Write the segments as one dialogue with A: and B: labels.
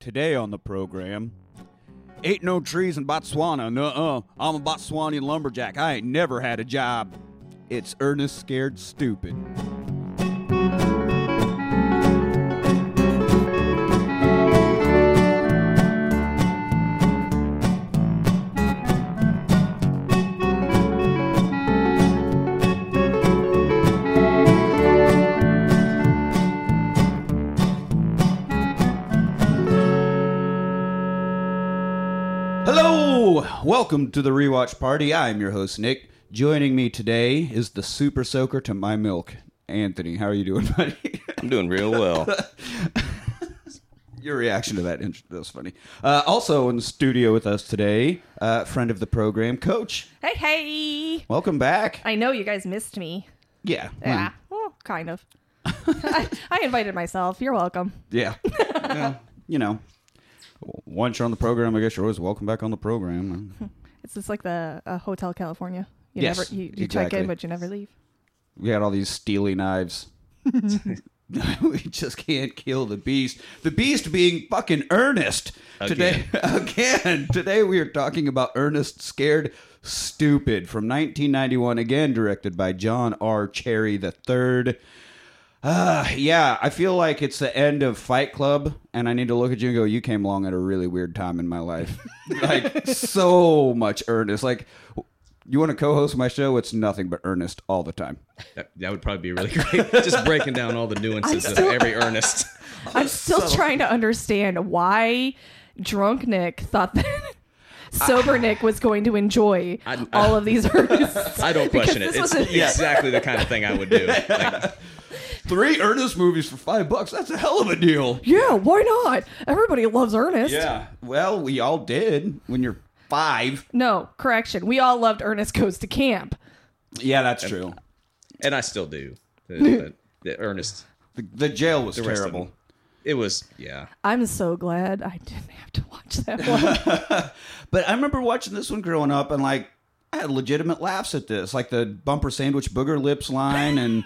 A: Today on the program, ain't no trees in Botswana. Nuh-uh. I'm a Botswanian lumberjack. I ain't never had a job. It's Ernest Scared Stupid. Hello! Welcome to the Rewatch Party. I'm your host, Nick. Joining me today is the super soaker to my milk, Anthony. How are you doing, buddy?
B: I'm doing real well.
A: Your reaction to that, int- that was funny. Uh, also in the studio with us today, uh, friend of the program, Coach.
C: Hey, hey!
A: Welcome back.
C: I know you guys missed me.
A: Yeah.
C: Yeah, well, kind of. I, I invited myself. You're welcome.
A: Yeah. Yeah. You know, w- once you're on the program, I guess you're always welcome back on the program.
C: It's just like the uh, Hotel California. You
A: Yes,
C: never you, you check
A: exactly.
C: in, but you never leave.
A: we had all these steely knives. we just can't kill the beast. The beast being fucking earnest today. Again, today we are talking about Ernest Scared Stupid from 1991. Again, directed by John R. Cherry the Third. Uh, yeah, I feel like it's the end of Fight Club, and I need to look at you and go, "You came along at a really weird time in my life." like so much earnest. Like, you want to co-host my show? It's nothing but earnest all the time.
D: That, that would probably be really great. Just breaking down all the nuances of every earnest.
C: I'm still trying to understand why drunk Nick thought that sober Nick was going to enjoy
D: I-
C: all of these artists.
D: I don't
C: Because
D: question it.
C: this
D: It's
C: was a-
D: exactly the kind of thing I would do. Like,
A: Three Ernest movies for five bucks. That's a hell of a deal.
C: yeah, why not? Everybody loves Ernest.
A: Well, we all did when you're five.
C: No, correction. We all loved Ernest Goes to Camp.
A: Yeah, that's true.
D: and I still do. The, the, the earnest.
A: The, the jail was
D: The rest of
A: terrible.
D: them. It was, yeah.
C: I'm so glad I didn't have to watch that one.
A: But I remember watching this one growing up and like I had legitimate laughs at this, like the bumper sandwich booger lips line and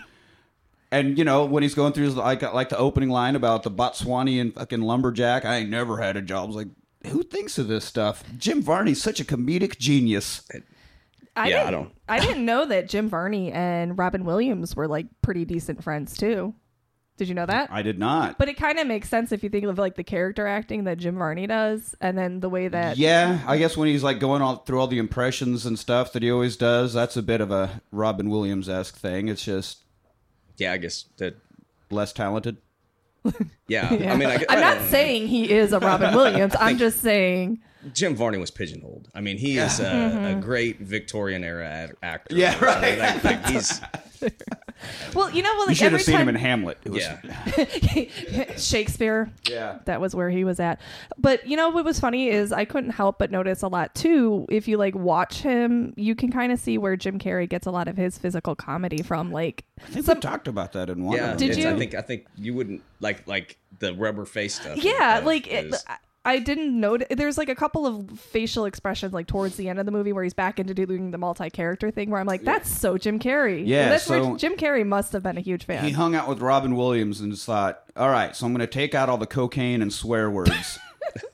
A: and you know when he's going through his, like like the opening line about the Botswanian fucking lumberjack. I ain't never had a job. I was like. Who thinks of this stuff? Jim Varney's such a comedic genius.
C: I
D: Yeah, I
C: didn't, I
D: don't-
C: didn't know that Jim Varney and Robin Williams were like pretty decent friends too. Did you know that?
A: I did not.
C: but it kind of makes sense if you think of like the character acting that Jim Varney does, and then the way that
A: Yeah, I guess when he's like going all through all the impressions and stuff that he always does, that's a bit of a Robin Williams esque thing. It's just
D: Yeah, I guess that,
A: less talented.
D: yeah. I mean, I, gu-
C: am
D: I
C: not
D: don't know.
C: saying he is a Robin Williams. I'm just saying
D: Jim Varney was pigeonholed. I mean, he is a,
C: Mm-hmm.
D: a great Victorian era ad- actor. Uh,
A: Yeah, right.
D: Like, like, he's,
C: well, you know, well,
A: You
C: like
A: should
C: every
A: have seen him
C: time
A: in Hamlet. It was-
D: yeah.
C: Shakespeare.
A: Yeah.
C: That was where he was at. But you know what was funny is I couldn't help but notice a lot too. If you like watch him, you can kind of see where Jim Carrey gets a lot of his physical comedy from. Like,
A: I think we talked about that in one.
D: Yeah.
A: of them.
C: Did
D: it's- I
C: you-
D: think, I think you wouldn't, like, like the rubber face stuff.
C: yeah,
D: uh,
C: like it,
D: is-
C: I- I didn't notice. There's like a couple of facial expressions like towards the end of the movie where he's back into doing the multi-character thing. Where I'm like, that's so Jim Carrey.
A: Yeah,
C: that's
A: so-
C: where Jim Carrey must have been a huge fan.
A: He hung out with Robin Williams and just thought, all right, so I'm going to take out all the cocaine and swear words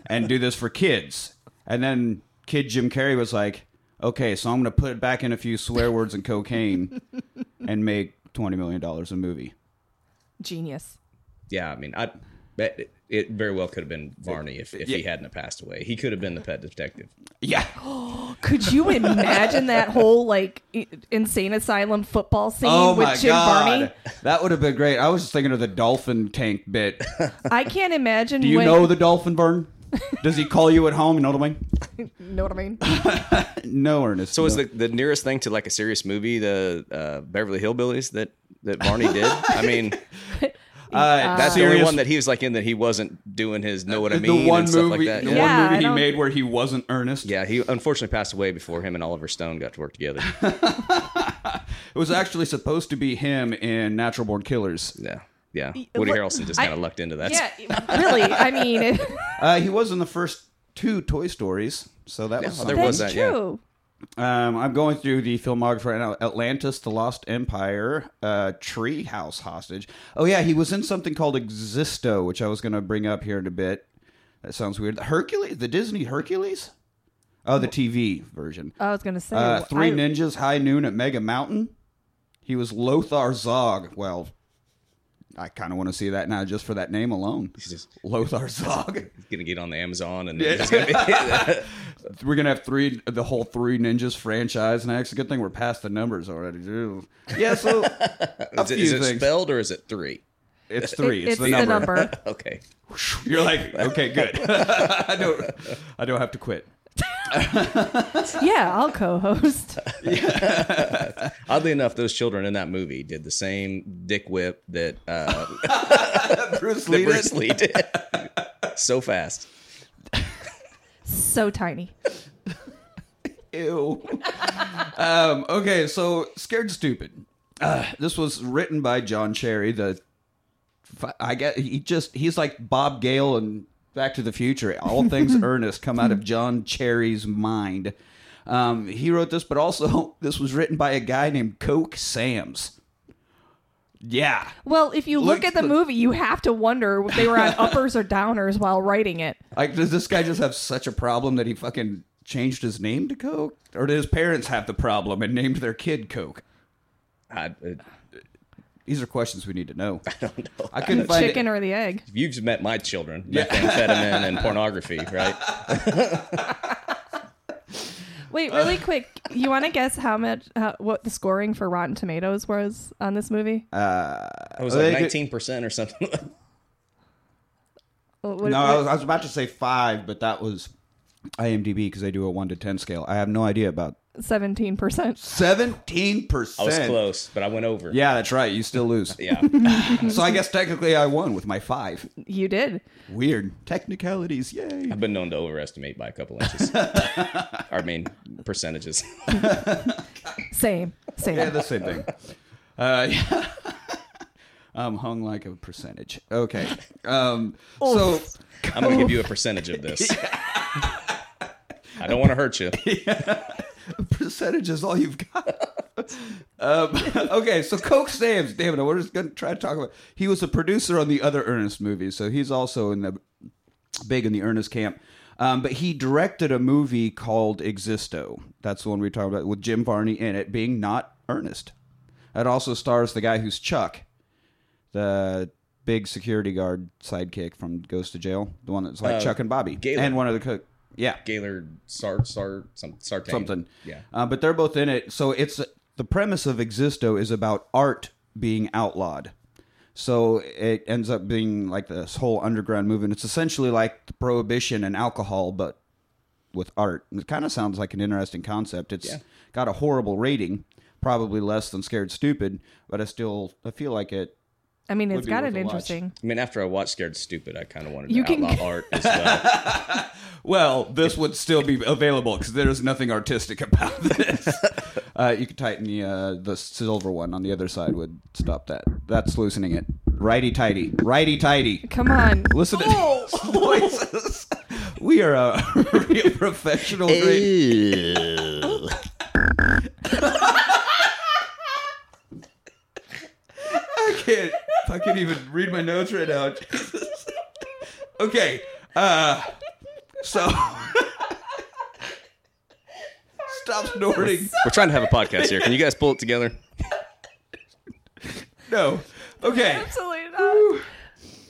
A: and do this for kids. And then kid Jim Carrey was like, okay, so I'm going to put back in a few swear words and cocaine and make $20 million a movie.
C: Genius.
D: yeah, I mean, I bet it, it very well could have been Varney if, if he hadn't have passed away. He could have been the pet detective.
A: Yeah.
C: Could you imagine that whole like i- insane asylum football scene with Jim Barney?
A: Oh That would have been great. I was just thinking of the dolphin tank bit.
C: I can't imagine.
A: Do you
C: when,
A: know the dolphin burn? Does he call you at home? You know what I mean?
C: Know what I mean?
A: No, Ernest.
D: So
A: no.
D: is the, the nearest thing to like a serious movie the uh, Beverly Hillbillies that that Varney did? I mean,
A: uh,
D: that's the only
A: serious-
D: one that he was like in that he wasn't doing his know what I
A: the
D: mean
A: one
D: and stuff
A: movie,
D: like that.
A: the
D: Yeah.
C: Yeah,
A: one
C: I
A: movie he
C: don't-
A: made where he wasn't Ernest.
D: Yeah, he unfortunately passed away before him and Oliver Stone got to work together.
A: It was actually supposed to be him in Natural Born Killers.
D: Yeah, yeah. Woody
C: what-
D: Harrelson just
C: I-
D: kind of lucked into that.
C: yeah, really. I mean, it,
A: Uh, he was in the first two Toy Stories, so that was
D: there
A: something.
D: was
C: that's
D: that, yeah.
C: true.
A: Um, I'm going through the filmography right now. Atlantis, The Lost Empire, uh, Treehouse Hostage. Oh yeah, he was in something called Existo, which I was going to bring up here in a bit. That sounds weird. Hercules, the Disney Hercules. Oh, the TV version.
C: Oh, I was gonna say
A: Uh, Three
C: I-
A: Ninjas High Noon at Mega Mountain. He was Lothar Zog. Well, I kind of want to see that now just for that name alone.
D: He's just
A: Lothar Zog.
D: he's gonna get on the Amazon and it's gonna be-
A: We're gonna have three the whole Three Ninjas franchise next. Good thing we're past the numbers already. Dude. Yeah, so a
D: is it,
A: few
D: is it
A: things.
D: spelled or is it three?
A: it's three. It's,
C: It's,
A: the, number.
D: Okay,
A: You're like, okay, good. I don't. I don't have to quit.
C: yeah, I'll co-host.
D: oddly enough, those children in that movie did the same dick whip that uh,
A: Bruce
D: that
A: Lee.
D: Bruce Lee did so fast.
C: so tiny.
A: Ew. um, okay, so scared stupid. Uh, this was written by John Cherry. The I get he just he's like Bob Gale and Back to the Future. All things earnest come out of John Cherry's mind. Um, he wrote this, but also this was written by a guy named Coke Sam's. Yeah,
C: Well, if you look
A: Look-
C: at the movie, you have to wonder if they were on uppers or downers while writing it.
A: Like, does this guy just have such a problem that he fucking changed his name to Coke? Or did his parents have the problem and named their kid Coke?
D: I, uh, if
A: These are questions we need to know. I don't know. I couldn't find
C: Chicken
A: it.
C: or the egg?
D: you've met my children, methamphetamine and pornography, right?
C: Wait,
A: Uh,
C: really quick. You want to guess how much how, what the scoring for Rotten Tomatoes was on this movie?
A: Uh,
D: I was
A: Well,
D: like
A: they could-
D: nineteen percent or something.
C: What- what-
A: No, I was, I was about to say five, but that was IMDb because they do a one to ten scale. I have no idea about
C: Seventeen percent.
A: seventeen
D: I
A: percent.
D: was close, but I went over.
A: Yeah, that's right. You still lose.
D: yeah.
A: so I guess technically I won with my five.
C: You did.
A: Weird technicalities. Yay.
D: I've been known to overestimate by a couple inches. Our main percentages.
C: Same. Same.
A: Yeah, the same thing. Uh, yeah. I'm hung like a percentage. Okay. Um, so
D: I'm going to give you a percentage of this. I don't want to hurt you.
A: percentage is all you've got. um, okay, so Coke Sam's. Damn it, we're just going to try to talk about. He was a producer on the other Ernest movies, so he's also in the big in the Ernest camp. Um, but he directed a movie called Existo. That's the one we talked about with Jim Varney in it, being not Ernest. It also stars the guy who's Chuck, the big security guard sidekick from Goes to Jail, the one that's like
D: Uh,
A: Chuck and Bobby,
D: Galen.
A: and one of the cook. Yeah,
D: Gaylor Sart Sart some Sartain.
A: something.
D: Yeah.
A: Uh, but they're both in it. So it's the premise of Existo is about art being outlawed. So it ends up being like this whole underground movement. It's essentially like the prohibition and alcohol, but with art. And It kind of sounds like an interesting concept. It's
D: Yeah.
A: got a horrible rating, probably less than Scared Stupid, but I still I feel like it.
C: I mean,
A: Would
C: it's
A: be
C: got
A: worth
C: an
A: a watch.
C: interesting.
D: I mean, after I watched Scared Stupid, I kind of wanted to
C: You can-
D: outlaw art as well.
A: Well, this would still be available because there's nothing artistic about this. uh, you could tighten the uh, the silver one on the other side would stop that. That's loosening it. Righty tighty, righty tighty.
C: Come on.
A: Listen to these voices. We are a real professional. grade- I can't fucking even read my notes right now. Jesus. okay, uh, so stop snorting.
D: We're trying to have a podcast here. Can you guys pull it together?
A: No, okay.
C: Absolutely not.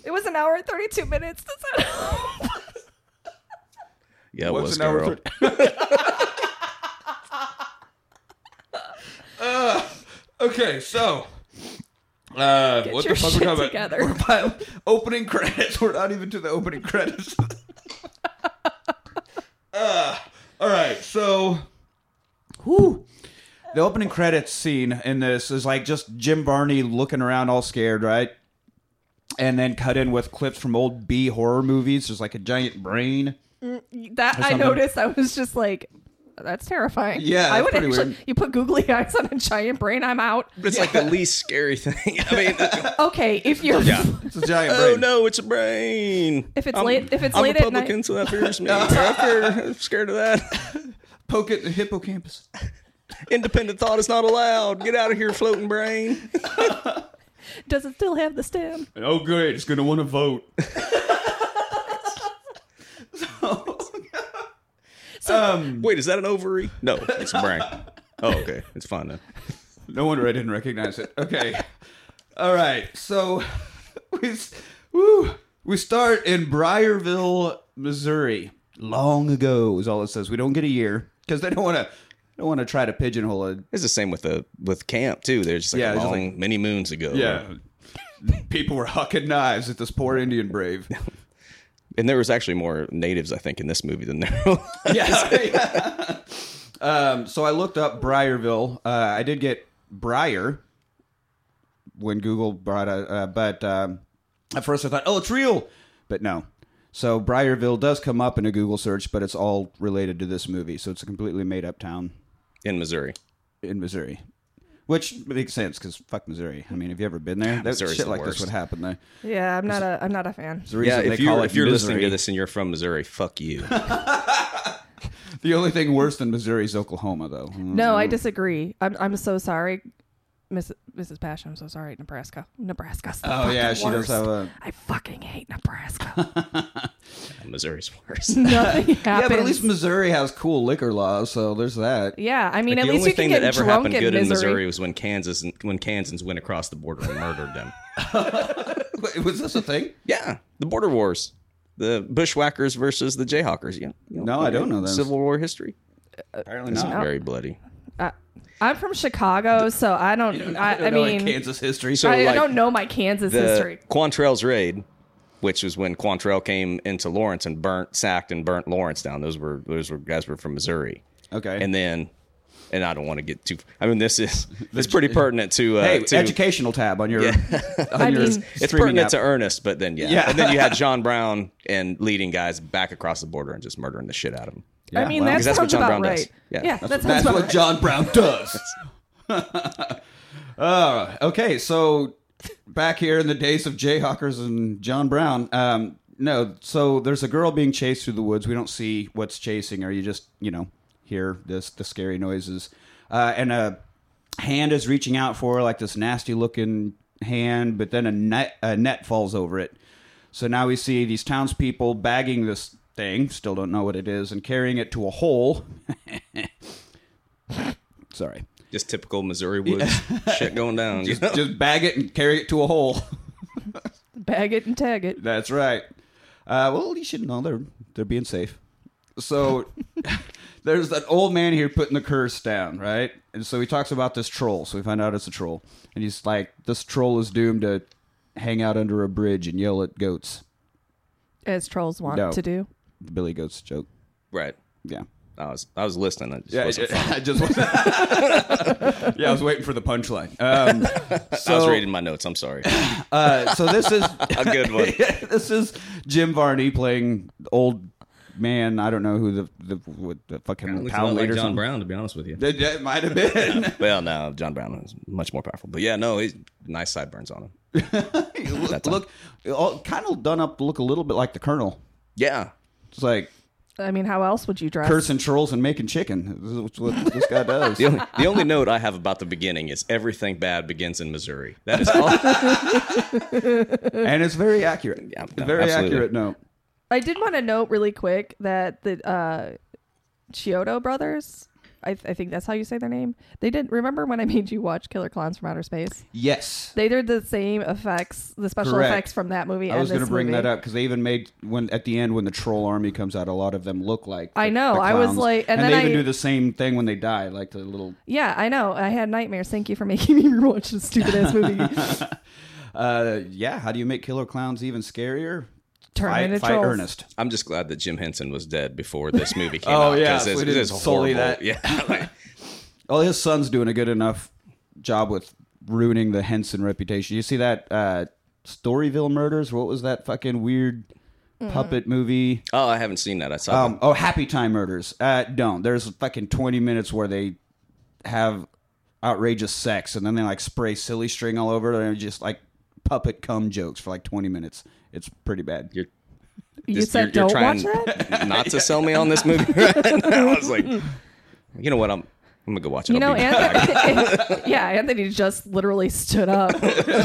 C: It was an hour and thirty-two minutes. That's
D: Yeah, it
A: What's
D: was,
A: an hour
D: girl.
A: thir- Uh, Okay, so uh, what
C: your
A: the fuck we
C: shit
A: talking
C: together.
A: about? We're by opening credits. We're not even to the opening credits. uh, all right, so whew. the opening credits scene in this is like just Jim Barney looking around all scared, right? And then cut in with clips from old B horror movies. There's like a giant brain.
C: that I
A: something.
C: noticed. I was just like, that's terrifying.
A: Yeah,
C: I
A: that's
C: would
A: pretty
C: actually.
A: weird.
C: You put googly eyes on a giant brain. I'm out.
D: But it's like the least scary thing. I mean,
C: Okay, if you're
D: yeah.
A: It's a giant brain.
D: Oh no, it's a brain.
C: If it's
D: I'm-
C: late- if it's
D: I'm
C: late at
D: Republican,
C: night.
D: so that fears me. I fear- I'm scared of that.
A: Poke at the hippocampus.
D: Independent thought is not allowed. Get out of here, floating brain.
C: does it still have the stem?
A: Oh, great. It's going to want to vote. No.
C: So
A: um,
D: Wait, is that an ovary? No, it's a brain. Oh, okay. It's fine then.
A: No wonder I didn't recognize it. Okay. All right. So we s- woo, we start in Briarville, Missouri. Long ago is all it says. We don't get a year because they don't want to don't want to try to pigeonhole it.
D: It's the same with the with camp too. There's just like
A: Yeah,
D: a
A: it's just
D: long many moons ago.
A: People were hucking knives at this poor Indian brave.
D: And there was actually more natives, I think, in this movie than there was.
A: yeah. um, so I looked up Briarville. Uh, I did get Briar when Google brought it, uh, but um, at first I thought, oh, it's real, but no. So Briarville does come up in a Google search, but it's all related to this movie. So it's a completely made up town
D: in Missouri.
A: in Missouri, which makes sense because fuck Missouri. I mean, have you ever been there? That
D: Missouri's
A: shit
D: the
A: like this
D: worst.
A: would happen there.
C: yeah, I'm not a I'm not a fan.
A: It's the reason they
D: if you're
A: call it
D: if you're listening to
A: Missouri.
D: this and you're from Missouri, fuck you.
A: the only thing worse than Missouri is Oklahoma, though.
C: No,
A: mm.
C: I disagree. I'm I'm so sorry, Miss, Mrs. Pash. I'm so sorry, Nebraska. Nebraska's the
A: Oh yeah,
C: fucking
A: she does
C: worst.
A: have a
C: I fucking hate Nebraska.
D: Missouri's worse.
C: Nothing happens.
A: Yeah, but at least Missouri has cool liquor laws, so there's that.
C: Yeah, I mean,
D: the
C: at least
D: only
C: you can
D: thing
C: get
D: that ever
C: drunk
D: happened
C: in
D: good
C: Missouri.
D: in Missouri was when Kansas when Kansans went across the border and murdered them.
A: Wait, was this a thing?
D: Yeah, the border wars, the bushwhackers versus the Jayhawkers. Yeah, You
A: No, I don't know this.
D: Civil War history.
A: Apparently
D: It's
A: not.
D: very bloody.
C: I'm from Chicago, so I don't. I, I,
A: don't know any
C: mean,
A: Kansas history.
D: So,
A: So
C: I, I
D: like,
C: don't know my Kansas
D: the
C: history.
D: Quantrell's raid, which was when Quantrell came into Lawrence and burnt, sacked, and burnt Lawrence down. Those were those were guys were from Missouri.
A: okay,
D: And then, and I don't want to get too. I mean, this is it's pretty pertinent to uh,
A: hey,
D: to,
A: educational tab on your on
C: I
A: your
C: mean-
D: It's
A: streaming
D: pertinent
A: app.
D: to Ernest, but then yeah.
A: Yeah.
D: and then you had John Brown and leading guys back across the border and just murdering the shit out of them.
A: Yeah,
C: I mean,
A: well,
C: that
D: because that's what
C: sounds
D: John
C: about
D: Brown does.
C: right.
D: Yeah.
C: Yeah, that sounds
A: That's
C: about
A: what
C: right.
A: John Brown does. uh, okay, so back here in the days of Jayhawkers and John Brown, um, no, so there's a girl being chased through the woods. We don't see what's chasing her. You just, you know, hear this the scary noises, uh, and a hand is reaching out for her, like this nasty looking hand, but then a net a net falls over it. So now we see these townspeople bagging this thing, still don't know what it is, and carrying it to a hole. Sorry.
D: Just typical Missouri woods shit going down. you know?
A: Just bag it and carry it to a hole.
C: Bag it and tag it.
A: That's right. Uh, well, you should know they're they're being safe. So there's that old man here putting the curse down, right? And so he talks about this troll. So we find out it's a troll, and he's like, "This troll is doomed to hang out under a bridge and yell at goats."
C: As trolls want
A: No.
C: to do.
A: The Billy Goats joke.
D: right.
A: Yeah.
D: I was I was listening. I just
A: Yeah,
D: wasn't
A: I, I just yeah, I was waiting for the punchline. Um, so,
D: I was reading my notes. I'm sorry.
A: Uh, so this is
D: A good one.
A: this is Jim Varney playing old man. I don't know who the the, what the fucking pound leader. something.
D: Brown, to be honest with you.
A: That, that might have been.
D: Well, no, John Brown is much more powerful. But yeah, no, he's nice sideburns on him.
A: look, look all, kind of done up to look a little bit like the Colonel.
D: Yeah.
A: It's like
C: I mean, how else would you dress?
A: cursing trolls and making chicken. This is what this guy does.
D: The only, the only note I have about the beginning is everything bad begins in Missouri. That is all.
A: and it's very accurate.
D: Yeah, no,
A: very
D: absolutely.
A: accurate. No.
C: I did want to note really quick that the uh, Chiodo brothers. I, I think that's how you say their name. They didn't remember when I made you watch Killer Clowns from Outer Space.
A: Yes.
C: They did the same effects, the special
A: Correct.
C: effects from that movie.
A: I was
C: going
A: going
C: to
A: to bring that up because they even made when at the end when the troll army comes out, a lot of them look like
C: I
A: the-
C: know,
A: the
C: I was
A: clowns.
C: like-
A: and
C: and then
A: they even
C: I-
A: do the same thing when they die, like the little
C: Yeah, I know. I had nightmares. Thank you for making me rewatch this stupid ass movie.
A: Uh, yeah. How do you make killer clowns even scarier?
C: Turn
A: fight,
C: into
A: fight
C: trolls.
A: Ernest.
D: I'm just glad that Jim Henson was dead before this movie came
A: Oh,
D: out.
A: yeah,
D: 'cause
A: so
D: it's,
A: we didn't
D: it's
A: sully
D: horrible.
A: that.
D: Yeah, like,
A: Well, his son's doing a good enough job with ruining the Henson reputation. You see that uh, Storyville murders? What was that fucking weird puppet movie?
D: oh, I haven't seen that. I saw.
A: Um, oh, Happy Time Murders. Uh, don't. There's fucking 20 minutes where they have outrageous sex and then they like spray silly string all over it and just like puppet cum jokes for like 20 minutes. It's pretty bad.
D: you're,
C: You
D: just-
C: said
D: you're-
C: don't
D: you're
C: watch that?
D: trying not to sell me on this movie. Right now. I was like, you know what? I'm I'm gonna go watch it.
C: You know,
D: I'll be back.
C: Anthony, yeah, Anthony just literally stood up.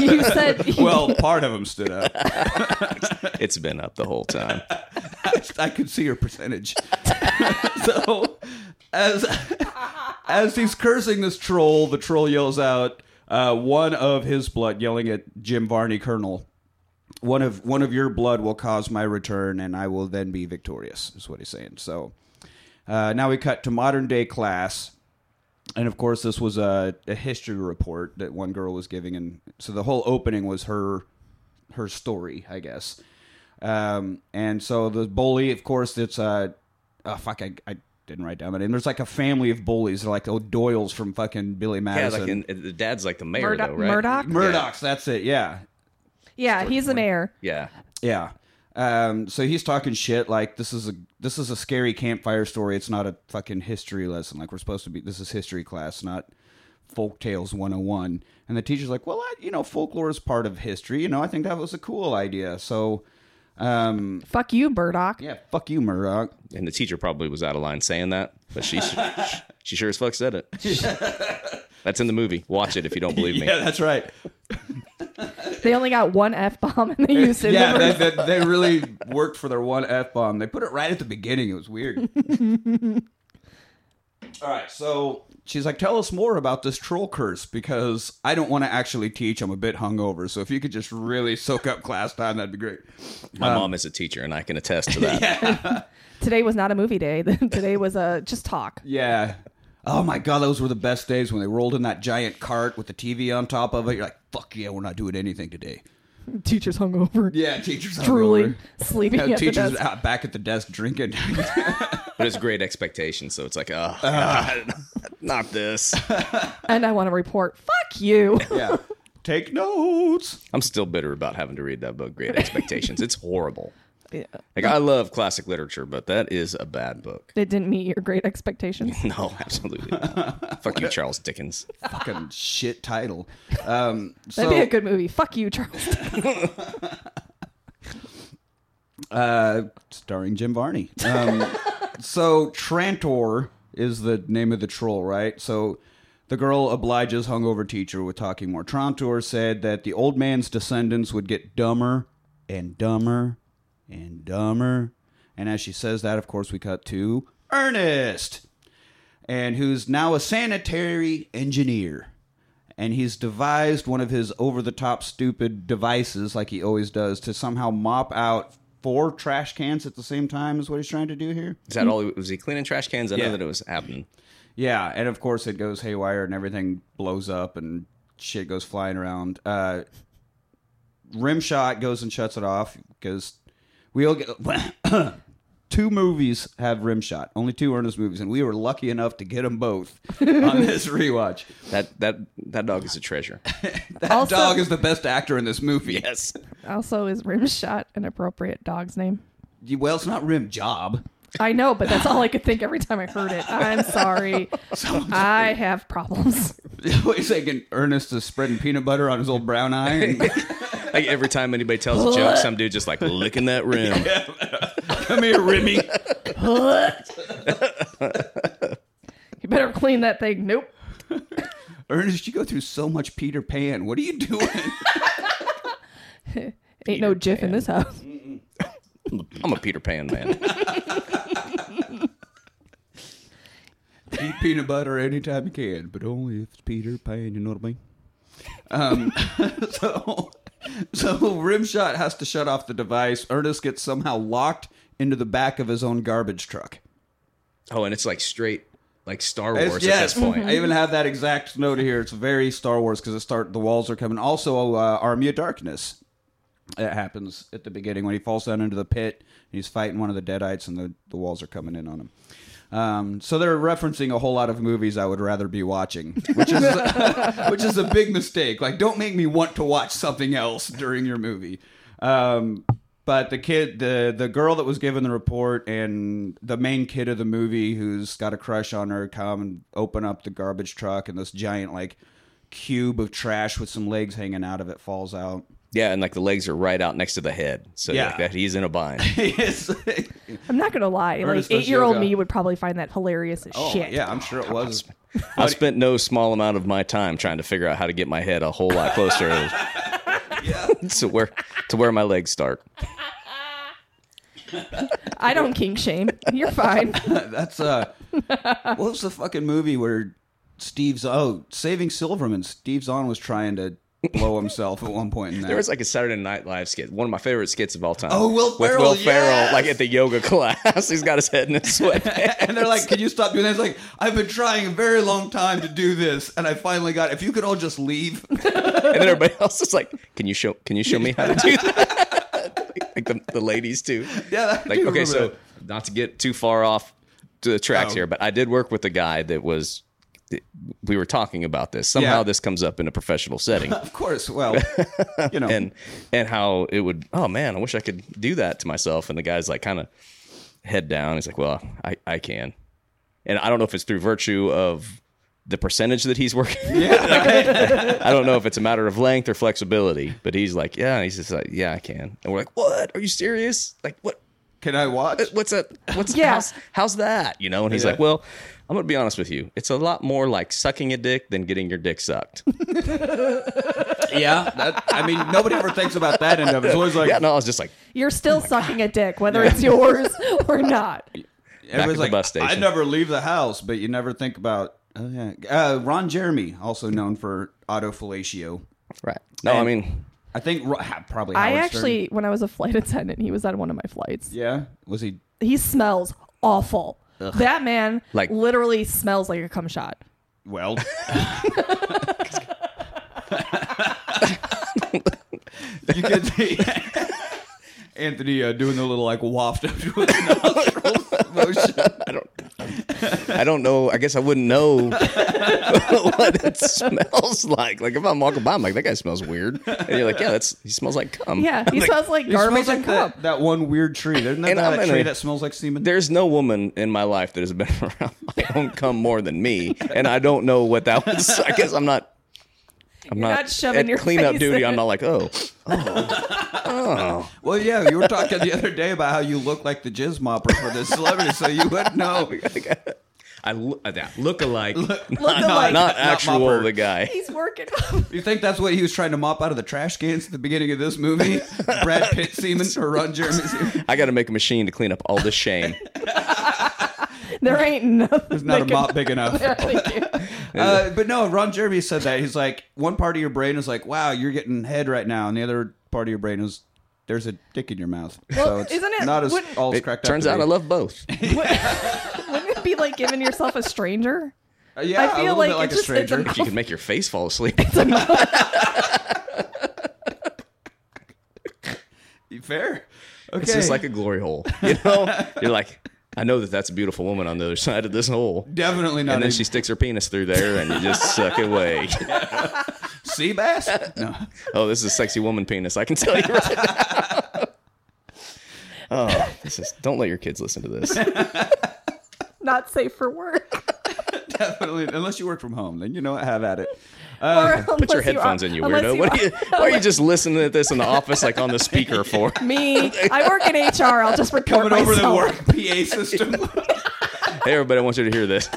C: You said,
A: Well, part of them stood up.
D: it's been up the whole time.
A: I could see your percentage. so as as he's cursing this troll, the troll yells out uh, one of his blood, yelling at Jim Varney, Colonel. One of one of your blood will cause my return, and I will then be victorious. Is what he's saying. So uh, now we cut to modern day class. And of course, this was a, a history report that one girl was giving, and so the whole opening was her her story, I guess. Um, and so the bully, of course, it's uh, oh fuck, I, I didn't write down the name. There's like a family of bullies. They're like O'Doyle's from fucking Billy
D: Yeah,
A: Madison.
D: like and the dad's like the mayor
C: Murdoch-
D: though, right?
C: Murdoch?
A: Murdoch's. That's it. Yeah,
C: yeah, he's the mayor.
D: Yeah.
A: yeah. Um, so he's talking shit like this is a this is a scary campfire story. It's not a fucking history lesson. Like we're supposed to be. This is history class, not folk tales 101 and the teacher's like well I, you know folklore is part of history you know i think that was a cool idea so um
C: Fuck you, Burdock.
A: yeah fuck you murdoch
D: And the teacher probably was out of line saying that, but she she sure as fuck said it. That's in the movie. Watch it if you don't believe me.
A: yeah that's right
C: They only got one f bomb and they used it. in the
A: yeah,
C: verse.
A: they, they, they really worked for their one f bomb. They put it right at the beginning. It was weird. All right, so she's like, "Tell us more about this troll curse because I don't want to actually teach. I'm a bit hungover, so if you could just really soak up class time, that'd be great."
D: My
A: Um,
D: mom is a teacher, and I can attest to that.
C: Today was not a movie day. Today was a just talk.
A: Yeah. Oh my god, those were the best days when they rolled in that giant cart with the TV on top of it. You're like, "Fuck yeah, we're not doing anything today."
C: Teachers hungover.
A: Yeah, teachers hungover.
C: Drooling, sleeping
A: Yeah,
C: at the
A: teachers
C: desk.
A: out back at the desk drinking.
D: But it's great expectation, so it's like, oh, God, not this.
C: And I want to report, fuck you.
A: yeah. Take notes.
D: I'm still bitter about having to read that book, Great Expectations. It's horrible.
C: Yeah.
D: Like I love classic literature, but that is a bad book.
C: It didn't meet your great expectations.
D: No, absolutely. Not. Fuck you, Charles Dickens.
A: fucking shit title. Um,
C: That'd
A: so
C: be a good movie. Fuck you, Charles.
A: uh, starring Jim Varney. Um, so Trantor is the name of the troll, right? So the girl obliges hungover teacher with talking more. Trantor said that the old man's descendants would get dumber and dumber and dumber. And as she says that, of course, we cut to Ernest, and who's now a sanitary engineer. and he's devised one of his over the top stupid devices like he always does to somehow mop out four trash cans at the same time is what he's trying to do here.
D: Is that all? Was he cleaning trash cans? I
A: Yeah.
D: know that it was happening.
A: Yeah, and of course it goes haywire and everything blows up and shit goes flying around. Uh Rimshot goes and shuts it off because we all get two movies have Rimshot, only two Ernest movies, and we were lucky enough to get them both on this rewatch.
D: That that that dog is a treasure.
A: That
C: Also-
A: dog is the best actor in this movie.
D: Yes.
C: Also, is Rimshot an appropriate dog's name?
A: Well, it's not Rim Job.
C: I know, but that's all I could think every time I heard it. I'm sorry. I have problems.
A: Wait a second. Ernest is spreading peanut butter on his old brown eye. And,
D: Like every time anybody tells a joke, some dude just like licking that rim.
A: Come here, Remy.
C: You better clean that thing. Nope.
A: Ernest, you go through so much Peter Pan. What are you doing?
C: Ain't no jiff in this house.
D: I'm a Peter Pan man.
A: Eat peanut butter anytime you can, but only if it's Peter Pan. You know what I mean? Um, so, so Rimshot has to shut off the device. Ernest gets somehow locked into the back of his own garbage truck.
D: Oh, and it's like straight like Star
A: It's-
D: Wars at
A: yes. mm-hmm.
D: this point.
A: I even have that exact note here. It's very Star Wars because it start the walls are coming. Also, uh, Army of Darkness. It happens at the beginning when he falls down into the pit. And he's fighting one of the Deadites, and the, the walls are coming in on him. Um, so they're referencing a whole lot of movies I would rather be watching, which is which is a big mistake. Like, don't make me want to watch something else during your movie. Um, but the kid, the the girl that was given the report, and the main kid of the movie who's got a crush on her, come and open up the garbage truck, and this giant like cube of trash with some legs hanging out of it falls out.
D: Yeah, and like the legs are right out next to the head. So
A: Yeah.
D: like that he's in a bind.
A: It's-
C: I'm not gonna lie.
A: Ernest
C: like
A: Oshoga.
C: eight year old me would probably find that hilarious as
A: oh
C: shit.
A: yeah, I'm sure it was.
D: I spent no small amount of my time trying to figure out how to get my head a whole lot closer to where to where my legs start.
C: I don't kink shame. You're fine.
A: That's uh, what was the fucking movie where Steve's oh Saving Silverman? Steve Zahn was trying to blow himself at one point in that.
D: There was like a Saturday Night Live skit, one of my favorite skits of all time.
A: Oh, Will
D: with
A: Ferrell,
D: Will Ferrell,
A: yes!
D: like at the yoga class, he's got his head in his sweatpants.
A: and they're like, "Can you stop doing that?" It's like I've been trying a very long time to do this, and I finally got. If you could all just leave,
D: and then everybody else is like, "Can you show? Can you show me how to do that?" like the, the ladies too.
A: Yeah, I
D: Like
A: do
D: okay,
A: remember
D: so
A: that.
D: not to get too far off to the tracks
A: Oh.
D: here, but I did work with a guy that was. We were talking about this. Somehow
A: Yeah.
D: this comes up in a professional setting,
A: of course. Well, you know,
D: and and how it would. Oh man, I wish I could do that to myself. And the guy's like, kind of head down. He's like, well, I I can, and I don't know if it's through virtue of the percentage that he's working I don't know if it's a matter of length or flexibility, but he's like, yeah, he's just like, yeah, I can. And we're like, what? Are you serious? Like, what?
A: can I watch?
D: What's that? What's
C: Yeah.
D: how's, how's that? You know? And he's
A: Yeah.
D: like, well, I'm gonna be honest with you. It's a lot more like sucking a dick than getting your dick sucked.
A: Yeah, that, I mean, nobody ever thinks about that end of it. It's always like
D: yeah. No, I was just like,
C: You're still sucking a dick, whether it's yours or not.
D: at
A: everybody's
D: the
A: like,
D: bus
A: I
D: station.
A: never leave the house, but you never think about. Oh yeah, uh, Ron Jeremy, also known for autofellatio.
D: right? No, I
A: And-
D: mean,
A: I think Ro- ha- probably.
C: I
A: Howard
C: actually, when I was a flight attendant, he was on one of my flights.
A: Stern. Yeah, was he?
C: He smells awful. That man
D: Like-
C: like literally smells like a cum shot.
A: Well, you could see Anthony uh, doing the little like waft up with the nostrils motion.
D: I don't, I don't know. I guess I wouldn't know what it smells like. Like if I'm walking by, I'm like, that guy smells weird, and you're like, yeah, that's he smells like cum.
C: Yeah, he smells like garbage and cum.
A: that, that one weird tree. There's not
D: And I'm
A: that
D: in
A: tree
D: a-
A: that smells like semen.
D: There's no woman in my life that has been around my own cum more than me, and I don't know what that was. I guess I'm not. I'm
C: You're not shoving
D: at
C: your
D: cleanup
C: face
D: duty.
C: in
D: I'm
C: it.
D: not like oh,
A: Well, yeah, you were talking the other day about how you look like the jizz mopper for this celebrity, so you would
C: Oh
A: know.
D: I look look alike, not,
C: alike.
D: not
A: Not
D: actual
A: mopper.
D: the guy.
C: He's working.
A: You think that's what he was trying to mop out of the trash cans at the beginning of this movie? Brad Pitt semen or Ron Jeremy's semen?
D: I got to make a machine to clean up all this shame.
C: there ain't nothing.
A: There's not a
C: they can-
A: mop big enough.
C: Yeah, thank you.
A: Uh, but no, Ron Jeremy said that. He's like, one part of your brain is like, wow, you're getting head right now. And the other part of your brain is, there's a dick in your mouth. so
C: Well,
A: it's
C: isn't it-
A: not as
C: wouldn't-
A: all as
D: It
A: cracked
D: turns
A: up.
D: out I love both.
C: Wouldn't it be like giving yourself a stranger?
A: Uh, yeah,
C: I
A: a
C: feel
A: little
C: like
A: bit like
C: it
A: a
C: just- it's
A: stranger.
C: a-
D: If you could make your face fall asleep.
A: Fair. Okay.
D: It's just like a glory hole. You know, you're like, I know that that's a beautiful woman on the other side of this hole.
A: Definitely not
D: And then
A: a
D: she sticks her penis through there, and you just suck it away.
A: sea bass. No.
D: Oh, this is a sexy woman penis. I can tell you right now. Oh, this is, don't let your kids listen to this.
C: Not safe for work.
A: Definitely, unless you work from home, then you know what, have at it.
C: Or
D: Put your
C: unless you
D: headphones
C: are-
D: in, you
C: unless
D: weirdo. What are you, why are you just listening to this in the office, like on the speaker for?
C: Me, I work in HR. I'll just record
A: Coming over the
C: myself.
A: work PA system.
D: Hey, everybody, I want you to hear this.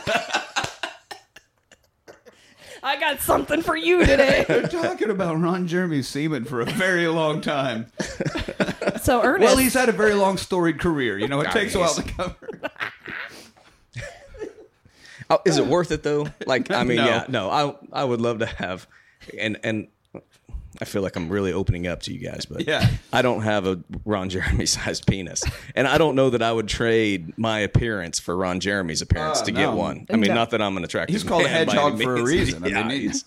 C: I got something for you today.
A: They're talking about Ron Jeremy's semen for a very long time.
C: So Ernest,
A: Well, he's had a very long storied career. You know, it takes a while to cover.
D: Oh, is it worth it though? Like, I mean,
A: No.
D: yeah, no, I I would love to have, and and I feel like I'm really opening up to you guys, but
A: Yeah.
D: I don't have a Ron Jeremy sized penis, and I don't know that I would trade my appearance for Ron Jeremy's appearance
A: Oh,
D: to
A: no.
D: get one. I mean,
C: No.
D: not that I'm an attractive.
A: He's called a
D: man by any
A: hedgehog for a
D: means.
A: reason. I
D: yeah,
A: mean,
D: he's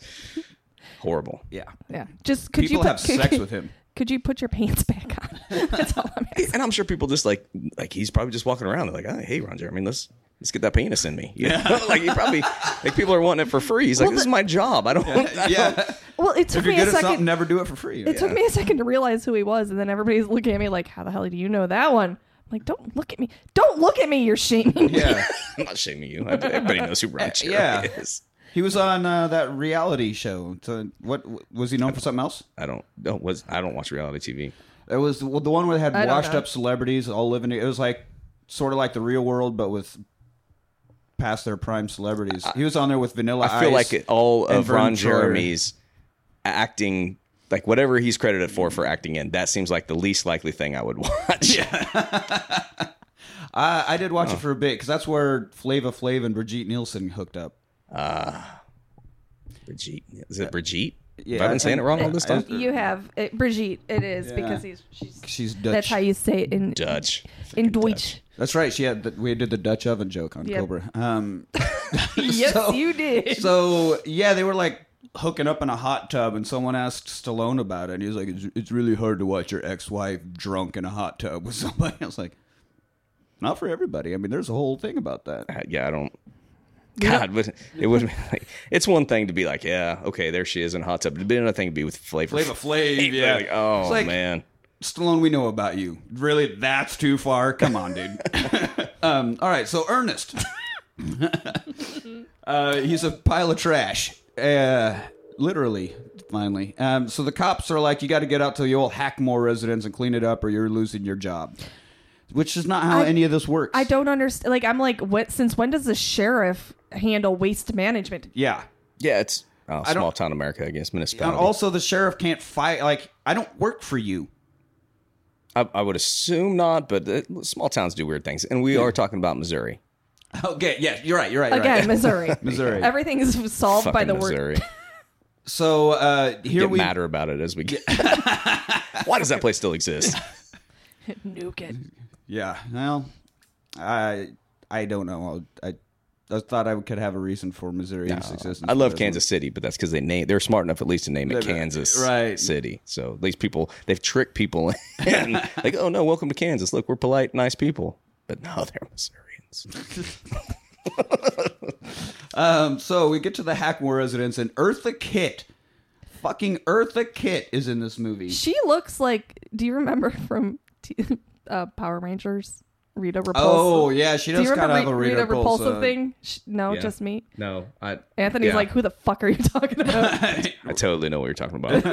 D: horrible.
A: Yeah,
C: yeah. Just could you
A: people
C: put,
A: have
C: could,
A: sex
C: you-
A: with him.
C: Could you put your pants back on? That's all I'm asking.
D: And I'm sure people just like like he's probably just walking around. They're like, oh, hey, Ron Jeremy, let's. Let's get that penis in me. yeah. like he probably like people are wanting it for free. He's like,
C: Well,
D: this
C: the-
D: is my job. I don't.
A: Yeah,
C: Well, it took
A: if you're
C: me a
A: good at something,
C: second.
A: never do it for free.
C: It took me a second to realize who he was, and then everybody's looking at me like, "How the hell do you know that one?" I'm like, "Don't look at me! Don't look at me! You're shaming me!"
A: yeah,
D: I'm not shaming you. Everybody knows who Ron Jeremy
A: yeah.
D: is.
A: he was on uh, that reality show. So what was he known for? Something else?
D: I don't don't was I don't watch reality TV.
A: It was the the one where they had
C: I don't
A: washed
C: know.
A: up celebrities all living. It was like sort of like the real world, but with past their prime celebrities. He was on there with Vanilla
D: I feel
A: Ice.
D: like it- all
A: and
D: of
A: Vern
D: Ron
A: Troyer.
D: Jeremy's acting, like whatever he's credited for for acting in, that seems like the least likely thing I would watch.
A: I, I did watch
C: Oh.
A: it for a bit because that's where Flava Flav and Brigitte Nielsen hooked up.
D: Brigitte, is it Brigitte?
A: Yeah,
D: Have I
A: I
D: been saying it
A: think-
D: wrong all this time?
C: You have it, Brigitte. It is because he's she's.
A: She's Dutch.
C: That's how you say it in
D: Dutch.
C: in Deutsch.
A: That's right. She had the, we did the Dutch oven joke on
C: Yep.
A: Cobra. Um,
C: yes,
A: So-
C: you did.
A: so yeah, they were like hooking up in a hot tub, and someone asked Stallone about it, and he was like, "It's, it's really hard to watch your ex-wife drunk in a hot tub with somebody." I was like, "Not for everybody. I mean, there's a whole thing about that."
D: I- yeah, I don't. God, but it would. Like, it's one thing to be like, yeah, okay, there she is in a hot tub. It'd be another thing to be with flavor.
A: Flavor Flav, yeah.
D: Like, oh
A: It's like-
D: man,
A: Stallone, we know about you. Really, that's too far. Come on, dude. um, all right, so Ernest, uh, he's a pile of trash, uh, literally. Finally, um, so the cops are like, "You got to get out to the old Hackmore residence and clean it up, or you're losing your job." Which is not how
C: I-
A: any of this works.
C: I don't understand. Like I'm like, what? Since when does the sheriff handle waste management?
A: Yeah.
D: yeah, it's oh,
A: don't-
D: small town America, I guess
A: And
D: municipality.
A: also, the sheriff can't fight. Like, I don't work for you.
D: I, I would assume not, but uh, small towns do weird things, and we are talking about Missouri.
A: Okay. Yeah, you're right. You're right. You're
C: Again,
A: right.
C: Missouri.
A: Missouri.
C: Everything is solved by
D: Fucking
C: the word.
D: Missouri.
A: So uh, here
D: Get
A: we
D: madder about it as we get. Why does that place still exist?
C: Nuke it.
A: Yeah. Well, I I don't know. I I thought I could have a reason for Missouri existence.
D: I love
A: but-
D: Kansas City, but that's because they name they're smart enough at least to name it
A: They're-
D: Kansas
A: right.
D: City. So these people they've tricked people in like, oh no, welcome to Kansas. Look, we're polite, nice people. But no, they're Missourians.
A: Um, so we get to the Hackmore residence, and Eartha Kitt, fucking Eartha Kitt, is in this movie.
C: She looks like. Do you remember from T- uh, Power Rangers? Rita Repulsa.
A: Oh yeah, she
C: do
A: does
C: you
A: kind
C: remember
A: of have a
C: Rita,
A: Rita,
C: Repulsa,
A: Repulsa
C: thing? Sh- no,
D: Yeah.
C: Oh, just me.
D: No, I
C: Anthony's
D: Yeah.
C: like, who the fuck are you talking about?
D: I totally know what you're talking about.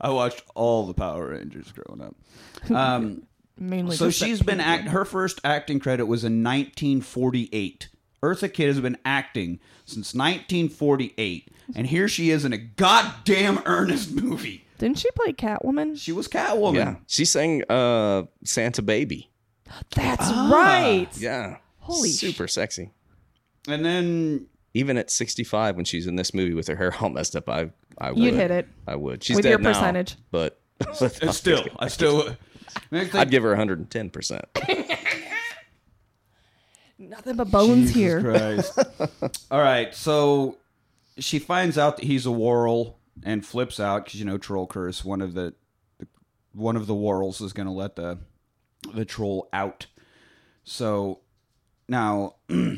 A: I watched all the Power Rangers growing up. Um,
C: Mainly.
A: So
C: just that
A: she's been
C: pink
A: act. Her first acting credit was in 1948. Eartha Kitt has been acting since 1948, and here she is in a goddamn earnest movie.
C: one. Didn't she play Catwoman?
A: She was Catwoman.
D: yeah, she sang uh, "Santa Baby."
C: That's
A: Ah.
C: right.
D: Yeah,
C: Holy
D: super sexy.
A: And then
D: Even at 65, when she's in this movie with her hair all messed up, I I would
C: You'd hit it.
D: I would. She's
C: With
D: dead
C: your
D: now,
C: percentage.
D: but
A: it's still, I still. Next thing-
D: I'd give her 110. percent
C: Nothing but bones
A: Jesus
C: here.
A: Christ. All right, so she finds out that he's a warl and flips out because you know troll curse. One of the, one of the warls is going to let the, the troll out. So now.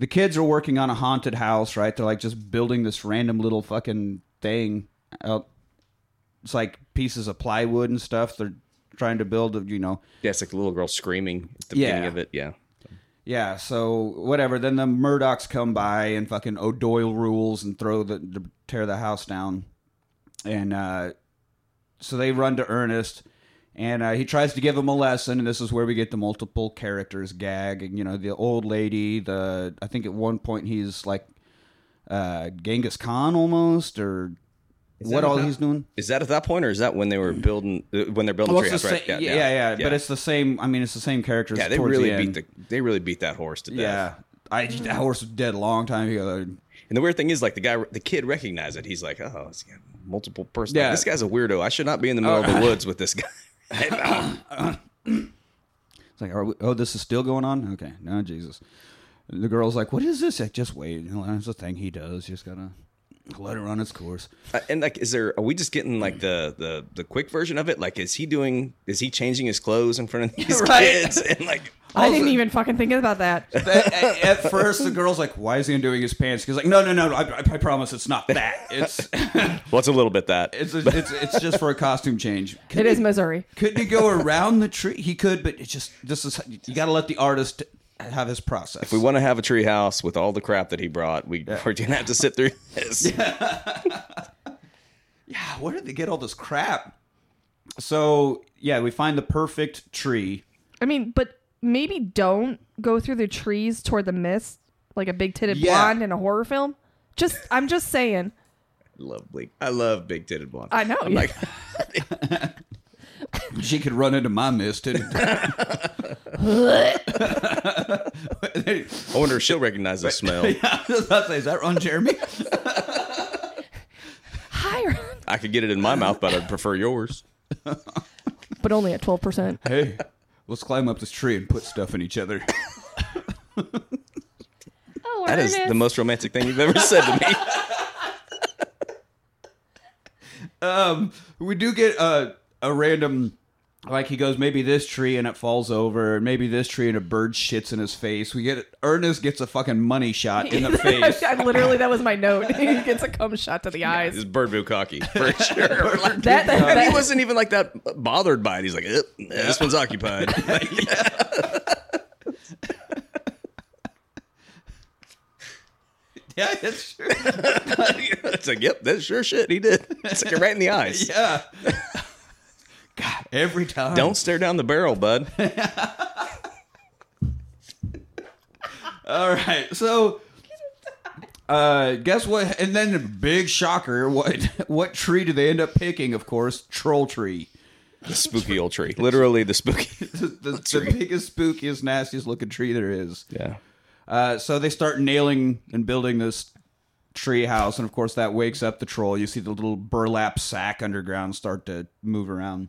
A: The kids are working on a haunted house, right? They're like just building this random little fucking thing out. It's like pieces of plywood and stuff. They're trying to build, you know,
D: Yeah, it's like the little girl screaming at the
A: Yeah.
D: beginning of it. Yeah.
A: Yeah, so whatever. Then the Murdochs come by and fucking O'Doyle rules and throw the, the tear the house down, and uh, so they run to Ernest, and uh, he tries to give him a lesson. And this is where we get the multiple characters gag, and you know the old lady. The I think at one point he's like uh, Genghis Khan almost, or what
D: that
A: all
D: about-
A: he's doing.
D: Is that at that point, or is that when they were building uh, when they're building
A: Mm. Well,
D: the
A: it's the
D: treehouse? Right?
A: same- yeah, yeah,
D: yeah.
A: But it's the same. I mean, it's the same characters.
D: yeah. They
A: towards
D: really
A: the
D: beat
A: end.
D: the they really beat that horse to death.
A: yeah. I, that horse was dead a long time ago.
D: And the weird thing is, like the guy, the kid recognized it. He's like, oh, he's got multiple person.
A: Yeah. Oh.
D: This guy's a weirdo. I should not be in the middle of the woods with this guy. uh, Right now.
A: It's like, are we, oh, this is still going on? Okay, no, Jesus. The girl's like, what is this? Like, just wait. You know, that's the thing he does. You just gotta let it run its course.
D: Uh, and like, is there? Are we just getting like the the the quick version of it? Like, is he doing? Is he changing his clothes in front of these
A: Right.
D: kids? And like,
C: I didn't even fucking think about that.
A: at, at- at first, the girl's like, why is he undoing his pants? He's like, no, no, no, no, I, I promise it's not that. It's
D: well, it's a little bit that.
A: it's it's it's just for a costume change.
C: it
A: Couldn't
C: is
A: he-
C: Missouri.
A: Couldn't he go around the tree? He could, but it just this is you got to let the artist have his process.
D: we want to have a tree house with all the crap that he brought. We, We're going to have to sit through this.
A: Yeah, Ah, where did they get all this crap? So yeah, we find the perfect tree.
C: I mean, but maybe don't go through the trees toward the mist. like a big titted
A: Yeah.
C: blonde in a horror film. Just I'm just saying.
D: love bleak. I love big titted blonde.
C: I know.
D: I'm
C: yeah.
D: like,
A: She could run into my mist. and-
D: I wonder if she'll recognize the smell.
A: I was about to say, is that Ron Jeremy?
C: higher,
D: I could get it in my mouth, but I'd prefer yours.
C: but only at twelve percent.
A: hey, let's climb up this tree and put stuff in each other.
C: Oh,
D: That is the most romantic thing you've ever said to me.
A: Um, We do get a a random like he goes maybe this tree and it falls over, and maybe this tree and a bird shits in his face. We get Ernest gets a fucking money shot in the face.
C: I, literally, that was my note. he gets a cum shot to the
D: This
C: eyes.
D: is bird bukkake for sure. Like,
C: That, that,
D: and he wasn't even like that bothered by it. He's like, "Eh, this one's occupied. Like,
A: yeah, that's true.
D: it's like, yep, that's sure shit. He did. It's like right in the eyes.
A: Yeah. God, every time.
D: Don't stare down the barrel, bud.
A: All right. So, uh, guess what? And then, the big shocker. What what tree do they end up picking? Of course, troll tree.
D: The spooky old tree. Literally the spooky.
A: The, the, the biggest, spookiest, nastiest looking tree there is.
D: Yeah.
A: Uh, so they start nailing and building this tree house, and of course that wakes up the troll. You see the little burlap sack underground start to move around,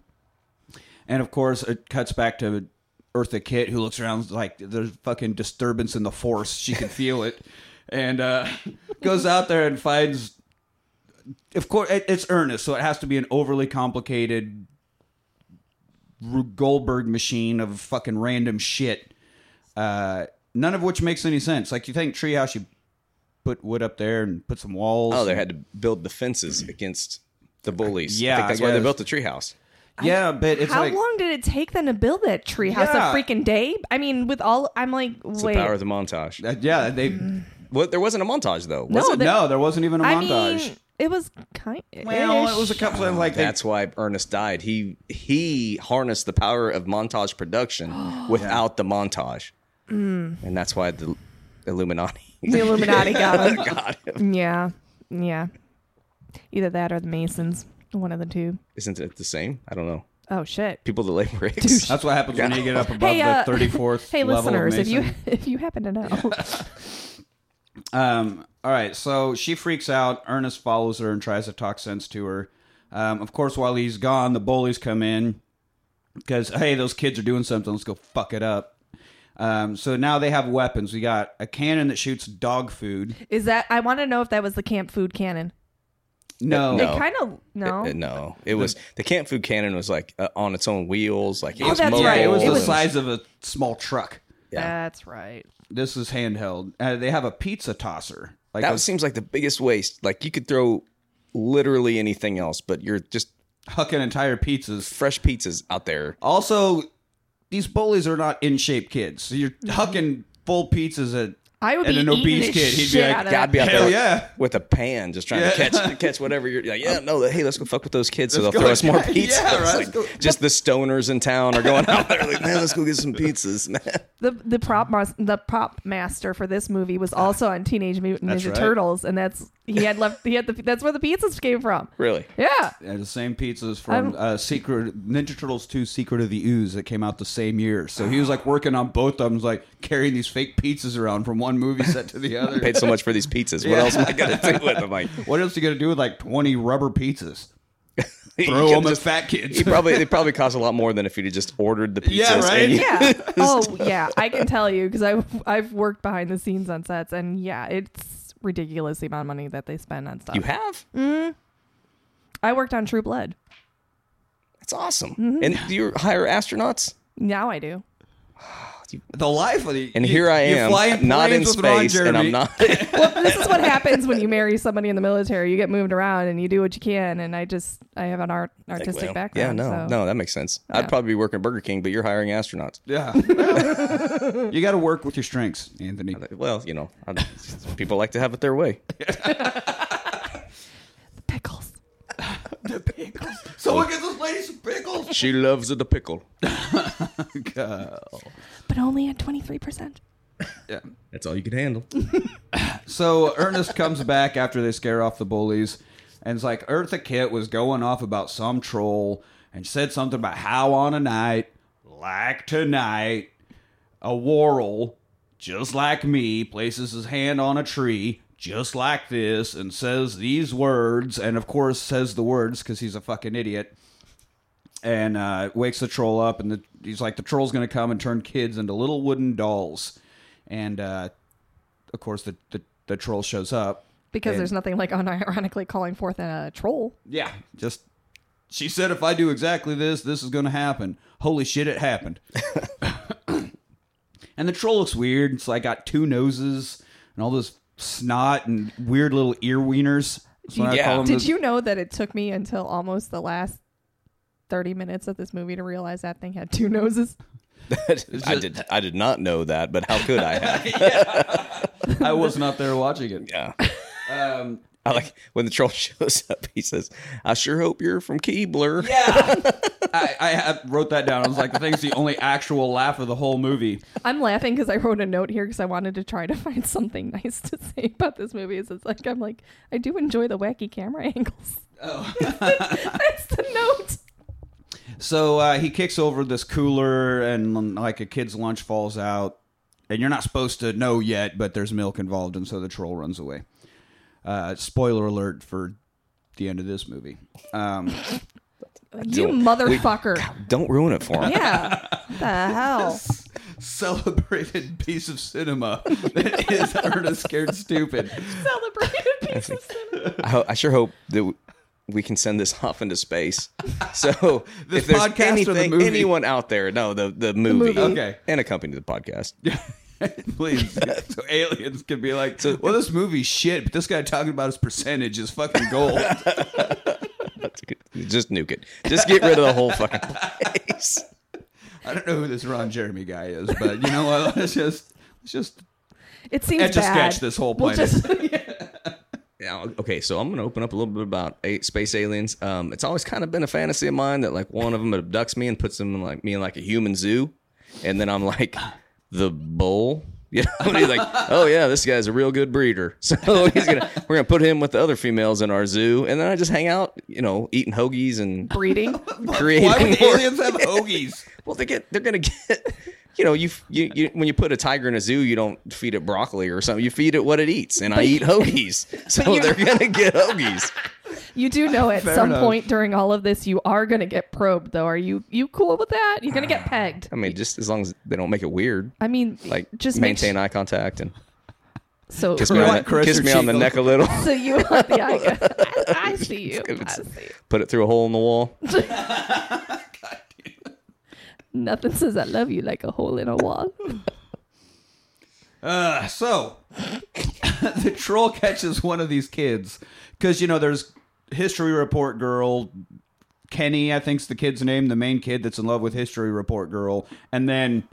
A: and of course it cuts back to Eartha Kitt, who looks around like there's fucking disturbance in the force. She can feel it, and uh, goes out there and finds. Of course, it, it's Ernest, so it has to be an overly complicated Ru- Goldberg machine of fucking random shit uh, none of which makes any sense. Like you think treehouse, you put wood up there and put some walls.
D: Oh, they had to build the fences against the bullies. I
A: Yeah,
D: think
A: I
D: that's why they
A: guess.
D: built the treehouse.
A: yeah, but it's
C: how
A: like
C: long did it take them to build that treehouse?
A: Yeah.
C: A freaking day? I mean, with all I'm like,
D: It's
C: wait,
D: the power of the montage.
A: Uh, yeah, they
D: What? There wasn't a montage though.
C: No,
D: Was it?
C: they-
A: no, there wasn't even a
C: I
A: montage.
C: mean, it was kind.
A: well, it was a couple of like they-
D: That's why Ernest died. He he harnessed the power of montage production without the montage, and that's why the Illuminati
C: the Illuminati got him.
D: got him.
C: Yeah, yeah. Either that or the Masons. One of the two.
D: Isn't it the same? I don't know.
C: Oh shit.
D: People that lay bricks.
A: that's what happens when you get up above
C: Hey, uh,
A: the thirty fourth.
C: Hey,
A: level of
C: listeners, if you
A: Mason.
C: if you happen to know,
A: Um, all right, so she freaks out. Ernest follows her and tries to talk sense to her. Um, of course, while he's gone, the bullies come in because hey, those kids are doing something. Let's go fuck it up. Um, so now they have weapons. We got a cannon that shoots dog food.
C: is that I want to know if that was the camp food cannon?
A: No,
D: No.
C: It kind of no.
D: Uh, no, it was the camp food cannon was like uh, on its own wheels, like it
C: Oh,
D: was
C: that's
D: mobile.
C: right.
A: it was
C: It
A: the
C: was-
A: size of a small truck.
D: yeah.
C: That's right.
A: This is handheld. Uh, they have a pizza tosser. Like
D: That
A: a
D: seems like the biggest waste. Like you could throw literally anything else, but you're just
A: hucking entire pizzas.
D: fresh pizzas out there.
A: Also, these bullies are not in shape kids. So you're
D: Mm-hmm.
A: hucking full pizzas at
C: I would
A: And
C: be
A: an
C: eating
A: obese
C: the
A: kid, he'd be
C: shit
A: like,
C: out of
D: God,
C: that
D: be out
A: Hell
D: there
A: yeah.
D: with a pan, just trying to
A: Yeah.
D: catch catch whatever you're like. Yeah, no, hey, let's go fuck with those kids, so
A: Let's
D: they'll
A: go-
D: throw us more
A: yeah,
D: pizzas.
A: right, let's
D: Like,
A: go-
D: just the stoners in town are going out there like, man, let's go get some pizzas, man.
C: the the prop mas- the prop master for this movie was also on Teenage Mutant
A: Ah. That's
C: Ninja
A: right.
C: Turtles, and that's he had left he had the that's where the pizzas came from.
D: Really?
C: Yeah,
A: uh, the same pizzas from
C: I'm-
A: uh, Secret Ninja Turtles 2 Secret of the Ooze that came out the same year. So he was like working on both of them, like carrying these fake pizzas around from one movie set to the other.
D: Paid so much for these pizzas. What
A: Yeah.
D: else am I gonna do with them? Like,
A: what else you going to do with like 20 rubber pizzas?
D: you
A: Throw
D: could've
A: them at
D: just-
A: fat kids.
D: He probably they probably cost a lot more than if you'd have just ordered the pizzas.
A: Yeah, right?
D: and you-
C: yeah. oh yeah, I can tell you because I've I've worked behind the scenes on sets, and yeah, it's ridiculous the amount of money that they spend on stuff.
D: You have.
C: Mm-hmm. I worked on True Blood.
D: That's awesome.
C: Mm-hmm.
D: And do you hire astronauts?
C: Now I do.
A: the life of the.
D: And
A: you-
D: here I
A: you fly
D: am, not in
A: planes with Ron
D: space, and
A: Jeremy.
D: I'm not.
C: this is what happens when you marry somebody in the military. You get moved around and you do what you can. And I just I have an art artistic
D: Well,
C: background.
D: Yeah, no,
C: so.
D: no, that makes sense. I'd
C: Yeah.
D: probably be working at Burger King, but you're hiring astronauts.
A: Yeah. you got to work with your strengths, Anthony.
D: Well, you know, I, people like to have it their way.
C: pickles.
A: Someone get this lady some pickles.
D: She loves the pickle.
C: but only at 23%.
A: Yeah.
D: That's all you can handle.
A: So Ernest comes back after they scare off the bullies and it's like Eartha Kitt was going off about some troll and said something about how on a night like tonight a warl just like me places his hand on a tree just like this and says these words and of course says the words cuz he's a fucking idiot and uh, wakes the troll up, and the, he's like, "The troll's going to come and turn kids into little wooden dolls." And uh, of course, the, the the troll shows up.
C: because there's nothing like unironically calling forth a troll.
A: Yeah, just she said, "If I do exactly this, this is going to happen." Holy shit, it happened. and the troll looks weird. It's like got two noses and all this snot and weird little ear wieners. That's what I
D: Yeah.
A: call them,
C: Did
A: the-
C: you know that it took me until almost the last 30 minutes of this movie to realize that thing had two noses?
D: I did I did not know that, but how could I have?
A: I was not there watching it.
D: Yeah.
A: Um,
D: I like when the troll shows up, he says, I sure hope you're from Keebler.
A: Yeah. I, I had- wrote that down. I was like, the thing's the only actual laugh of the whole movie.
C: I'm laughing because I wrote a note here because I wanted to try to find something nice to say about this movie. Is it's like I'm like I do enjoy the wacky camera angles. Oh, that's the note.
A: So uh, he kicks over this cooler, and like a kid's lunch falls out. And you're not supposed to know yet, but there's milk involved, and so the troll runs away. Uh, spoiler alert for the end of this movie. Um,
C: You
D: Don't-
C: motherfucker.
D: Don't ruin it for him.
C: yeah. The hell.
A: celebrated piece of cinema that is Ernest Scared Stupid.
C: Celebrated piece of cinema.
D: I, ho- I sure hope that w- we can send this off into space. So
A: This
D: if there's
A: podcast or the
D: anything,
A: movie?
D: anyone out there, no, the the movie,
C: movie.
A: Okay.
D: and accompany the podcast.
A: Please, so aliens could be like, well, this movie's shit, but this guy talking about his percentage is fucking gold.
D: That's good. Just nuke it. Just get rid of the whole fucking place.
A: I don't know who this Ron Jeremy guy is, but you know what? Let's just let's just
C: It seems
A: Etch a sketch
C: bad.
A: this whole
C: We'll
A: planet.
C: just-
D: Now, okay, so I'm going to open up a little bit about a- space aliens. Um, it's always kind of been a fantasy of mine that like one of them abducts me and puts them in, like me in like a human zoo, and then I'm like the bull. You know, and he's like, oh yeah, this guy's a real good breeder. So he's gonna we're gonna put him with the other females in our zoo, and then I just hang out, you know, eating hoagies and
C: breeding.
D: creating.
A: why would
D: more-
A: aliens have hoagies?
D: Well, they get they're gonna get. You know, you, you you when you put a tiger in a zoo, you don't feed it broccoli or something. You feed it what it eats, and I eat hoagies, so
C: you-
D: they're gonna get hoagies.
C: You do know at some
A: enough.
C: point during all of this you are gonna get probed though. Are you you cool with that? You're gonna get pegged.
D: I mean, just as long as they don't make it weird,
C: I mean
D: like
C: just
D: just
C: make
D: maintain
C: sh-
D: eye contact and
C: so
D: kiss me on,
A: Right,
D: the,
A: caress
D: kiss
A: your
D: me on the
A: cheek.
D: neck a little.
C: so you want the eye. I, I see you. I
D: It's-
C: see you.
D: Put it through a hole in the wall.
C: Nothing says I love you like a hole in a wall.
A: Uh, so the troll catches one of these kids because you know there's history report girl Kenny, I think's the kid's name, the main kid that's in love with history report girl, and then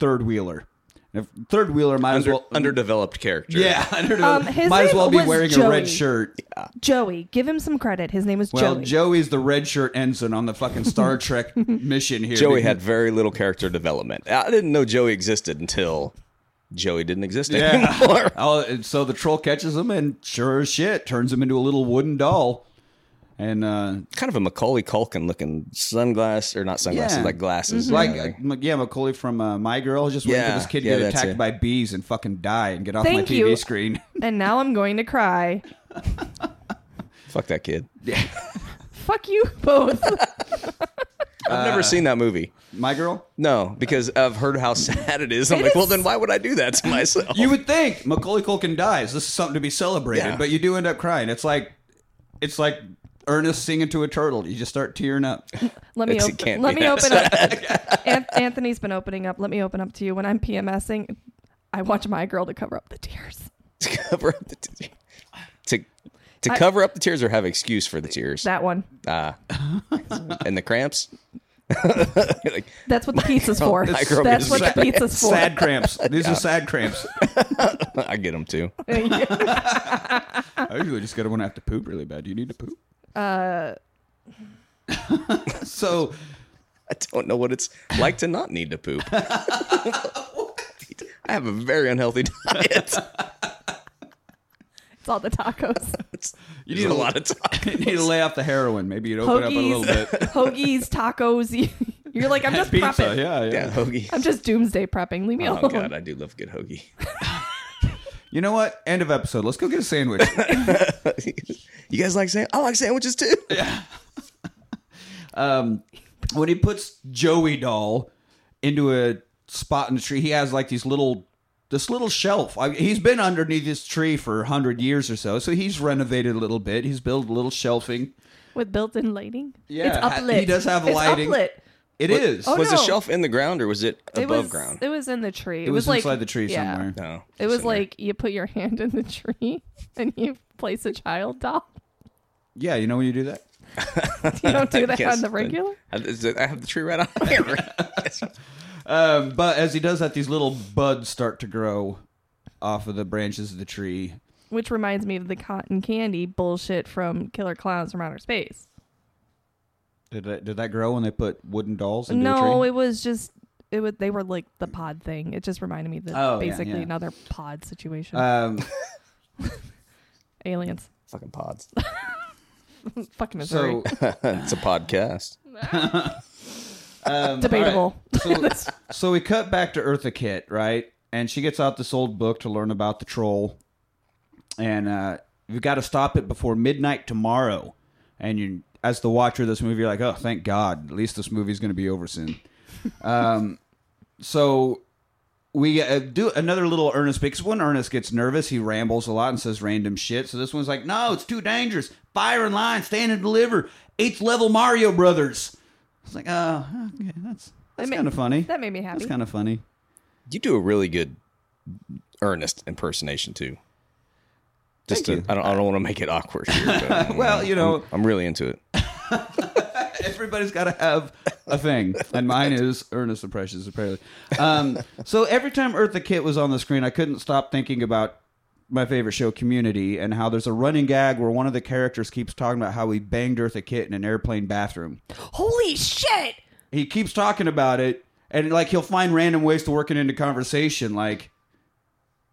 A: third wheeler. And if- Third wheeler might as
D: Under,
A: well
D: underdeveloped character.
A: yeah, under,
C: Um, his
A: might as
C: name
A: well be
C: was
A: wearing a red
C: Joey.
A: shirt.
C: Joey, give him some credit. His name is
A: Well,
C: Joey.
A: Joey's the red shirt ensign on the fucking Star Trek mission here.
D: Joey had very little character development. I didn't know Joey existed until Joey didn't exist
A: Yeah.
D: anymore.
A: Oh, and so the troll catches him and sure as shit turns him into a little wooden doll. And uh
D: kind of a Macaulay Culkin looking sunglass or not sunglasses,
A: Yeah.
D: like glasses.
A: like
D: Yeah,
A: uh, yeah, Macaulay from uh, My Girl just waiting
D: Hmm. Yeah,
A: for this kid to
D: yeah,
A: get
D: that's
A: attacked
D: it.
A: by bees and fucking die and get off my
C: Thank
A: TV
C: you.
A: screen.
C: and now I'm going to cry.
D: fuck that kid.
C: Fuck you both.
A: Uh,
D: I've never seen that movie.
A: My Girl?
D: No, because I've heard how sad it is. I'm
C: It
D: like, well,
C: is-
D: then why would I do that to myself?
A: You would think Macaulay Culkin dies. This is something to be celebrated,
D: Yeah.
A: but you do end up crying. It's like it's like Ernest singing to a turtle. You just start tearing up.
C: Let me
D: It
C: op-
D: can't
C: let
D: be
C: me open up. An- Anthony's been opening up. Let me open up to you. When I'm PMSing, I watch my girl to cover up the tears.
D: to cover up the t- to to cover up the tears or have excuse for the tears
C: That one.
D: Ah. and the cramps Like,
C: That's what the pizza's for.
D: my girl
C: That's
D: is
C: what the
D: sad.
C: pizza's for.
A: Sad cramps. These are sad cramps.
D: i get them too
A: I usually just get it when I have to poop really bad. Do you need to poop? Uh. so
D: i don't know what it's like to not need to poop I have a very unhealthy diet.
C: It's all the tacos.
D: It's-
A: You
D: there's
A: need
D: a
A: a-
D: lot of
A: You
D: time.
A: need to lay off the heroin. Maybe you'd open up a little
C: Hoagies,
A: bit.
C: hoagies, tacos. You're like, I'm just
A: Pizza,
C: prepping.
A: yeah, yeah.
D: Yeah, hoagie.
C: I'm just doomsday prepping. Leave me
D: Oh
C: alone.
D: god, I do love a good hoagie.
A: You know what? End of episode. Let's go get a sandwich.
D: you guys like sand? I like sandwiches too.
A: um, when he puts Joey doll into a spot in the tree, he has like these little, this little shelf. I, he's been underneath this tree for hundred years or so, so he's renovated a little bit. He's built a little shelving.
C: With built-in lighting.
A: Yeah,
C: it's
A: ha-
C: uplit.
A: he does have
C: it's
A: lighting.
C: Uplit.
A: It
D: What-
A: is.
C: Oh,
D: was
C: no.
D: the shelf in the ground or was it above
C: it was,
D: ground?
C: It was in the tree. It,
A: It was
C: like,
A: inside the tree
C: yeah.
A: somewhere.
D: no,
C: It was
D: it's in there.
C: like you put your hand in the tree and you place a child doll.
A: Yeah, you know when you do that?
C: You don't do
D: I
C: that
D: guess
C: on the
D: that-
C: regular.
D: I, is it- I have the tree right on here.
A: Um, but as he does that, these little buds start to grow off of the branches of the tree.
C: Which reminds me of the cotton candy bullshit from Killer Clowns from Outer Space.
A: Did that, did that grow when they put wooden dolls into a tree?
C: No, it was just it was they were like the pod thing. It just reminded me that
A: Oh, yeah,
C: basically
A: yeah.
C: another pod situation.
A: Um,
C: Aliens.
D: Fucking pods.
C: Fucking Missouri.
A: so
D: it's a podcast.
A: um,
C: Debatable.
A: all right. So, so we cut back to Eartha Kit, right? And she gets out this old book to learn about the troll. And uh, we've got to stop it before midnight tomorrow. And you, as the watcher of this movie, you're like, oh, thank God. At least this movie's going to be over soon. Um, so we uh, do another little Ernest because when Ernest gets nervous, he rambles a lot and says random shit. So this one's like, no, it's too dangerous. Fire in line, stand and deliver. Eighth level Mario Brothers. It's like, uh, okay, that's that's
C: ma-
A: kind of funny.
C: that made me happy.
A: That's kind of funny.
D: You do a really good earnest impersonation too. Just
A: Thank
D: to, I don't I don't want to make it awkward here. But,
A: Well, you know-
D: I'm, I'm really into it.
A: Everybody's got to have a thing, and mine is Ernest the Precious, apparently. Um, so every time Eartha Kitt was on the screen, I couldn't stop thinking about my favorite show, Community, and how there's a running gag where one of the characters keeps talking about how he banged Eartha Kitt in an airplane bathroom.
C: Holy shit!
A: He keeps talking about it, and like he'll find random ways to work it into conversation, like.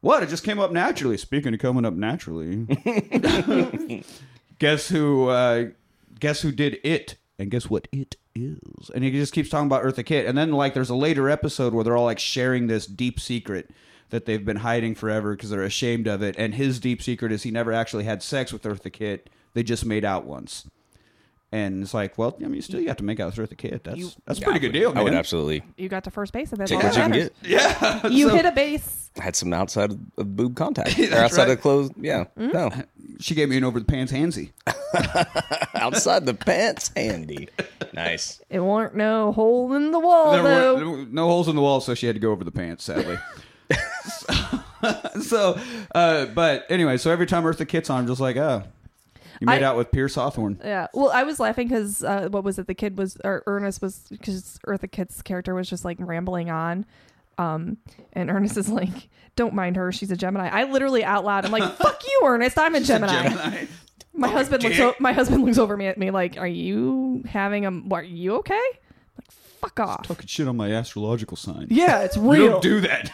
A: What? It just came up naturally. Speaking of coming up naturally, guess who? Uh, guess who did it? And guess what it is? And he just keeps talking about Eartha Kitt. And then like there's a later episode where they're all like sharing this deep secret that they've been hiding forever because they're ashamed of it. And his deep secret is he never actually had sex with Eartha Kitt. They just made out once. And it's like, well, I mean, you still got to make out with Eartha Kitt. That's that's a pretty good deal, man.
D: I would absolutely
C: You got to first base and that's
D: take
C: all
D: what you can
C: that matters.
D: get.
A: Yeah.
C: You
A: So-
C: hit a base.
D: I had some outside of, of boob contact or
A: That's
D: outside
A: right.
D: of clothes. Yeah, no,
A: she gave me an over the pants handsy.
D: outside the pants, handy. Nice.
C: It weren't no hole in the wall
A: There
C: though.
A: were, there were no holes in the wall, so she had to go over the pants, sadly. so, uh, but anyway, so every time Eartha Kitt's on, I'm just like, oh, you made
C: I-
A: out with Pierce Hawthorne.
C: Yeah. Well, I was laughing because uh, what was it? The kid was, or Ernest was, because Eartha Kitt's character was just like rambling on. Um, and Ernest is like, don't mind her. She's a Gemini. I literally out loud, I'm like, fuck you, Ernest. I'm a Gemini.
A: Gemini.
C: My husband looks, o- my husband looks over me at me like, are you having a, are you okay? I'm like, fuck off.
A: Fucking shit on my astrological sign.
C: Yeah, it's
A: You
C: real.
A: don't do that.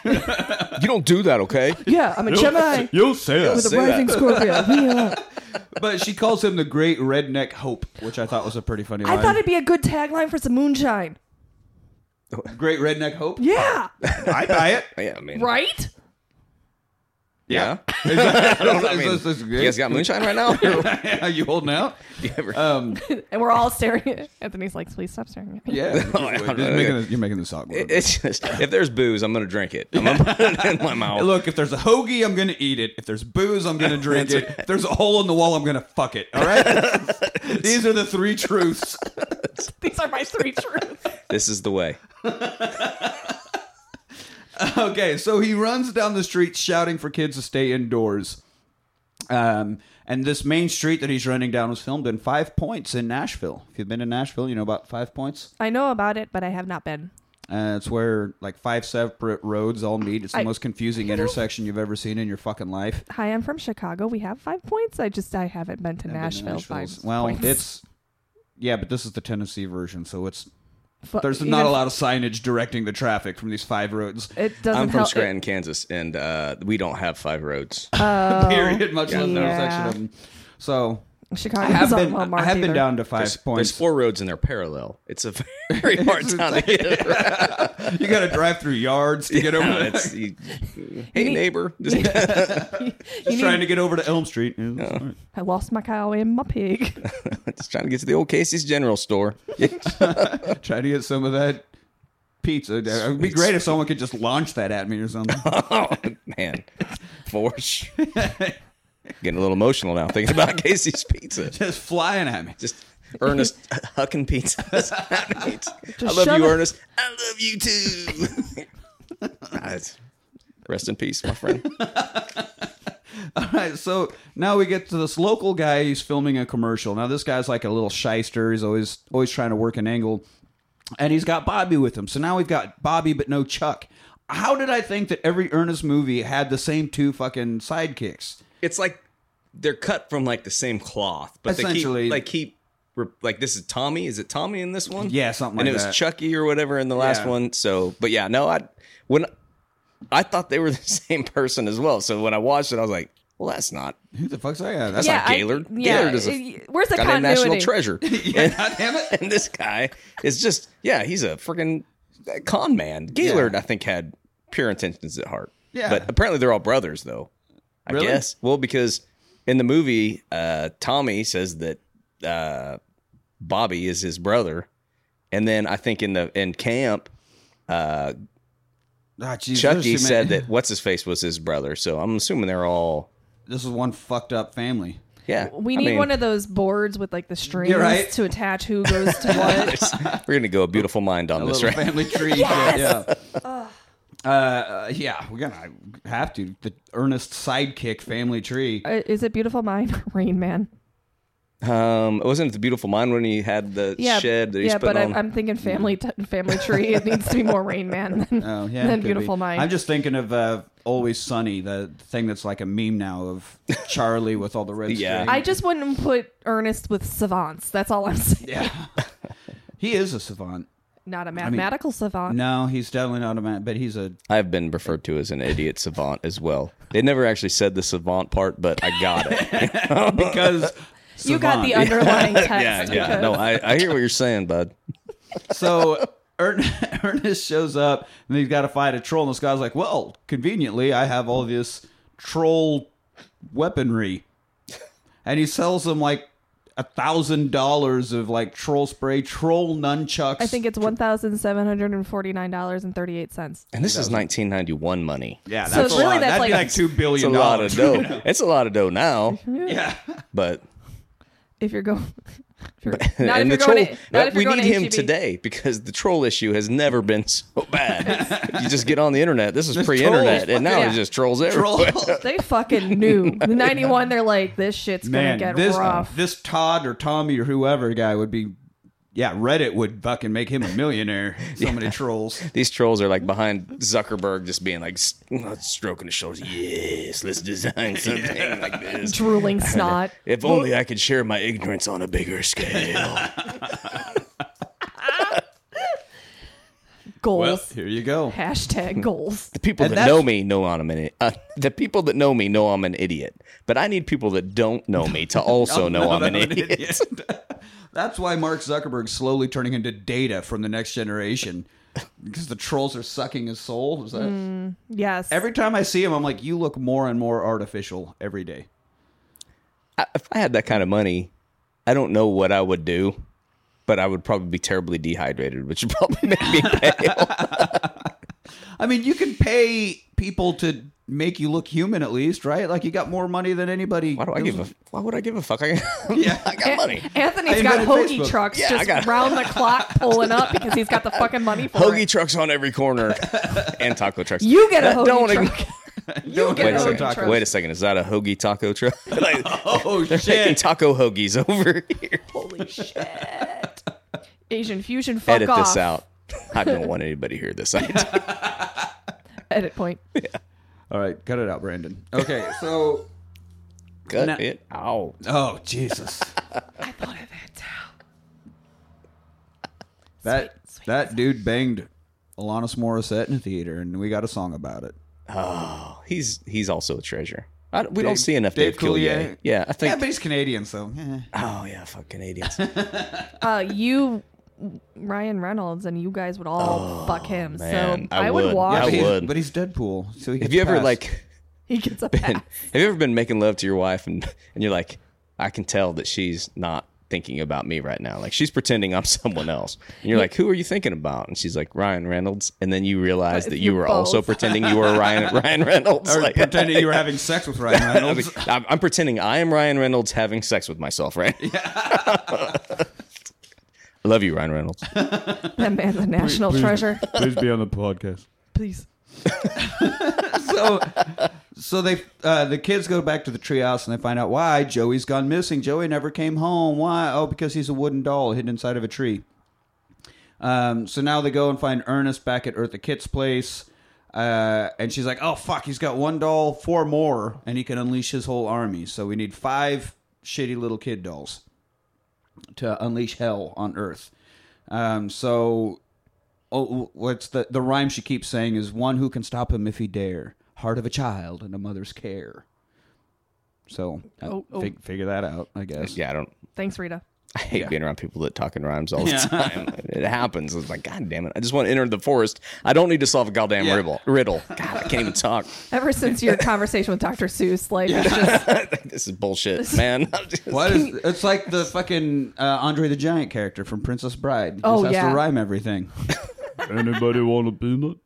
D: You don't do that, okay?
C: yeah, I'm a Gemini
A: You'll say
D: You'll
A: that.
C: with a
D: say that.
C: rising Scorpio. Yeah.
A: But she calls him the Great Redneck Hope, which I thought was a pretty funny
C: I
A: line.
C: thought it'd be a good tagline for some moonshine.
A: Great Redneck Hope?
C: Yeah.
A: I buy it.
D: Yeah, I mean,
C: Right?
D: Yeah, I mean,
A: Is this- is this
D: you guys got moonshine right now?
A: Are you holding out?
D: You ever-
A: Um,
C: And we're all staring at Anthony's like, please stop staring at me.
A: yeah.
D: I don't know.
A: You're making this- you're making this awkward.
D: Oh, It- it's just if there's booze, I'm gonna drink it. I'm gonna put it in my mouth.
A: Look, if there's a hoagie, I'm gonna eat it. If there's booze, I'm gonna drink it. If there's a hole in the wall, I'm gonna fuck it. All right. These are the three truths.
C: These are my three truths.
D: This is the way.
A: Okay, so he runs down the street shouting for kids to stay indoors. Um, and this main street that he's running down was filmed in Five Points in Nashville. If you've been to Nashville, you know about Five Points.
C: I know about it, but I have not been.
A: Uh, it's where like five separate roads all meet. It's the
C: I-
A: most confusing intersection you've ever seen in your fucking life.
C: Hi, I'm from Chicago. We have five points. I just I haven't been to
A: I've been to
C: Nashville.
A: Nashville's-
C: Five
A: well,
C: points.
A: it's yeah, but this is the Tennessee version, so it's
C: Fu-
A: There's
C: even
A: not a
C: if-
A: lot of signage directing the traffic from these five roads.
C: It doesn't
D: I'm from
C: help. it-
D: Scranton, Kansas, and uh, we don't have five roads.
A: period, much less an
C: Oh, yeah.
A: intersection of them. So I
C: Chicago
A: have
C: is
A: been,
C: not well
A: I
C: marked
A: have been
C: either.
A: down to five
D: there's, there's
A: points.
D: four roads and they're parallel. It's a very hard town to get around.
A: You got to drive through yards to get over. there.
D: It's- you- hey neighbor, Just-
C: You
A: Just trying
C: need-
A: to get over to Elm Street. Yeah, that's all right.
C: I lost my cow and my pig.
D: just trying to get to the old Casey's General Store.
A: Try to get some of that pizza. It would be great if someone could just launch that at me or something.
D: oh man, for sure. Getting a little emotional now thinking about Casey's Pizza.
A: just flying at me.
D: Just Ernest hucking pizzas. at me. I
C: Just
D: love
C: shove
D: you,
C: it-
D: Ernest. I love you too. Nice. Rest in peace, my friend.
A: All right, so now we get to this local guy. He's filming a commercial. Now this guy's like a little shyster. He's always always trying to work an angle, and he's got Bobby with him. So now we've got Bobby, but no Chuck. How did I think that every Ernest movie had the same two fucking sidekicks?
D: It's like they're cut from like the same cloth, but they keep
A: Essentially.
D: like keep re- like this is Tommy. Is it Tommy in this one?
A: Yeah, something
D: and
A: like
D: it was
A: that.
D: Chucky or whatever in the last
A: Yeah.
D: one. So, but yeah, no, I when I thought they were the same person as well. So when I watched it, I was like, well, that's not.
A: Who the fuck's that guy? That's
D: Yeah.
A: yeah.
D: not Gaylord.
C: Yeah,
D: Gaylord is a
C: it- where's the
D: Got a national
C: continuity?
D: treasure.
A: yeah, God damn it.
D: and this guy is just yeah, he's a freaking con man. Gaylord, I think, had pure intentions at heart.
A: Yeah.
D: but apparently they're all brothers, though. I
A: Really?
D: guess. Well, because in the movie, uh, Tommy says that uh, Bobby is his brother, and then I think in the in camp, uh,
A: Ah, geez, there's too
D: Chucky
A: many-
D: said that what's his face was his brother. So I'm assuming they're all
A: this is one fucked up family.
D: yeah.
C: We
D: I
C: need
D: mean,
C: one of those boards with like the strings
A: right.
C: to attach who goes to what.
D: we're gonna go a beautiful mind on
A: a
D: this,
A: little
D: right?
A: family tree. Yeah. yeah. Uh, uh, yeah, we're gonna have to the Ernest sidekick family tree.
C: Uh, Is it beautiful mind? or Rain Man.
D: Um, wasn't it the beautiful mind when he had the
C: Yeah,
D: shed that he's
C: yeah,
D: putting
C: but
D: on?
C: I'm, I'm thinking family t- family tree. It needs to be more Rain Man than,
A: Oh yeah,
C: than
A: could
C: beautiful
A: be.
C: mind.
A: I'm just thinking of uh, Always Sunny, the thing that's like a meme now of Charlie with all the red.
D: Yeah.
A: string.
C: I just wouldn't put Ernest with savants. That's all I'm saying.
A: yeah. he is a savant.
C: Not a mathematical savant.
A: No, he's definitely not a man, but he's a
D: I've been referred to as an idiot savant as well. They never actually said the savant part, but I got it.
A: because
C: You got the
A: savant.
C: underlying text.
D: yeah, yeah.
C: because-
D: No, I, I hear what you're saying, bud.
A: so Ern- Ernest shows up and he's got to fight a troll, and this guy's like, "Well, conveniently, I have all this troll weaponry," and he sells him like a thousand dollars of like troll spray, troll nunchucks.
C: I think it's one thousand seven hundred and forty nine dollars and thirty eight cents.
D: And this is 1991 money.
A: yeah,
C: So
A: that's a
C: really
A: lot.
C: that's
A: That'd be
C: like-
A: like two
D: It's a
A: billion
D: lot of
A: dollars.
D: dough. It's a lot of dough now,
A: yeah,
D: but
C: If you're going, if you're, not if
D: and
C: you're
D: the
C: going,
D: troll.
C: to, not if
D: we
C: you're going
D: need
C: to E
D: him
C: HEB.
D: today because the troll issue has never been so bad. you just get on the internet. This is
A: There's
D: pre-internet,
A: trolls.
D: and now
C: Yeah.
D: it's just trolls everywhere.
A: troll.
C: They fucking knew the ninety one. They're like, this shit's
A: Man,
C: gonna get
A: this
C: rough.
A: this Todd or Tommy or whoever guy would be. Yeah, Reddit would fucking make him a millionaire. So many trolls.
D: These trolls are like behind Zuckerberg, just being like s- stroking his shoulders. Yes, let's design something like this.
C: drooling snot.
D: If only I could share my ignorance on a bigger scale.
C: Goals.
A: here you go.
C: Hashtag goals.
D: the people
A: And
D: that
A: that's-
D: know me know I'm an idiot. Uh, the people that know me know I'm an idiot. But I need people that don't know me to also know I'm an idiot.
A: That's why Mark Zuckerberg's slowly turning into data from the next generation. Because the trolls are sucking his soul. Is that-
C: Mm. Yes.
A: Every time I see him, I'm like, you look more and more artificial every day.
D: I, if I had that kind of money, I don't know what I would do, but I would probably be terribly dehydrated, which would probably make me pale.
A: I mean, you can pay people to make you look human at least, right? Like you got more money than anybody.
D: Why do I give a? Why would I give a fuck? I,
A: Yeah.
D: I got money.
C: Anthony's
A: I
C: got
A: invented
C: hoagie
A: Facebook.
C: trucks
D: Yeah, I
C: just
D: got-
C: round the clock pulling up because he's got the fucking money for
D: Hoagie
C: it.
D: trucks on every corner and taco trucks.
C: You get a hoagie
D: don't
C: truck. you get
D: Wait
A: Taco
D: a,
C: a hoagie
A: truck.
D: second.
C: truck.
D: Wait a second. Is that a hoagie taco truck? Like,
A: Oh
D: Making
A: shit!
D: taco hoagies over here.
C: Holy shit. Asian fusion. Fuck
D: Edit
C: off.
D: this out. I don't want anybody to hear this. I-
C: Edit point.
A: All right, cut it out, Brandon. Okay, so
D: Cut
A: No.
D: it out.
A: oh Jesus,
C: I thought of that too.
A: that That dude banged Alanis Morissette in the theater, and we got a song about it.
D: Oh, he's he's also a treasure. I, we don't
A: Dave-
D: see enough Dave,
A: Dave
D: Coulier.
A: Coulier.
D: Yeah, I
A: Yeah,
D: think.
A: but he's Canadian, so eh.
D: oh yeah, fuck Canadians.
C: Uh, you, Ryan Reynolds, and you guys would all fuck him.
D: Oh, man,
C: so
D: I
C: I, would,
D: would.
C: watch.
D: I
A: but, he's,
D: would.
A: but he's Deadpool. So he
D: Have
A: gets
D: you ever
A: passed.
D: like?
C: He gets a
D: been-
C: pass.
D: have you ever been making love to your wife and and you're like, I can tell that she's not thinking about me right now. Like she's pretending I'm someone else. And you're like, who are you thinking about? And she's like, Ryan Reynolds. And then you realize
C: But
D: that
C: if
D: you
C: you're
D: were also
C: both.
D: pretending you were Ryan Ryan Reynolds.
A: or
D: Like,
A: pretending you were having sex with Ryan
D: I
A: Reynolds?
D: am I'm pretending I am Ryan Reynolds having sex with myself, right? Yeah. I love you, Ryan Reynolds.
C: That man's a national treasure.
B: Please be on the podcast.
C: Please.
A: so so they uh, the kids go back to the treehouse and they find out why Joey's gone missing. Joey never came home. Why? Oh, because he's a wooden doll hidden inside of a tree. Um, so now they go and find Ernest back at Eartha Kitt's place. Uh, and she's like, "Oh fuck, he's got one doll, four more, and he can unleash his whole army. So we need five shitty little kid dolls to unleash hell on Earth." Um, so oh, what's the the rhyme she keeps saying is one who can stop him if he dare, heart of a child and a mother's care. So I
C: Oh, oh.
A: fig- figure that out, I guess.
D: Yeah, I don't
C: Thanks, Rita.
D: I hate being around people that talk in rhymes all the
A: Yeah.
D: time. It happens. It's like, God damn it. I just want to enter the forest. I don't need to solve a goddamn
A: Yeah.
D: riddle. riddle. God, I can't even talk.
C: Ever since your conversation with Dr. Seuss, like it's just
D: this is bullshit, man. I'm just-
A: What is, it's like the fucking uh, Andre the Giant character from Princess Bride. He
C: Oh,
A: just has
C: yeah.
A: to rhyme everything.
B: Anybody want a peanut?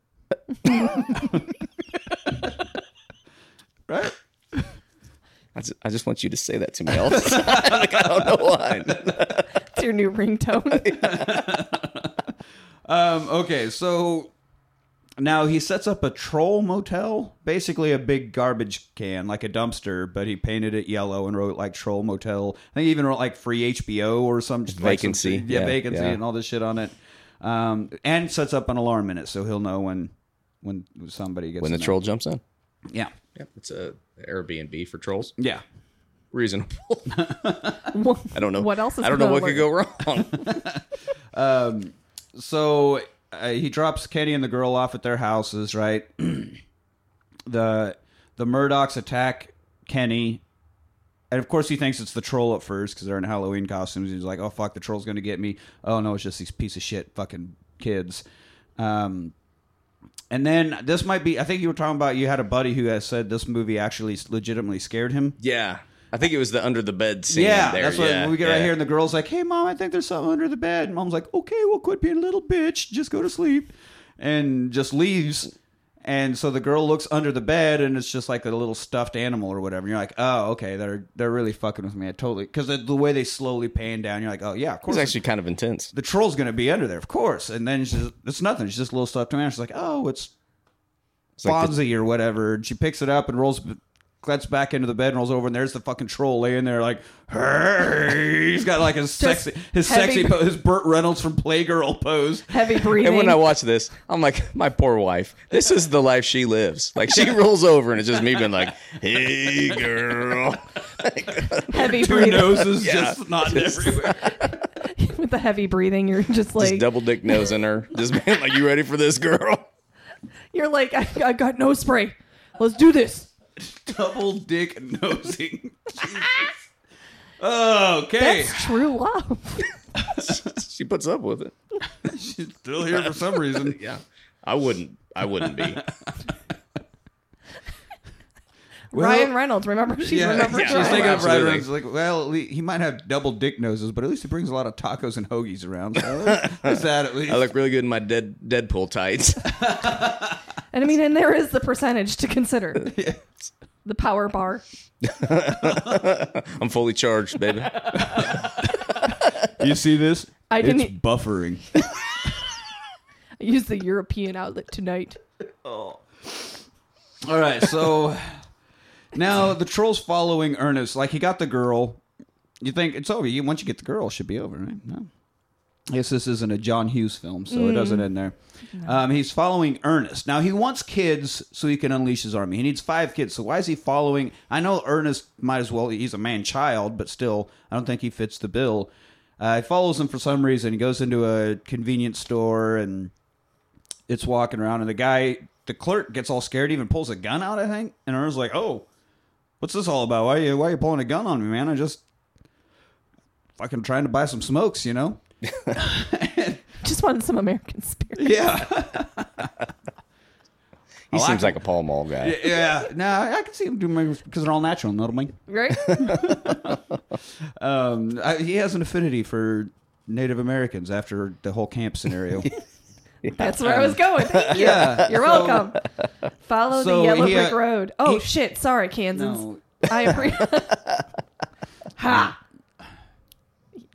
A: Right?
D: I, just, I just want you to say that to me all the time. Like, I don't know why.
C: it's your new ringtone.
A: Um, okay, so now he sets up a troll motel, basically a big garbage can, like a dumpster, but he painted it yellow and wrote like troll motel. I think he even wrote like free HBO or some just like some-
D: Vacancy,
A: yeah,
D: yeah,
A: vacancy
D: yeah.
A: and all this shit on it. Um, and sets up an alarm in it so he'll know when when somebody gets
D: When the
A: in there.
D: troll jumps in.
A: Yeah,
D: Yep, it's a Airbnb for trolls.
A: yeah.
D: Reasonable. I don't know.
C: What else is
D: I don't know
C: gonna
D: what could go
C: work?
D: wrong.
A: so uh, he drops Kenny and the girl off at their houses, right? the the Murdochs attack Kenny, and of course he thinks it's the troll at first because they're in Halloween costumes. He's like, "Oh fuck, the troll's gonna get me." Oh no, it's just these piece of shit fucking kids. Um, and then this might be. I think you were talking about you had a buddy who has said this movie actually legitimately scared him.
D: yeah. I think it was the under the bed scene.
A: Yeah,
D: there.
A: that's what
D: yeah,
A: when we get
D: yeah.
A: right here, and the girl's like, "Hey, mom, I think there's something under the bed." And mom's like, "Okay, well, quit being a little bitch. Just go to sleep," and just leaves. And so the girl looks under the bed, and it's just like a little stuffed animal or whatever. And you're like, "Oh, okay, they're they're really fucking with me. I totally." Because the, the way they slowly pan down, you're like, "Oh yeah, of
D: It
A: course."
D: was
A: it's-
D: actually kind of intense.
A: the troll's gonna be under there, of course. And then she's, it's nothing. She's just a little stuffed animal. She's like, "Oh, it's
D: It's like the-
A: Fonzie or whatever. And she picks it up and rolls, gets back into the bed and rolls over, and there's the fucking troll laying there like, "Hey." he's got like his sexy, his
C: heavy-
A: sexy, po- his Burt Reynolds from Playgirl pose.
C: Heavy breathing.
D: And when I watch this, I'm like, my poor wife. This is the life she lives. Like she rolls over, and it's just me being like, "Hey, girl."
C: heavy
A: Two
C: breathing.
A: noses just not everywhere.
C: With the heavy breathing, you're just like
D: Just double dick nosing her. Just being like, "You ready for this, girl?"
C: you're like I, I got no spray. Let's do this.
A: Double dick nosing. Jesus. Okay,
C: That's true love.
D: She puts up with it.
A: she's still here for some reason.
D: Yeah, I wouldn't. I wouldn't be.
A: Well-
C: Ryan Reynolds, remember she's
A: Yeah,
C: remember
D: yeah.
A: she's
D: Ryan.
A: thinking of Ryan
D: Absolutely.
A: Reynolds. Like, well, at lea- he might have double dick noses, but at least he brings a lot of tacos and hoagies around. So there's that at least.
D: I look really good in my dead Deadpool tights.
C: And I mean, and there is the percentage to consider. The power bar.
D: I'm fully charged, baby.
A: You see this?
C: I didn't- e-,
A: It's buffering.
C: I used the European outlet tonight.
A: All right, so now the troll's following Ernest. Like he got the girl. You think it's over? You once you get the girl, it should be over, right? No. I guess this isn't a John Hughes film, so it doesn't end there. Um, he's following Ernest. Now he wants kids so he can unleash his army. He needs five kids. So why is he following? I know Ernest might as well. He's a man child, but still, I don't think he fits the bill. Uh, he follows him for some reason. He goes into a convenience store and it's walking around, and the guy, the clerk, gets all scared. Even pulls a gun out, I think. And Ernest's like, "Oh, what's this all about? Why are you why you pulling a gun on me, man? I just fucking trying to buy some smokes, you know."
C: Just wanted some American spirit.
A: Yeah,
D: He
A: Oh, I
D: seems
A: can-
D: like a Paul Mall guy.
A: yeah. No, I can see him doing because they're all natural. You know what I mean?
C: Right?
A: Um, I, he has an affinity for Native Americans after the whole camp scenario.
C: That's where I was going. Thank you.
A: Yeah.
C: You're welcome. Follow
A: So
C: the yellow
A: he,
C: brick
A: uh,
C: road. Oh
A: he-
C: shit! Sorry, Kansans.
A: No.
C: I appreciate. ha!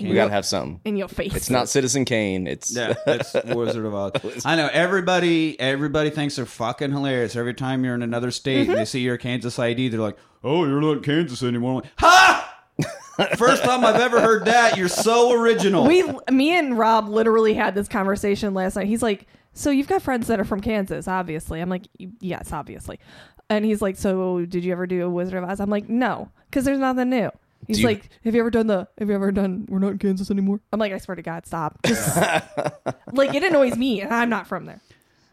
D: We gotta have something.
C: in your face.
D: It's not Citizen Kane. It's
A: Yeah, that's Wizard of Oz. I know everybody. Everybody thinks they're fucking hilarious every time you're in another state and they see your Kansas ID. They're like,
B: Oh, you're not in Kansas anymore. I'm like,
A: "Ha! First time I've ever heard that. You're so original."
C: We, me and Rob, literally had this conversation last night. He's like, "So you've got friends that are from Kansas, obviously." I'm like, "Y- "Yes, obviously." And he's like, "So did you ever do a Wizard of Oz?" I'm like, "No, because there's nothing new." He's
D: you-
C: like, "Have you ever done the? Have you ever done? We're not in Kansas anymore." I'm like, "I swear to God, stop!" Just like it annoys me, and I'm not from there.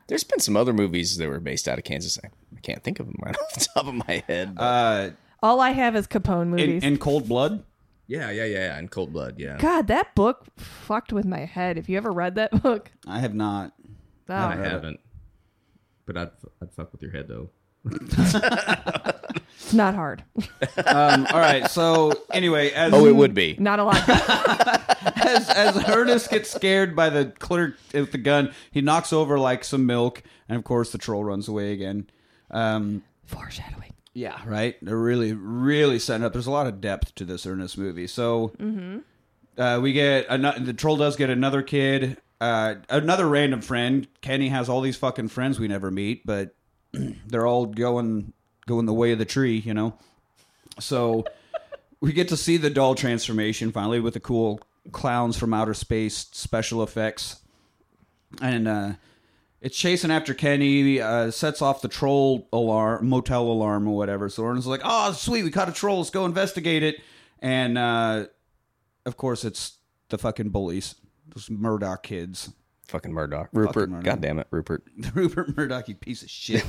D: There's been some other movies that were based out of Kansas. I, I can't think of them right off the top of my head. but-
A: uh,
C: All I have is Capone
A: in,
C: movies.
A: in Cold Blood.
D: yeah, yeah, yeah, yeah. And Cold Blood. Yeah.
C: God, that book fucked with my head. If you ever read that book,
A: I have not.
C: oh,
E: I haven't. But I'd, I'd fuck with your head though.
C: it's not hard.
A: Um, all right. So anyway, as
D: Oh, it would be.
C: not a lot.
A: as, as Ernest gets scared by the clerk with the gun, he knocks over like some milk, and of course the troll runs away again. Um,
C: Foreshadowing.
A: yeah, right. They're really, really setting up. There's a lot of depth to this Ernest movie. So uh, we get another. The troll does get another kid, uh, another random friend. Kenny has all these fucking friends we never meet, but they're all going going the way of the tree, you know. So we get to see the doll transformation finally with the cool clowns from outer space special effects, and uh, it's chasing after Kenny. Uh, sets off the troll alarm, motel alarm, or whatever. So Ernest's like, "Oh, sweet, we caught a troll. Let's go investigate it." And uh, of course, it's the fucking bullies, those Murdoch kids.
D: Fucking Murdoch. Rupert.
A: Murdoch.
D: God damn it, Rupert.
A: Rupert Murdoch, you piece of shit.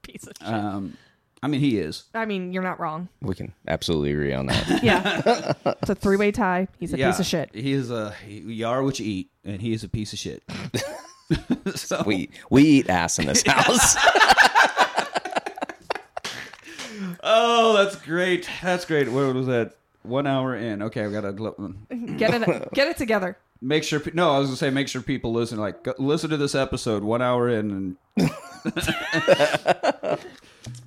C: Piece of shit.
A: um, I mean, he is.
C: Uh, I mean, you're not wrong.
D: We can absolutely agree on that.
C: Yeah. it's a three way tie. He's a
A: Yeah,
C: piece of shit.
A: He is a. You are what you eat, and he is a piece of shit. so,
D: we we eat ass in this house.
A: oh, that's great. That's great. What was that? One hour in. Okay, I've got to
C: Get it get it together.
A: make sure. pe- No, I was gonna say make sure people listen. Like, go, listen to this episode one hour in,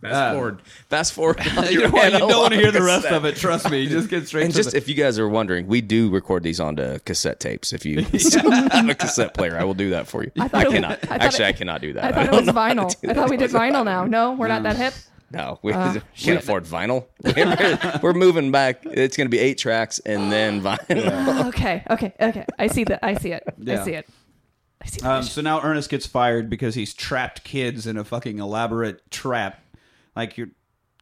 E: Fast forward.
D: Fast forward.
A: and Uh, you don't, want to hear the rest of it. Trust me, just get straight.
D: And
A: to
D: just
A: the,
D: if you guys are wondering, we do record these onto cassette tapes. If you still have a cassette player, I will do that for you. I,
C: thought it was-
D: cannot.
C: I thought
D: Actually,
C: it-
D: I Mm. cannot do that.
C: I thought it
D: don't
C: was
D: know how to
C: vinyl.
D: do
C: I thought
D: that.
C: we did vinyl now. No, we're not that hip.
D: No, we
C: Uh,
D: can't afford vinyl. We're, we're moving back. It's going to be eight tracks and then vinyl.
C: Oh, Okay, okay, okay. I see that. I see it.
A: Yeah.
C: I see it. I see the
A: Um,
C: vision.
A: so now Ernest gets fired because he's trapped kids in a fucking elaborate trap. Like you're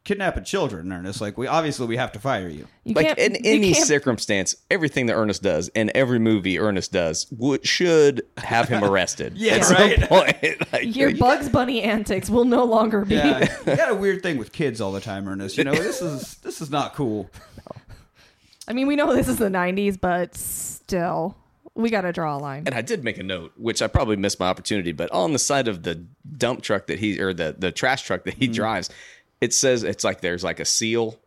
A: kidnapping children, Ernest. Like we obviously we have to fire you.
C: You
D: Like in
C: you
D: any
C: can't-
D: circumstance, everything that Ernest does and every movie Ernest does would, should have him arrested.
A: Yeah,
D: at some
A: right.
D: point. Like,
C: your
D: you-
C: Bugs Bunny antics will no longer be.
A: Yeah, you got a weird thing with kids all the time, Ernest. You know this is this is not cool.
C: I mean, we know this is the '90s, but still, we got to draw a line.
D: and I did make a note, which I probably missed my opportunity, but on the side of the dump truck that he or the the trash truck that he
C: Mm-hmm.
D: drives, it says it's like there's like a seal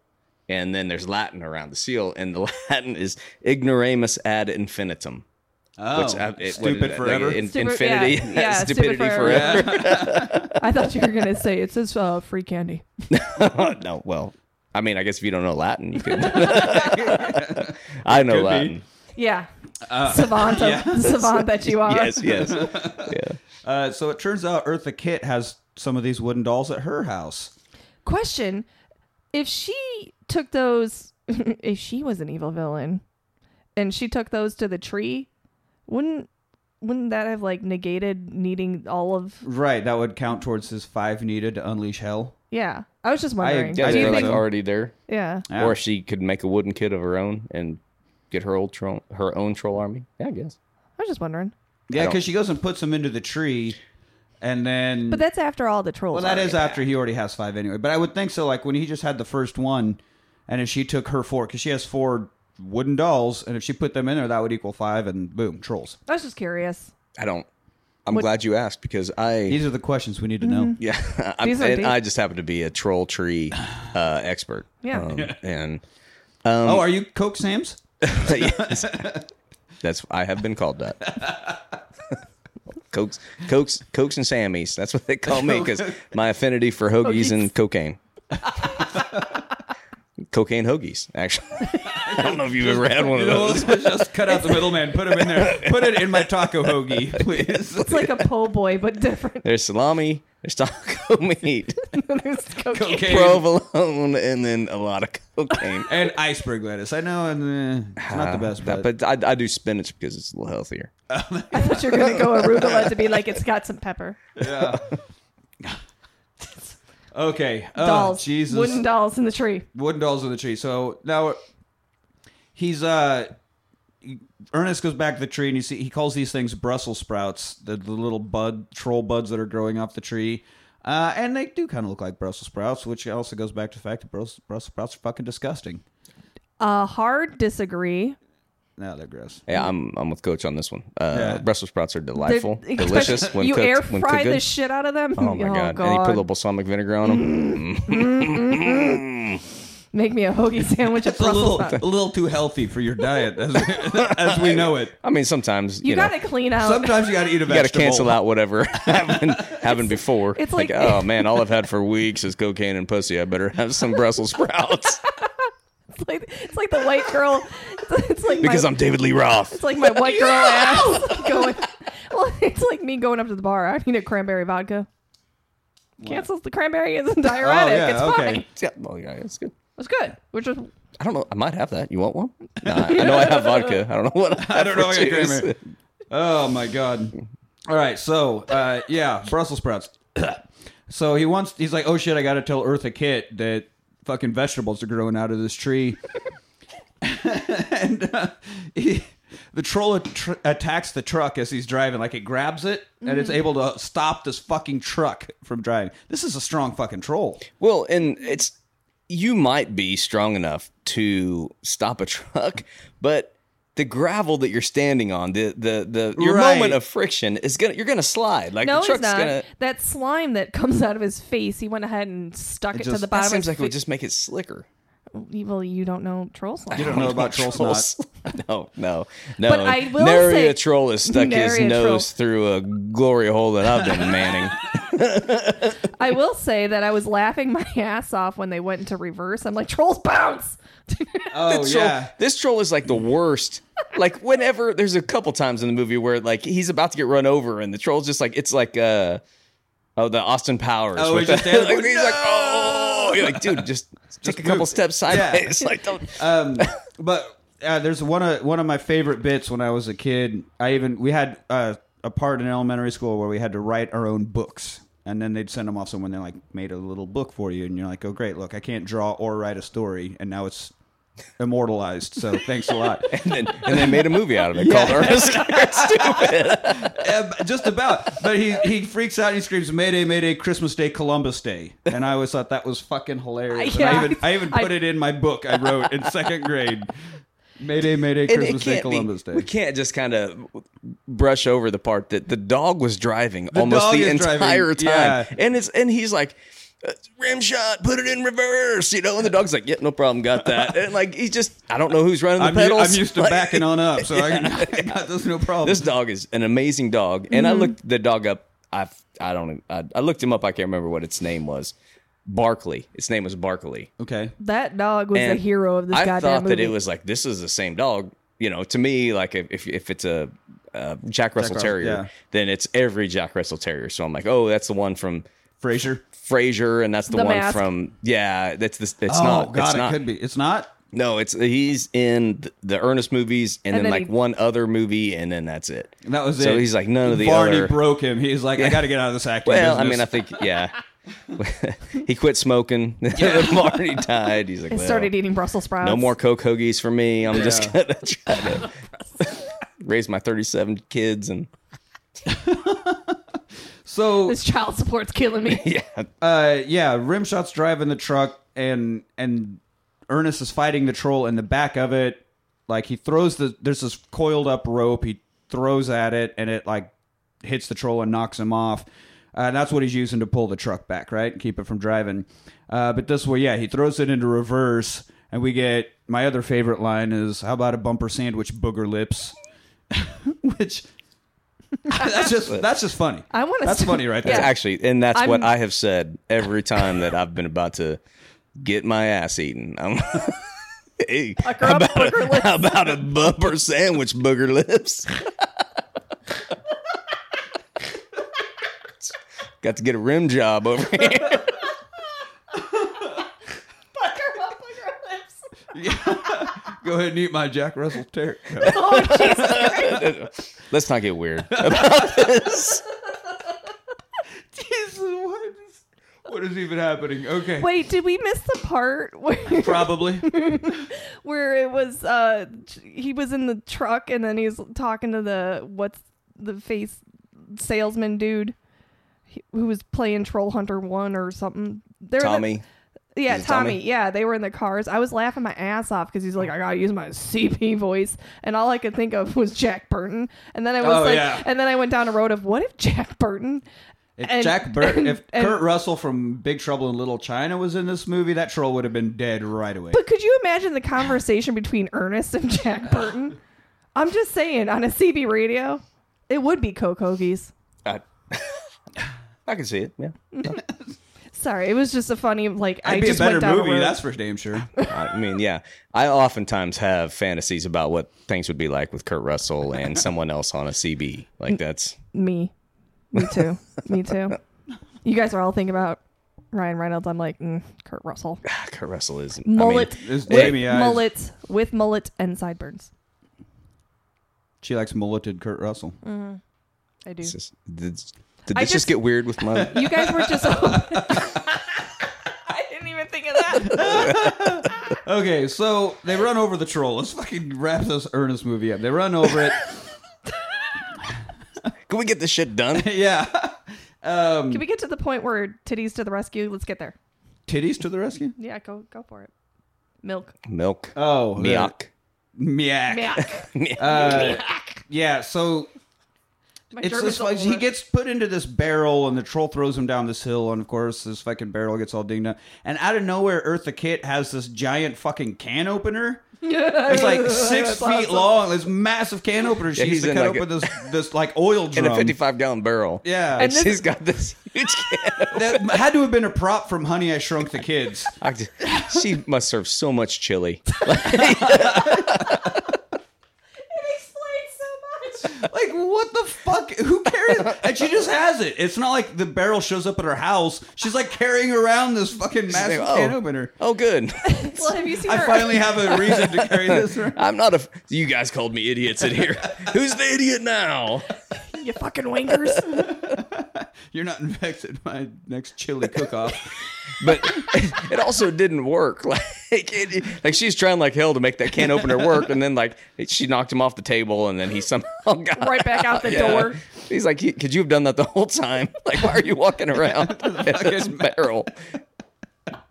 D: and then there's Latin around the seal, and the Latin is ignoramus ad infinitum.
A: Oh,
D: I- uh, it- what is
A: stupid
D: it?
A: forever.
D: Like, in-
C: Stupid-
D: infinity,
C: yeah, yeah, stupid
D: stupidity
C: forever.
D: forever.
C: I thought you were gonna say it says uh, free candy.
D: no, well, I mean, I guess if you don't know Latin, you could. I know
A: Could be.
D: Latin.
C: Yeah, savant, of- the savant that you are.
D: Yes, yes, yeah.
A: uh, so it turns out Eartha Kitt has some of these wooden dolls at her house.
C: Question: If she took those, if she was an evil villain, and she took those to the tree, wouldn't wouldn't that have like negated needing all of?
A: Right, that would count towards his five needed to unleash hell.
C: Yeah, I was just wondering.
D: Yeah,
A: I
C: Do
D: they're
C: you
A: think
D: like
C: think?
A: so.
D: already there,
C: Yeah,
A: Yeah.
D: or if she could make a wooden kid of her own and get her old troll, her own troll army. Yeah, I guess.
C: I was just wondering.
A: Yeah,
D: don't-
A: because she goes and puts him into the tree, and then.
C: But that's after all the trolls.
A: well, that
C: are
A: is
C: in
A: after he already has five anyway. But I would think so. Like when he just had the first one, and if she took her four, because she has four wooden dolls, and if she put them in there, that would equal five, and boom, trolls.
C: there. I was just curious.
D: I don't. I'm glad you asked because I
A: These are the questions we need to
C: Mm-hmm.
A: know.
D: Yeah, I,
C: These are
D: and
C: deep.
D: I just happen to be a troll tree uh, expert.
C: Yeah.
D: Um, and
A: oh, are you Coke Sam's?
D: yes. that's I have been called that. Cokes, Cokes, Cokes, and Sammies. That's what they call me because my affinity for hoagies and cocaine. cocaine hoagies, actually. I don't know if you've ever had one of those.
A: Oh, just cut out the middleman, put him in there, put it in my taco hoagie, please.
C: It's like a po' boy, but different.
D: There's salami, there's taco meat,
C: There's cocaine.
A: Cocaine
D: provolone, and then a lot of cocaine.
A: and iceberg lettuce. I know and, uh, it's not the best,
D: That-
A: but,
D: but I, I do spinach because it's a little healthier.
C: I thought you were gonna go arugula to be like it's got some pepper.
A: okay. Oh,
C: Dolls,
A: Jesus,
C: wooden
A: wooden,
C: dolls in the tree.
A: dolls in the tree. So now he's uh. Ernest goes back to the tree and you see he calls these things Brussels sprouts, the, the little bud troll buds that are growing off the tree, uh, and they do kind of look like Brussels sprouts, which also goes back to the fact that Brussels, Brussels sprouts are fucking disgusting.
C: Uh, hard disagree.
A: No, they're gross.
D: Yeah, I'm I'm with Coach on this one. Uh,
A: Yeah.
D: Brussels sprouts are
C: They're-
D: delightful,
C: especially-
D: delicious when
C: you
D: cooked.
C: air
D: when
C: fry
D: cooked
C: the
D: good.
C: shit out of them.
D: oh my god. and you put a little balsamic vinegar on them.
C: Make me a hoagie sandwich of
A: It's a little,
C: Brussels.
A: a
C: sprouts.
A: little too healthy for your diet, as, as we know it.
D: I mean, sometimes you,
C: You,
D: know
C: gotta clean out.
A: Sometimes you got to eat a
D: you got to
A: vegetable.
D: cancel out whatever happened happened before.
C: it's like-
D: oh man, all I've had for weeks is cocaine and pussy. I better have some Brussels sprouts
C: it's, like, it's like the white girl. It's, it's like
D: because
C: my,
D: I'm David Lee Roth.
C: It's like my white girl ass going. Well, it's like me going up to the bar. I need a cranberry vodka. Cancels the cranberry is diuretic.
A: yeah,
C: it's
A: okay.
C: fine.
D: Yeah, well, yeah, it's good.
C: It's good. We're just
D: I don't know. I might have that. You want one? Nah, I know I have vodka. I don't know what. I,
A: I don't know. I
D: have
A: got
D: for juice.
A: cranberry. Oh my god! All right, so uh, yeah, Brussels sprouts. so he wants. He's like, oh shit! I got to tell Eartha Kitt that fucking vegetables are growing out of this tree. and uh, he, the troll tr- attacks the truck as he's driving. Like it grabs it and it's able to stop this fucking truck from driving. This is a strong fucking troll.
D: Well, and it's you might be strong enough to stop a truck, but the gravel that you're standing on, the the the your
A: Right.
D: moment of friction is gonna you're gonna slide. Like
C: no,
D: the
C: it's
D: truck's
C: not.
D: gonna
C: That slime that comes out of his face. He went ahead and stuck it, to
A: just-
C: the
A: that
D: that
C: bottom.
D: seems
C: of
D: like it would
C: his
D: just make it slicker.
C: fa- Well, you don't know troll slime.
A: You don't know about troll snot.
D: No, no, no.
C: But I will
D: Nary
C: say-
D: a troll has stuck his
C: Nary a
D: nose through a glory hole that I've been manning.
C: I will say that I was laughing my ass off when they went into reverse. I'm like trolls bounce.
A: Oh
D: This troll-
A: yeah.
D: this troll is like the worst. Like whenever there's a couple times in the movie where like he's about to get run over and the troll's just like it's like uh oh the Austin Powers.
A: Oh,
D: with
A: he just
D: the-
A: stands
D: like,
A: like,
D: he's like oh you're like dude just, take a couple
A: move.
D: steps
A: Yeah.
D: sideways. Like don't
A: Um, but uh, there's one of one of my favorite bits when I was a kid. I even we had uh, a part in elementary school where we had to write our own books, and then they'd send them off. Someone they like made a little book for you, and you're like, "Oh, great! Look, I can't draw or write a story, and now it's immortalized. So thanks a lot."
D: and, and they made a movie out of it called Ernest Scared Stupid.
A: Uh, just about. But he he freaks out and he screams, "Mayday! Mayday! Christmas Day! Columbus Day!" And I always thought that was fucking hilarious. And
C: Yeah.
A: I even I even put
C: I-
A: it in my book I wrote in second grade. Mayday! Mayday!
D: And it
A: Christmas Day!
D: can't be-
A: Columbus Day!
D: We can't just kind of brush over the part that the dog was driving almost
A: dog
D: the
A: is driving,
D: entire time,
A: yeah.
D: and it's and he's like. "Uh, Rim shot, put it in reverse, you know, and the dog's like, "Yeah, no problem, got that." And like, he's just—I don't know who's running the
A: I'm, u-
D: pedals.
A: I'm used to
D: Like,
A: backing on up, so I, can, I got this no problem.
D: This dog is an amazing dog, and I
A: Mm-hmm.
D: looked the dog up. I I don't I, I looked him up. I can't remember what its name was. Barkley. Its name was Barkley.
A: okay.
C: That dog was the
D: And
C: hero of this
D: I
C: goddamn
D: thought
C: movie.
D: that it was like this is the same dog. You know, to me, like if if, if it's a uh, Jack Russell
A: Russell,
D: Terrier,
A: yeah.
D: then it's every Jack Russell Terrier. So I'm like, oh, that's the one from
A: Frasier.
D: Frasier, and that's the,
C: The
D: one
C: Mask.
D: from yeah. That's this. It's
A: oh
D: not.
A: God,
D: it's
A: it
D: not.
A: could be. It's not.
D: No, it's he's in th- the Ernest movies, and,
C: And
D: then,
C: then
D: like
C: he-
D: one other movie, and then that's it.
A: That was
D: so
A: it.
D: he's like none of the
A: Barney
D: other.
A: broke him. He's like, I got to get out of this acting
D: well, I
A: business.
D: mean, I think yeah. he quit smoking. the morning he died, he's like,
C: I
D: "Well,
C: started eating Brussels sprouts.
D: no more Coke hoagies for me. I'm just gonna try to raise my 37 kids and
A: So
C: This child support's killing me.
D: yeah,
A: uh, yeah, Rimshot's driving the truck, and and Ernest is fighting the troll in the back of it. Like he throws the there's this coiled up rope. He throws at it, and it like hits the troll and knocks him off. Uh, that's what he's using to pull the truck back, right? Keep it from driving. Uh, but this way, yeah, he throws it into reverse, and we get my other favorite line is "How about a bumper sandwich, booger lips?" Which that's just that's just funny.
C: I want to.
A: that's funny right
D: That's
A: there.
D: actually, and that's what
C: I'm-
D: I have said every time that I've been about to get my ass eaten. I'm hey, how,
C: up,
D: about
C: booger
D: a,
C: lips.
D: how about a bumper sandwich, booger lips? Got to get a rim job over here.
A: Go ahead and eat my Jack Russell Terrier.
C: Oh Jesus Christ!
D: Let's not get weird.
A: Jesus, what is, what is even happening? Okay.
C: Wait, did we miss the part where
A: Probably.
C: where it was? Uh, he was in the truck and then he's talking to the what's the face salesman dude he- who was playing Troll Hunter One or something. They're in the-
D: Tommy,
C: Yeah,
D: Is it
C: Tommy.
D: Tommy?
C: Yeah, they were in the cars. I was laughing my ass off because he's like, I gotta use my CP voice, and all I could think of was Jack Burton. And then I was
A: Oh,
C: like,
A: yeah.
C: and then I went down a road of what if Jack Burton?
A: If
C: And-
A: Jack Burt,
C: and-
A: if
C: and-
A: Kurt Russell from Big Trouble in Little China was in this movie, that troll would have been dead right away.
C: But could you imagine the conversation between Ernest and Jack Burton? I'm just saying, on a CB radio, it would be Cocogies.
D: I, I can see it. Yeah,
C: Sorry, it was just a funny like. I
A: It'd be a
C: just
A: better
C: went down
A: movie,
C: a road.
A: that's for damn sure.
D: I mean, yeah. I oftentimes have fantasies about what things would be like with Kurt Russell and someone else on a CB. Like that's
C: Me. Me too. Me too. You guys are all thinking about Ryan Reynolds. I'm like, mm, Kurt Russell.
D: Kurt Russell is I mean,
C: Mullet.
A: It's
C: with
A: Jamie Eyes.
C: mullet with mullet and sideburns.
A: She likes mulleted Kurt Russell.
C: Mm. I do.
D: it's just- did, did
C: I
D: this
C: just-
D: just get weird with my?
C: You guys were just. I didn't even think of that.
A: Okay, so they run over the troll. Let's fucking wrap this Ernest movie up. They run over it.
D: Can we get this shit done?
A: yeah. Um,
C: Can we get to the point where titties to the rescue? Let's get there.
A: titties to the rescue?
C: Yeah, go go for it. Milk.
D: Milk.
C: Uh,
A: Oh. the-
D: Meok.
A: Meow.
C: Milk.
A: Uh, yeah, so it's this, like, he gets put into this barrel and the troll throws him down this hill and of course this fucking barrel gets all dinged up and out of nowhere Eartha Kitt has this giant fucking can opener it's like six feet long this massive can opener she
D: Yeah,
A: used
D: he's
A: to
D: in
A: cut
D: like
A: open
D: a-
A: this this like oil
D: In
A: drum
D: a 55 gallon barrel.
A: yeah
D: And
C: this-
D: she's got this huge can.
A: that had to have been a prop from Honey I Shrunk the Kids
D: I just- she must serve so much chili.
C: so much.
A: like what the fuck who cares and she just has it it's not like the barrel shows up at her house she's like carrying around this fucking massive
D: like, "Oh."
A: can opener
D: Oh, good.
C: Well, have you seen
A: I
C: her?
A: finally have a reason to carry this around.
D: I'm not a. You guys called me idiots in here. Who's the idiot now?
C: you fucking wankers.
A: You're not infected my next chili cook off.
D: but it also didn't work. Like, it, it- like she's trying like hell to make that can opener work, and then like she knocked him off the table, and then he somehow got
C: right back out the
D: Yeah.
C: door.
D: He's like, "You- could you have done that the whole time? Like, why are you walking around in this barrel?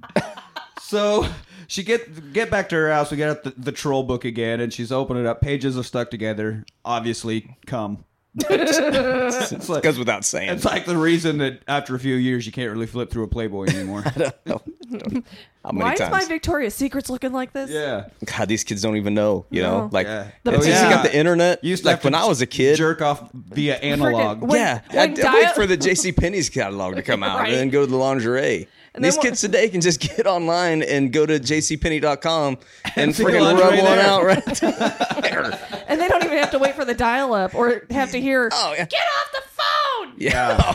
A: so she get get back to her house. We get out the, the troll book again, and she's opening it up. Pages are stuck together. Obviously, come. it's, like,
D: Goes without saying.
A: it's like the reason that after a few years you can't really flip through a Playboy anymore.
D: How many
C: Why is my
D: times?
C: Victoria's Secrets looking like this?
A: yeah.
D: God, these kids don't even know. You know,
C: No.
D: like
A: Yeah.
D: the
A: The-
D: it's
A: yeah.
D: just got the internet.
A: You used to
D: like
A: have to
D: when I was a kid.
A: jerk off via analog.
C: Freaking- when-
D: yeah,
C: when
D: I'd
C: dial-
D: wait for the J.C. Penney's catalog to come out,
C: Right.
D: and then go to the lingerie.
C: And
D: These
C: then wha-
D: kids today can just get online and go to jcpenney.com and
A: see
D: freaking
A: lingerie
D: rub one
A: there.
D: out right there.
C: And they don't even have to wait for the dial up or have to hear,
D: Oh yeah.
C: get off the phone!
D: Yeah.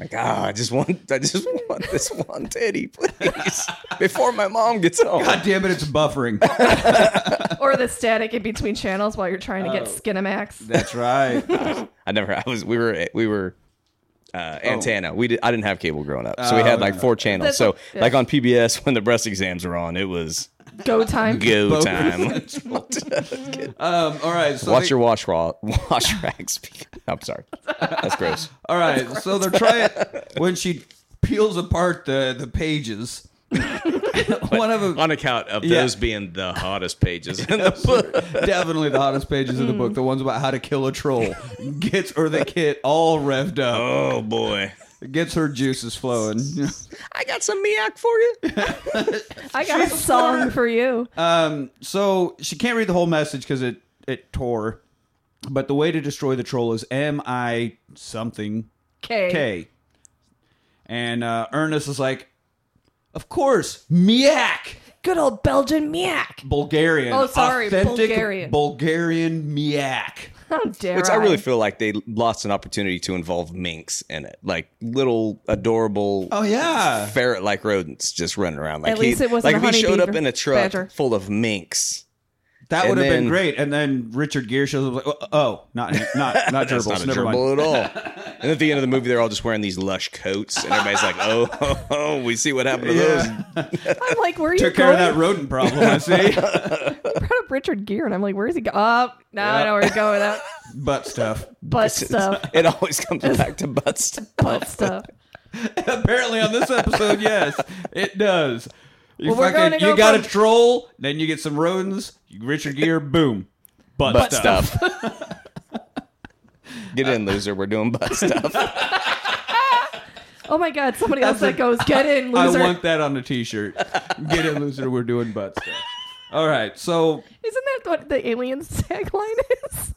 D: like, ah, I just want, I just want this one teddy, please, before my mom gets home.
A: God damn it, it's buffering.
C: Or the static in between
A: Oh.
C: channels while you're trying to get Skinamax.
A: That's right.
D: I never. I was. We were. We were uh, antenna. We did, I didn't have cable growing up, so we had like four channels.
C: Oh. That's-
D: so
C: yeah.
D: like on PBS when the breast exams were on, it was
C: Go time.
D: go
A: Both.
D: time.
A: Um, all right. So
D: Watch
A: they-
D: your wash raw wash rags. I'm sorry, that's gross.
A: All right, so they're trying when she peels apart the the pages. one of them
D: On account of
A: Yeah.
D: those being the hottest pages in the book.
A: definitely the hottest pages in the
C: Mm.
A: book, the ones about how to kill a troll, gets her the kid all revved up,
D: Oh boy,
A: gets her juices flowing.
D: I got some miak for you.
C: I got a song for you.
A: Um, so she can't read the whole message because it it tore. But the way to destroy the troll is M I something
C: K.
A: K. And uh, Ernest is like, of course, miak.
C: Good old Belgian miak.
A: Bulgarian.
C: Oh, sorry,
A: authentic
C: Bulgarian.
A: Bulgarian miak.
C: How dare
D: Which I really feel like they lost an opportunity to involve minks in it, like little adorable
A: Oh yeah,
D: ferret-like rodents just running around. Like
C: At least
D: he,
C: it wasn't
D: like
C: a
D: if he
C: honey
D: showed up
C: beaver-
D: in a truck
C: badger.
D: full of minks.
A: that
D: And
A: would have been
D: then-
A: great. And then Richard Gere shows up. Like, oh, not not not
D: That's
A: gerbils.
D: not a
A: Never mind.
D: gerbil at all. And at the end of the movie, they're all just wearing these lush coats, and everybody's like, "Oh, oh, oh, we see what happened to those."
A: Yeah.
C: I'm like, where are you
A: Took care
C: going?
A: of that rodent problem. I see.
C: brought up Richard Gere, and I'm like, where's he going? Up? no, I know where he's going. with That
A: Butt stuff.
C: butt stuff.
D: It always comes back to butt stuff.
C: Butt stuff.
A: Apparently on this episode, yes, it does. You
C: Well, we're
A: fucking,
C: gonna go
A: you got a
C: from-
A: troll, then you get some rodents. Richard Gere, boom, butt,
D: Butt
A: stuff.
D: stuff. Get in, loser. We're doing butt stuff.
C: Oh my God! Somebody else that goes, get in, loser.
A: I want that on a T-shirt. Get it, loser. We're doing butt stuff. All right, so
C: Isn't that what the aliens tagline is?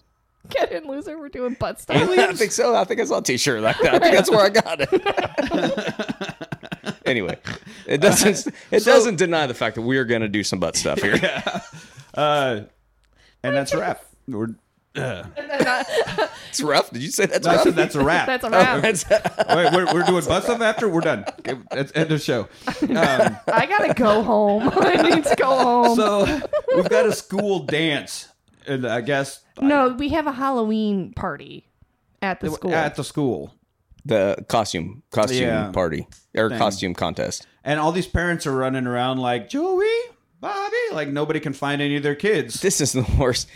C: Get in, loser. We're doing butt
D: I
C: stuff.
D: don't think so. I think I saw a T-shirt like that. I think that's where I got it. anyway, it doesn't. It doesn't deny the fact that we are going to do some butt stuff here.
A: Uh, and that's a wrap. We're,
D: It's rough. Did you say that's
A: I
D: rough?
A: said that's a wrap.
C: That's a wrap.
D: That's-
A: Wait, we're, we're doing bus up after we're done. Okay, That's end of show. Um,
C: I gotta go home. I need to go home.
A: so we've got a school dance, and I guess
C: no, we have a Halloween party at the school.
A: at the school,
D: the costume costume
A: Yeah.
D: party or costume contest.
A: and all these parents are running around like Joey, Bobby, like nobody can find any of their kids.
D: This is the worst.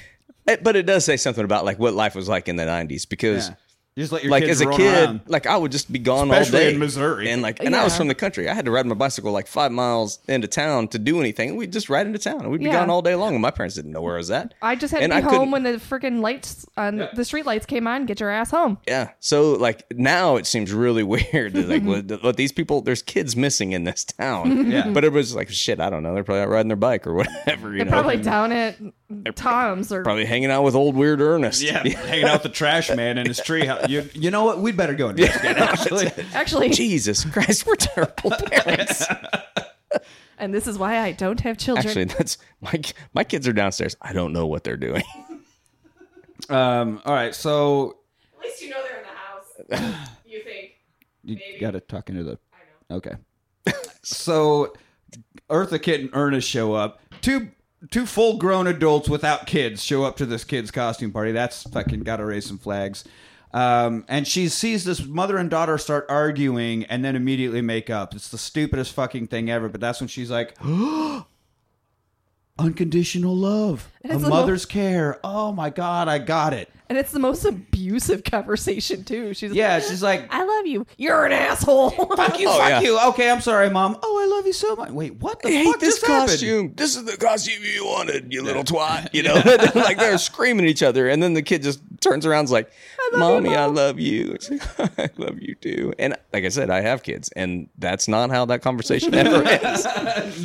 D: Eh, But it does say something about like what life was like in the '90s because.
A: Yeah. You Just let your
D: Like
A: kids
D: as a
A: roam
D: kid,
A: around.
D: like I would just be gone
A: Especially
D: all day
A: in Missouri.
D: and like, and I was
C: Yeah.
D: from the country. I had to ride my bicycle like five miles into town to do anything. We'd just ride into town, and we'd be
C: Yeah.
D: gone all day long. And my parents didn't know where I was at.
C: I just had
D: And
C: to
D: I
C: be
D: couldn't-
C: home when the freaking lights on the street lights came on. Get your ass home.
D: Yeah. So like now it seems really weird. that, Like what, what these people, there's kids missing in this town.
A: Yeah.
D: But it was like shit. I don't know. They're probably out riding their bike or whatever. You
C: They're
D: know,
C: probably down at Tom's or
D: probably hanging out with old weird Ernest.
A: yeah, hanging out with the trash man in his tree. house. You, you know what? We'd better go investigate. Actually,
C: actually.
D: Jesus Christ, we're terrible parents.
C: And this is why I don't have children.
D: Actually, that's my my kids are downstairs. I don't know what they're doing.
A: um, all right. So
C: at least you know they're in the house. you think?
A: You
C: Maybe.
A: got to tuck into the. Okay. so, Eartha Kitt and Ernest show up. Two two full grown adults without kids show up to this kid's costume party. That's fucking got to raise some flags. Um, and she sees this mother and daughter start arguing and then immediately make up. It's the stupidest fucking thing ever. But that's when she's like, unconditional love, a
C: It's a
A: mother's care. Oh my god, I got it.
C: And it's the most abusive conversation too. She's
A: Yeah, she's like,
C: I love you. You're an asshole.
A: Fuck you,
D: Oh,
A: fuck
D: yeah.
A: you. Okay, I'm sorry, mom. Oh, I love you so much. Wait, what the fuck just happened?
D: This is the costume you wanted, you little twat. You know, like they're screaming at each other, and then the kid just turns around, and is like, "Mommy, I love you. It's like, I love you too." And like I said, I have kids, and that's not how that conversation ever ends.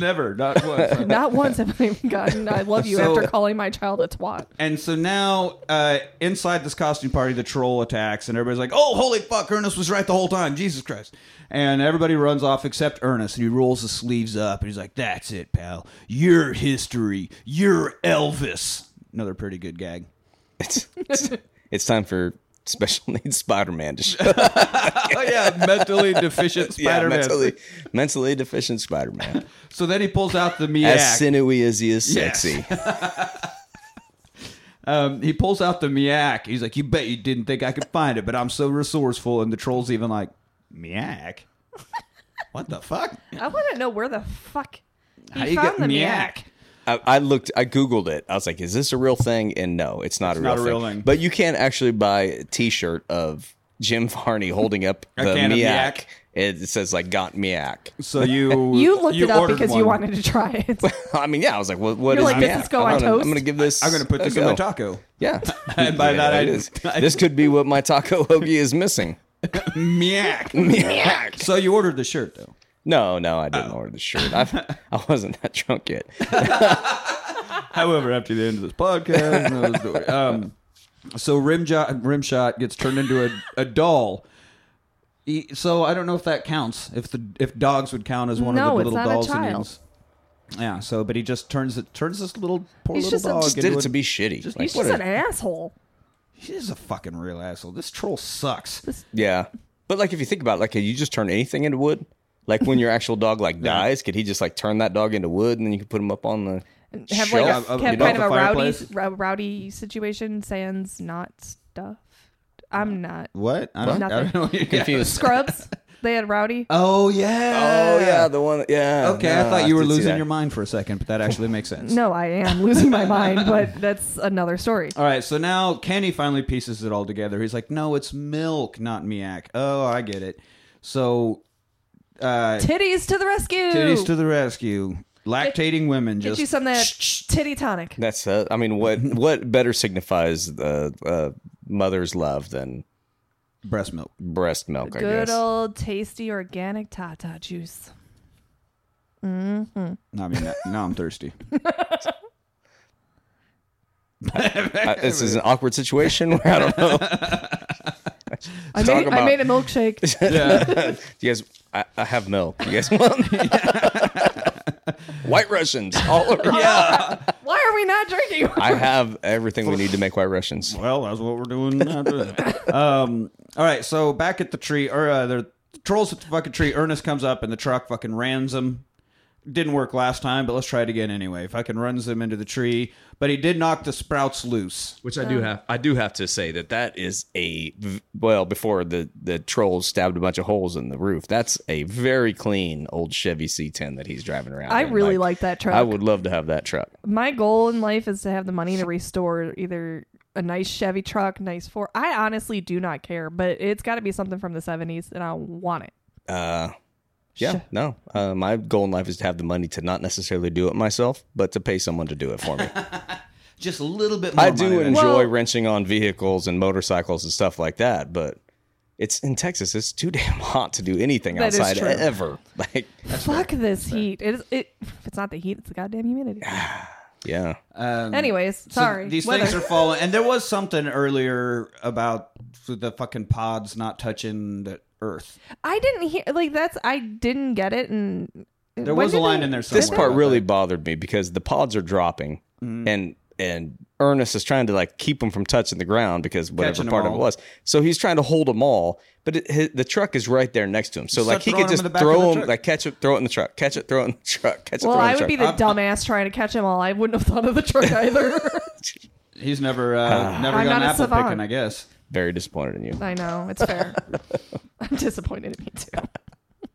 A: Never, not once.
C: Not once have I even gotten I love you
A: So-
C: after calling my child a twat.
A: and so now, uh, inside this costume party, the troll attacks, and everybody's like, "Oh, holy fuck! Ernest was right the whole time. Jesus Christ!" And everybody runs off except Ernest, and he rolls his sleeves up, and he's like, "That's it, pal. You're history. You're Elvis." Another pretty good gag.
D: It's, it's, it's time for special needs Spider-Man to show.
A: Oh yeah, mentally deficient
D: yeah,
A: Spider-Man.
D: mentally, mentally deficient Spider-Man,
A: So then he pulls out the Miak.
D: as sinewy as he is
A: Yes.
D: sexy.
A: Um, he pulls out the Miak. He's like, "You bet you didn't think I could find it, but I'm so resourceful." And the troll's even like, "Miak? What the fuck?
C: I want to know where the fuck he
A: How you get
C: found the
A: Miak?"
C: Miak.
D: I, I looked, I Googled it. I was like, is this a real thing? And no, it's not, a, real
A: not a real thing.
D: But you can actually buy a t shirt of Jim Varney holding up
A: A
D: the
A: can of
D: Miak.
A: Miak.
D: It says, like, got Miak.
A: So you
C: You looked it up
A: ordered
C: because you
A: one.
C: wanted to try it.
D: I mean, yeah, I was like, what, what
C: You're
D: is
C: like, does this
D: Miak?
C: go
D: I'm
C: on
D: gonna-
C: toast?
D: I'm going to give this.
A: I'm gonna put
D: a
A: this in my
D: go.
A: taco.
D: Yeah.
A: And by that, I-
D: it is.
A: I-
D: this could be what my taco hoagie is missing.
A: Miak. Oh.
D: Miak.
A: So you ordered the shirt though.
D: No, no, I didn't order the shirt. I've, I wasn't that drunk yet.
A: However, after the end of this podcast, no story. Um, so Rimshot Rimshot gets turned into a, a doll. He- So I don't know if that counts. If the if dogs would count as one
C: No,
A: of the
C: it's
A: little
C: not a
A: dolls in
C: child.
A: yours. Yeah. So, but he just turns it turns this little poor
C: He's
A: little
C: just a-
A: dog
D: Just did
A: into
D: it
A: a-
D: to be shitty.
A: just-
D: Like,
A: he's
C: He's
A: What
C: an asshole.
A: He is a fucking real asshole. This troll sucks.
D: Yeah. But like if you think about it, like can you just turn anything into wood? Like when your actual dog like dies, could he just like turn that dog into wood and then you could put him up on the
C: Have like a,
D: shelf?
A: Yeah,
C: have
A: Um, you know,
C: kind of
A: the
C: a rowdy,
A: fireplace.
C: a rowdy situation. Sans not stuff. I'm not
A: What? I don't, I
C: Nothing.
A: don't know. What you're
D: confused.
C: scrubs. they had rowdy.
A: Oh yeah.
D: Oh yeah, the one yeah.
A: Okay, I
D: no,
A: thought you were
D: did see
A: losing
D: that.
A: your mind for a second, but that actually makes sense.
C: No, I am losing my mind, but that's another story.
A: All right, so now Kenny finally pieces it all together. He's like, "No, it's milk, not miak." Oh, I get it. So, uh,
C: Titties to the rescue.
A: titties to the rescue. Lactating women
C: Get
A: just
C: you some of that titty tonic.
D: That's uh, I mean what what better signifies the uh, mother's love than
A: breast milk.
D: breast milk, I
C: Good
D: guess.
C: old tasty organic Tata juice.
A: I mean, now- now I'm thirsty.
D: I- Uh, this is an awkward situation where I don't know.
C: I
D: Talk
C: made, I
D: about-
C: made a milkshake.
D: Do you guys I, I have milk. You guys want White Russians all around.
C: Why are we not drinking?
D: I have everything we need to make white Russians.
A: well, that's what we're doing. After that. Um, all right, so back at the tree, or uh, the trolls at the fucking tree. Ernest comes up, and the truck fucking rams him. Didn't work last time, but let's try it again anyway. Fucking runs him into the tree, but he did knock the sprouts loose.
E: Which I do have.
D: I do have to say that that is a v- well before the the trolls stabbed a bunch of holes in the roof. That's a very clean old Chevy C10 that he's driving around.
C: I
D: in.
C: really like that truck.
D: I would love to have that truck.
C: My goal in life is to have the money to restore either a nice Chevy truck, nice Ford. I honestly do not care, but it's got to be something from the 70s and I want it.
D: Yeah,
C: Sure.
D: no. Uh, my goal in life is to have the money to not necessarily do it myself, but to pay someone to do it for me.
A: Just a little bit more.
D: I do
A: money than-
D: enjoy
C: Well-
D: wrenching on vehicles and motorcycles and stuff like that, but it's in Texas. It's too damn hot to do anything
C: That is
D: outside
C: true.
D: ever. Like,
C: Fuck this heat. It is it if it's not the heat, it's the goddamn humidity.
D: yeah.
C: Anyways,
A: um, So
C: sorry.
A: these
C: Weather.
A: things are falling. And there was something earlier about the fucking pods not touching the earth.
C: I didn't hear like that's I didn't get it and
A: There was a line in there Mm. somewhere.
D: this part
A: about
D: really
A: that.
D: bothered me because the pods are dropping and and Ernest is trying to like keep them from touching the ground because whatever
A: Catching 'em
D: part of it
A: all.
D: was. So he's trying to hold them all, but it, hi the truck is right there next to him. So
A: Just
D: like
A: start
D: he
A: throwing
D: could
A: 'em
D: just
A: in the back of the
D: throw them,
A: truck.
D: like catch it, throw it in the truck, catch it, throw it in the truck, catch it,
C: Well,
D: throw it
C: I
D: in the
C: would be
D: truck.
C: the dumbass trying to catch them all. I wouldn't have thought of the truck either.
A: He's never uh, never
C: I'm
A: gone
C: not a
A: apple
C: savant.
A: picking, I guess.
D: Very disappointed in you.
C: I know it's fair. I'm disappointed in me too.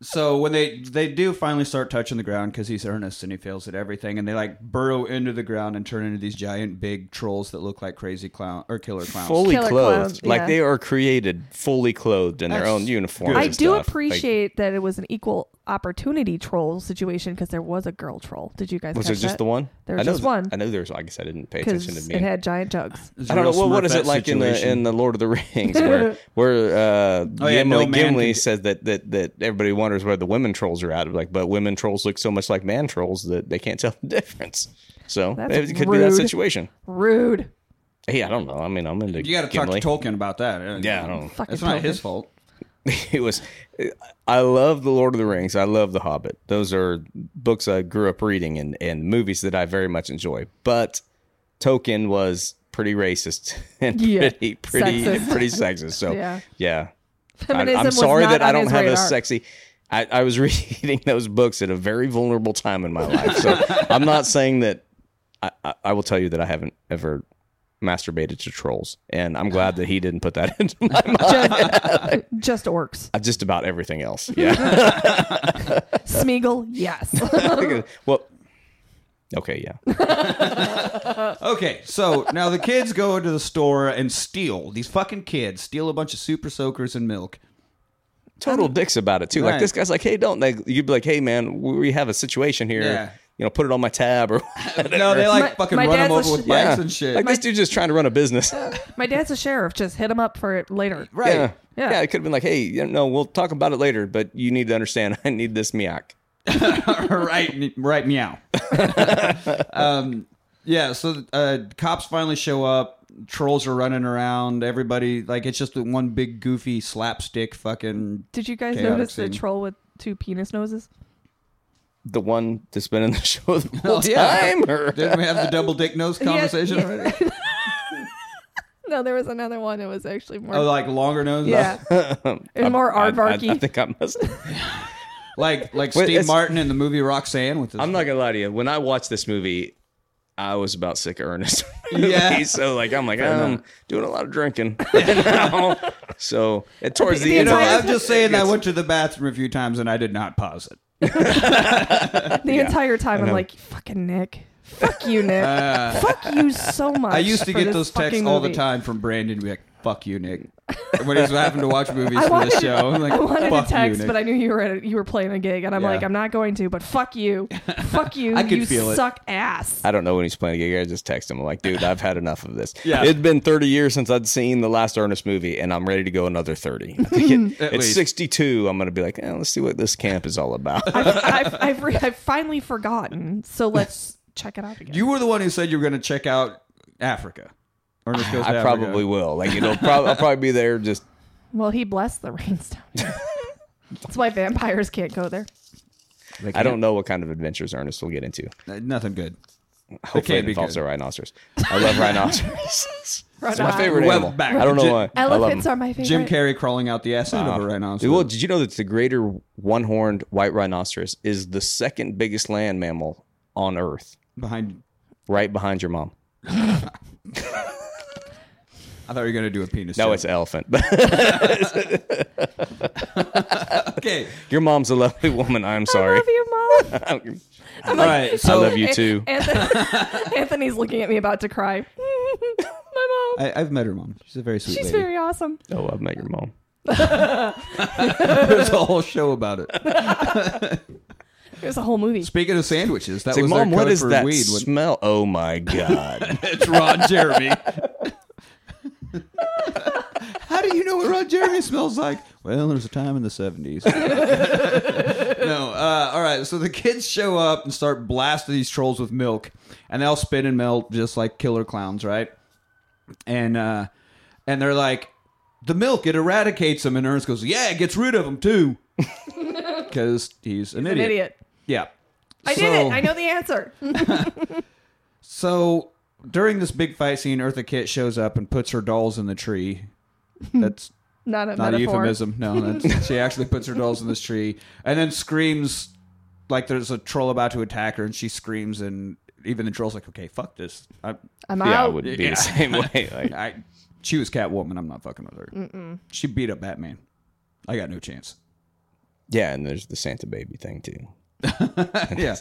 A: So when they they do finally start touching the ground because he's earnest and he fails at everything, and they like burrow into the ground and turn into these giant big trolls that look like crazy clown or killer clowns.
D: Fully
C: Killer
D: clothed,
C: clothes,
D: like
C: yeah.
D: they are created fully clothed in their own uniforms.
C: I
D: and
C: do
D: stuff. Like,
C: appreciate that it was an equal opportunity troll situation because there was a girl troll. Did you guys?
D: was
C: catch
D: there just
C: that?
D: the one?
C: There
D: I
C: was
D: know
C: just
D: th-
C: one
D: I know there's. I guess I didn't pay attention to
C: because
D: me.
C: it had giant jugs.
A: It's a
D: I don't know.
A: real
D: Well, what is
A: Smurfette
D: it like in the
A: situation.
D: in the Lord of the Rings where where uh,
A: Oh, yeah,
D: Gimli,
A: no man
D: Gimli
A: can-
D: says that, that that everybody wonders where the women trolls are out of like, but women trolls look so much like man trolls that they can't tell the difference. So
C: That's
D: it could be that
C: rude.
D: situation.
C: Rude.
D: Hey, I don't know. I mean, I'm into
A: You got to talk
D: Gimli.
A: to Tolkien about that. Uh,
D: Yeah, I don't.
C: Fucking
A: It's not
C: Tolkien.
A: his fault.
D: it was. I love the Lord of the Rings. I love the Hobbit. Those are books I grew up reading and and movies that I very much enjoy. But Tolkien was pretty racist and
C: Yeah.
D: pretty pretty
C: Sexist.
D: pretty sexist. So
C: Yeah.
D: yeah.
C: Feminism
D: I, am
C: was
D: sorry
C: not
D: that I
C: on
D: don't
C: his
D: have a
C: radar.
D: sexy. I, I was reading those books at a very vulnerable time in my life, so I'm not saying that. I, I, I will tell you that I haven't ever masturbated to trolls, and I'm glad that he didn't put that into my mind.
C: Just, just orcs.
D: Just about everything else. Yeah.
C: Smeagol, yes.
D: well. Okay. Yeah.
A: Okay, so now the kids go into the store and steal these fucking kids steal a bunch of super soakers and milk.
D: Total dicks about it too.
A: Right.
D: Like this guy's like, hey, don't. Like, you'd be like, hey, man, we- we have a situation here.
A: Yeah.
D: You know, put it on my tab or.
A: No, they like
C: My-
A: fucking
C: my
A: run them
C: dad's a
A: over
C: sh-
A: with
D: Yeah.
A: bikes and shit.
D: Like this dude's just trying to run a business.
C: My dad's a sheriff. Just hit him up for it later.
A: right.
D: Yeah.
C: Yeah.
D: yeah. It could have been like, hey, you know, we'll talk about it later, but you need to understand I need this Miak.
A: right, right, meow. um, yeah, so uh, cops finally show up. Trolls are running around. Everybody, like, it's just the one big goofy slapstick fucking.
C: Did you guys
A: Chaotic
C: notice the
A: scene.
C: troll with two penis noses?
D: The one that's been in the show the whole
A: Oh, yeah.
D: time. or-
A: Didn't we have the double dick nose
C: Yeah,
A: conversation
C: yeah.
A: already?
C: No, there was another one. It was actually more.
A: Oh,
D: uh,
A: like longer nose?
C: yeah. and more
D: I- I-
C: aardvarky.
D: I, think I must.
A: Like, like
D: Wait,
A: Steve
D: it's-
A: Martin in the movie Roxanne with his.
D: I'm not gonna lie to you. When I watched this movie, I was about sick of Ernest.
A: Yeah.
D: Movie, so like I'm like I'm doing a lot of drinking now. So it, towards the,
C: The
A: you
D: end,
A: know,
D: of
C: entire-
D: it-
A: I'm just saying I went to the bathroom a few times and I did not pause it.
C: the entire time, I'm like, fucking Nick. Fuck you, Nick. Fuck you so much.
A: Uh, I used to
C: for
A: get
C: this
A: those texts
C: fucking
A: all the
C: movie.
A: time from Brandon. Be like, "Fuck you, Nick." When he's having to watch movies
C: I
A: for the
C: wanted,
A: show, I'm like,
C: I wanted
A: "Fuck
C: to text,
A: you, Nick."
C: but I knew you were at a, you were playing a gig, and I'm
A: Yeah.
C: like, I'm not going to. But fuck you, fuck you.
A: I could
C: you
A: feel it.
C: suck ass.
D: I don't know when he's playing a gig. I just text him. I'm like, dude, I've had enough of this.
A: Yeah.
D: It's been 30 years since I'd seen the last Ernest movie, and I'm ready to go another 30. I think it, at
A: least.
D: 62, I'm going to be like, eh, let's see what this camp is all about.
C: I've, I've, I've, re- I've finally forgotten. So let's check it out again.
A: You were the one who said you were going to check out Africa. Ernest goes to
D: I
A: Africa.
D: probably will. Like, it'll prob- I'll probably be there just.
C: well, he blessed the rains down here. That's why vampires can't go there.
D: I don't know what kind of adventures Ernest will get into.
A: Uh, nothing good.
D: Hopefully, it
A: be
D: involves
A: good.
D: a rhinoceros. I love rhinoceros. it's
C: Right
D: my
C: on.
D: favorite
A: Well,
D: animal.
A: back-
D: I don't know
A: Jim-
D: why. I love
C: Elephants
D: them.
C: are my favorite.
A: Jim Carrey crawling out the ass
D: Ah,
A: end of a rhinoceros.
D: Well, did you know that the greater one-horned white rhinoceros is the second biggest land mammal on Earth,
A: behind.
D: right behind your mom?
A: I thought you were going to do a penis.
D: No,
A: joke.
D: it's an elephant.
A: okay.
D: Your mom's a lovely woman. I'm
C: I
D: sorry.
C: love you, mom.
A: All right.
D: I
A: So
D: love you too.
C: Anthony- Anthony's looking at me about to cry. my mom.
A: I, have met her mom. She's a very sweet
C: She's
A: lady.
C: very awesome.
D: Oh, I've met your mom.
A: There's a whole show about it.
C: There's a whole movie.
A: Speaking of sandwiches, that
D: It's
A: was
D: like,
A: their
D: mom, what
A: code
D: is
A: for
D: that
A: weed. when-
D: smell? Oh my god!
A: it's Ron Jeremy. How do you know what Ron Jeremy smells like? Well, there's a time in the 70s. no, uh, all right. So the kids show up and start blasting these trolls with milk, and they all spin and melt just like killer clowns, right? And uh, and they're like, the milk it eradicates them, and Ernest goes, yeah, it gets rid of them too, because he's an
C: An
A: idiot.
C: idiot.
A: Yeah.
C: I did it. I know the answer.
A: So during this big fight scene, Eartha Kitt shows up and puts her dolls in the tree. That's
C: Not a
A: not a
C: metaphor.
A: euphemism. No, that's, she actually puts her dolls in this tree and then screams like there's a troll about to attack her, and she screams, and even the troll's like, "Okay, fuck this." I,
C: I'm
D: yeah, I
C: out.
D: would be
A: Yeah.
D: the same way. Like,
A: I she was Catwoman. I'm not fucking with her. She beat up Batman. I got no chance.
D: yeah, and there's the Santa baby thing too.
A: Yeah,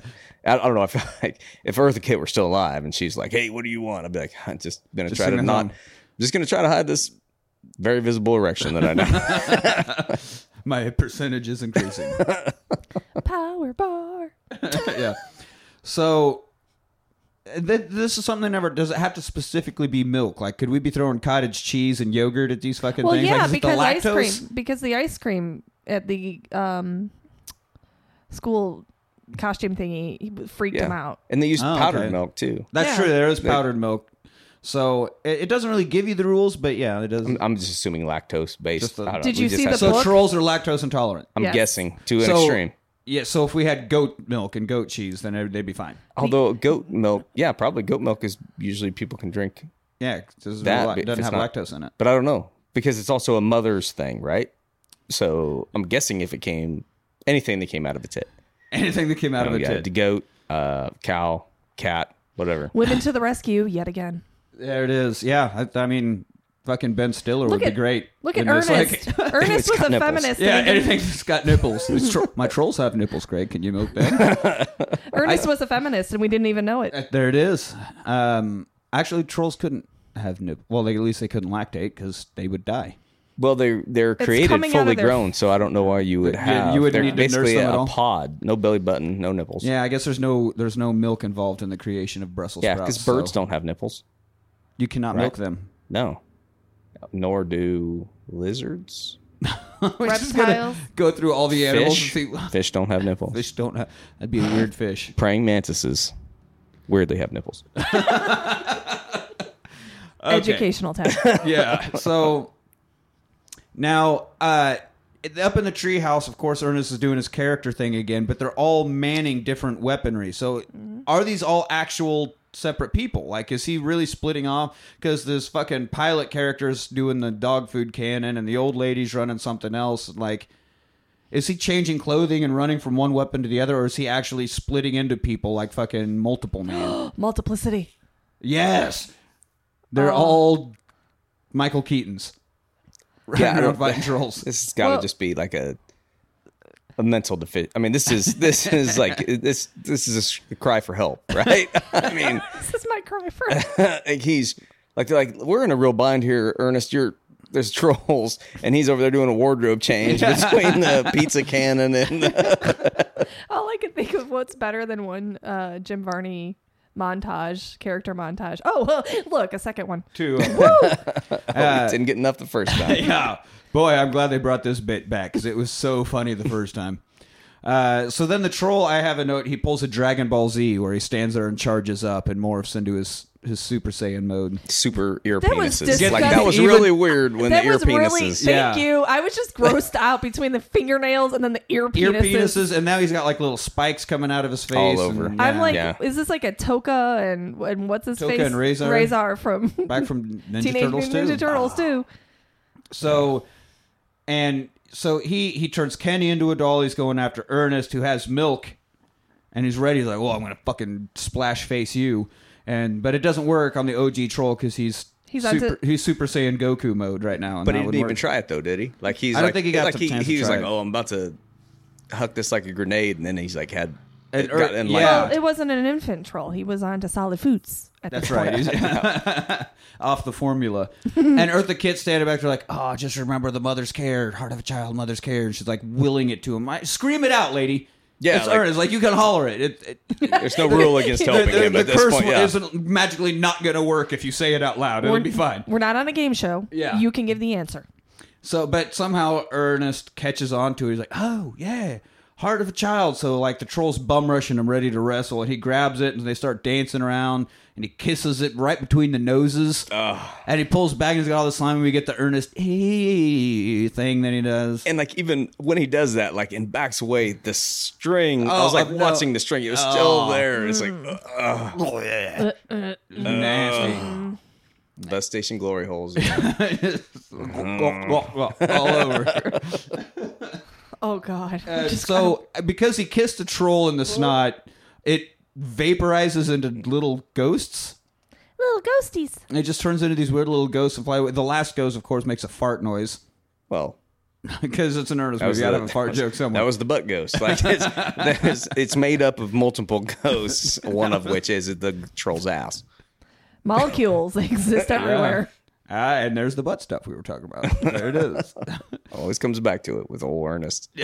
D: I, I don't know. I feel like if Eartha Kitt were still alive and she's like, "Hey, what do you want?" I'd be like, "I'm just gonna try
A: sing
D: to
A: a
D: not.
A: song.
D: Just gonna try to hide this very visible erection that I know."
A: my percentage is increasing.
C: Power bar.
A: yeah. So th- this is something that never does it have to specifically be milk? Like, could we be throwing cottage cheese and yogurt at these fucking
C: Well,
A: things?
C: yeah,
A: like, is it the
C: because ice
A: lactose?
C: cream. Because the ice cream at the um, school costume thingy he freaked him out.
D: and they use
A: Oh,
D: powdered
A: okay.
D: milk too.
A: That's
C: Yeah.
A: true. There is powdered milk. So it, it doesn't really give you the rules, but yeah, it does.
D: I'm just assuming lactose based.
A: Just a-
D: I don't know.
C: Did
D: We
C: you
D: just
C: see
D: have
C: the
D: to-
A: so
C: book?
A: trolls are lactose intolerant.
D: I'm
C: Yes.
D: guessing to an
A: so,
D: extreme.
A: Yeah. So if we had goat milk and goat cheese, then it- they'd be fine.
D: Although goat milk, yeah, probably goat milk is usually people can drink,
A: Yeah, 'cause there's no
D: That
A: lac-
D: bit,
A: doesn't
D: if
A: have
D: it's not-
A: lactose in it.
D: but I don't know because it's also a mother's thing, right? So I'm guessing if it came anything that came out of a tit,
A: Anything that came out of
D: Um,
A: a
D: yeah,
A: tit.
D: the goat, uh, cow, cat, whatever.
C: Women to the rescue yet again.
A: There it is. Yeah, I, I mean, fucking Ben Stiller
C: Look
A: would
C: at-
A: be great.
C: Look at
A: in this,
C: Ernest.
A: like-
C: Ernest was
D: got
C: a
D: nipples.
C: feminist.
A: yeah,
C: and he didn't-
A: anything that's got nipples. These tro- my trolls have nipples, Greg. Can you milk that?
C: Ernest was a feminist, and we didn't even know it.
A: Uh, there it is. Um, actually, trolls couldn't have nipples. Well, they, at least they couldn't lactate because they would die.
D: Well, they're they're created
C: coming out of
D: fully
C: their-
D: grown, so I don't know why you would
A: Yeah,
D: have.
A: you would
D: they're
A: need to nurse
D: basically
A: them at
D: a
A: all.
D: pod, no belly button, no nipples.
A: Yeah, I guess there's no there's no milk involved in the creation of Brussels
D: yeah,
A: sprouts.
D: because birds
A: so
D: don't have nipples.
A: You cannot
D: right?
A: milk them.
D: No, nor do lizards.
A: We're just gonna
C: Reptiles.
A: Go through all the animals.
D: Fish,
A: And see,
D: fish don't have nipples.
A: fish don't. Have, that'd be a weird fish.
D: Praying mantises weirdly have nipples.
C: Educational test.
A: yeah. So now, uh, up in the treehouse, of course, Ernest is doing his character thing again, but they're all manning different weaponry. So are these all actual separate people? Like, is he really splitting off? Because this fucking pilot character's doing the dog food cannon and the old lady's running something else. Like, is he changing clothing and running from one weapon to the other, or is he actually splitting into people like fucking multiple man?
C: Multiplicity.
A: Yes. They're
C: Oh.
A: all Michael Keaton's. Right
D: Yeah, I
A: around
D: don't-
A: fighting trolls.
D: This has got to
C: Well-
D: just be like a a mental defi- I mean, this is this is like this this is a s- cry for help, right? I mean,
C: This is my cry for. help.
D: like he's like they're like we're in a real bind here, Ernest. You're there's trolls, and he's over there doing a wardrobe change between the pizza cannon and the,
C: All I could think of what's better than one uh, Jim Varney montage, character montage. Oh, well, look, a second one.
A: Two.
D: didn't get enough the first time.
A: Uh, yeah. Boy, I'm glad they brought this bit back because it was so funny the first time. Uh, so then the troll, I have a note. He pulls a Dragon Ball Z where he stands there and charges up and morphs into his, his Super Saiyan mode.
D: Super ear
C: That was
D: penises. Like that
C: disgusting.
D: was
A: Even-
D: really weird when
C: that
D: the ear
C: was really.
D: penises.
C: Thank
A: Yeah.
C: you. I was just grossed out between the fingernails and then the ear penises.
A: Ear penises, and now he's got like little spikes coming out of his face.
D: All over.
A: and-
C: I'm
A: yeah.
C: like,
D: Yeah.
C: is this like a Toka and and what's his
A: Toka
C: face?
A: and Rezar.
C: Razor from
A: back from Ninja
C: Teenage
A: Turtles
C: Mutant
A: too. Ah.
C: Ninja Turtles too.
A: So, and so he he turns Kenny into a doll. He's going after Ernest, who has milk, and he's ready. He's like, "Well, I'm gonna fucking splash face you," and but it doesn't work on the OG troll because he's
C: He's
A: super,
C: onto-
A: he's Super Saiyan Goku mode right now. and
D: But
A: that
D: he didn't
A: wouldn't
D: even
A: work.
D: try it though, did he? Like he's
A: I don't
D: like,
A: think he got
D: like
A: the
D: he,
A: chance
D: he
A: to
D: was
A: try
D: like,
A: it.
D: oh, I'm about to huck this like a grenade, and then he's like had
A: And
D: it
A: er-
D: got in like
A: yeah.
C: Well, it wasn't an infant troll. He was on to solid foods. At
A: That's
C: the point.
A: right. He's- Off the formula. And Eartha Kitt standing back there like, oh, just remember the mother's care, heart of a child, mother's care. And she's like willing it to him. I, Scream it out, lady.
D: Yeah,
A: It's
D: like-
A: Ernest. Like, you can holler it. it, it
D: there's no rule against helping
A: the,
D: him
A: the
D: at this
A: curse
D: point.
A: wo-
D: Yeah.
A: isn't magically not going to work if you say it out loud. It'll be fine.
C: We're not on a game show.
A: Yeah.
C: You can give the answer.
A: So, but somehow Ernest catches on to it. He's like, oh, yeah, heart of a child. So, like, the troll's bum rushing him, ready to wrestle, and he grabs it, and they start dancing around, and he kisses it right between the noses. And he pulls back, and he's got all the slime, and we get the Ernest hey thing that he does.
D: and like even when he does that, like and backs away, the string. I
A: Oh,
D: was like
A: uh, no.
D: watching the string; it was
C: Oh.
D: still there. It's like
C: Mm.
D: uh,
A: Nasty.
D: bus station glory holes.
A: all over.
C: Oh God.
A: Uh, so, because he kissed the troll in the snot, it vaporizes into little ghosts.
C: Little ghosties.
A: And it just turns into these weird little ghosts and fly away. The last ghost, of course, makes a fart noise.
D: well,
A: Because it's an earnest
D: that was
A: movie. I
D: the-
A: have a fart
D: that was-
A: joke somewhere.
D: That was the butt ghost. Like it's, there's, it's made up of multiple ghosts, one of which is the troll's ass.
C: Molecules they exist everywhere.
A: ah, and there's the butt stuff we were talking about. There it is.
D: Always comes back to it with old Ernest.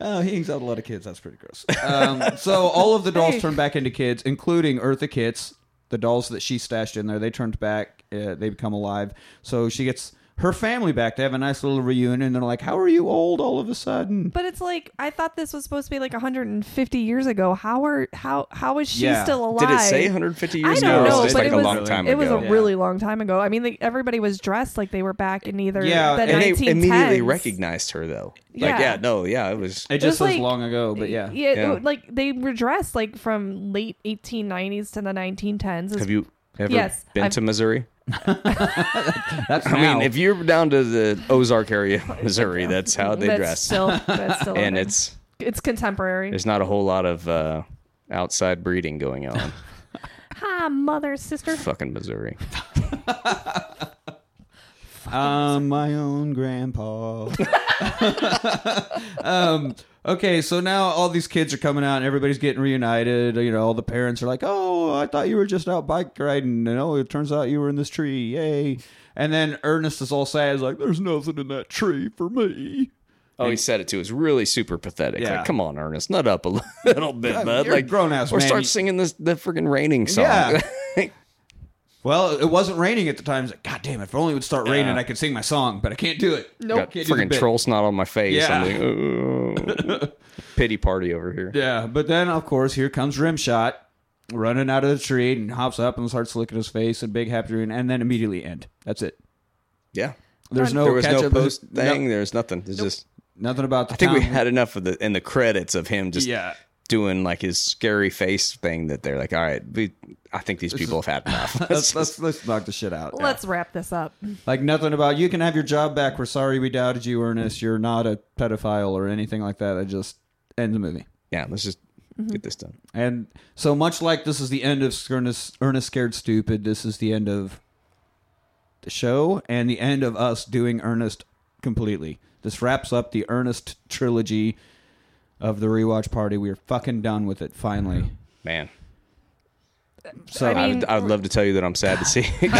A: oh, he hangs out with a lot of kids. That's pretty gross. Um, so all of the dolls
C: Hey.
A: turn back into kids, including Eartha Kitt's. The dolls that she stashed in there, they turned back. Uh, they become alive. So she gets her family back. They have a nice little reunion. And they're like, "How are you old all of a sudden?"
C: But it's like I thought this was supposed to be like 150 years ago. How are how how is she
A: Yeah.
C: still alive?
D: Did it say 150 years
C: I don't
D: ago?
A: No,
D: it was
C: know, but
D: just like
C: it
D: a
C: was
D: long time
C: it
D: ago.
C: was a
A: Yeah.
C: really long time ago. I mean, like, everybody was dressed like they were back in either
A: Yeah,
C: the
A: and
D: and they
C: 1910s.
D: immediately recognized her though. Like
C: Yeah.
D: yeah, no, yeah, it was.
A: It just
C: was
A: says
C: like-
A: long ago, but yeah.
C: yeah, it
D: Yeah.
C: was- like they were dressed like from late 1890s to the 1910s. It's-
D: Have you ever
C: Yes,
D: been
C: I've-
D: to Missouri?
A: That's
D: I
A: now.
D: mean, if you're down to the Ozark area, of Missouri, that's how they
C: that's
D: dress,
C: Still, that's still
D: and
C: okay.
D: it's
C: it's contemporary.
D: there's not a whole lot of uh, outside breeding going on.
C: Hi, my mother's Ah, sister.
D: Fucking Missouri.
A: I'm my own grandpa. um, okay, so now all these kids are coming out and everybody's getting reunited. You know, all the parents are like, "Oh, I thought you were just out bike riding." And oh, it turns out you were in this tree. Yay! And then Ernest is all sad. He's like, "There's nothing in that tree for me."
D: Oh, he said it too. It's really super pathetic.
A: Yeah.
D: Like, come on, Ernest, nut up a little bit, bud.
A: you're a
D: Like
A: grown-ass
D: or
A: man.
D: start singing this the freaking raining song.
A: Yeah. Well, it wasn't raining at the time. He's like, God damn it! If only it would start raining, I could sing my song, but I can't do it. No,
D: Got freaking troll snot on my face.
A: Yeah.
D: I'm like, "Oh." pity party over here.
A: Yeah, but then of course here comes Rimshot running out of the tree and hops up and starts licking his face and big happy reunion, and then immediately end. That's it.
D: Yeah. Oh,
A: There's no
D: There was no
A: catch-up,
D: post
A: no-
D: thing. There's nothing. There's just
A: nothing about the
D: I think we
A: town.
D: had enough of the in the credits of him just
A: Yeah.
D: doing like his scary face thing that they're like, all right, we, I think these people have had enough.
A: Let's, let's let's knock the shit out.
C: Let's wrap this up.
A: Like nothing about you can have your job back. We're sorry we doubted you, Ernest. You're not a pedophile or anything like that. I just end the movie.
D: yeah, let's just get this done.
A: And so much like this is the end of Ernest, Ernest Scared Stupid, this is the end of the show and the end of us doing Ernest completely. This wraps up the Ernest trilogy of the rewatch party. We are fucking done with it finally.
D: Man,
A: So
D: I,
C: I mean-
D: would, I would love to tell you that I'm sad to see. it.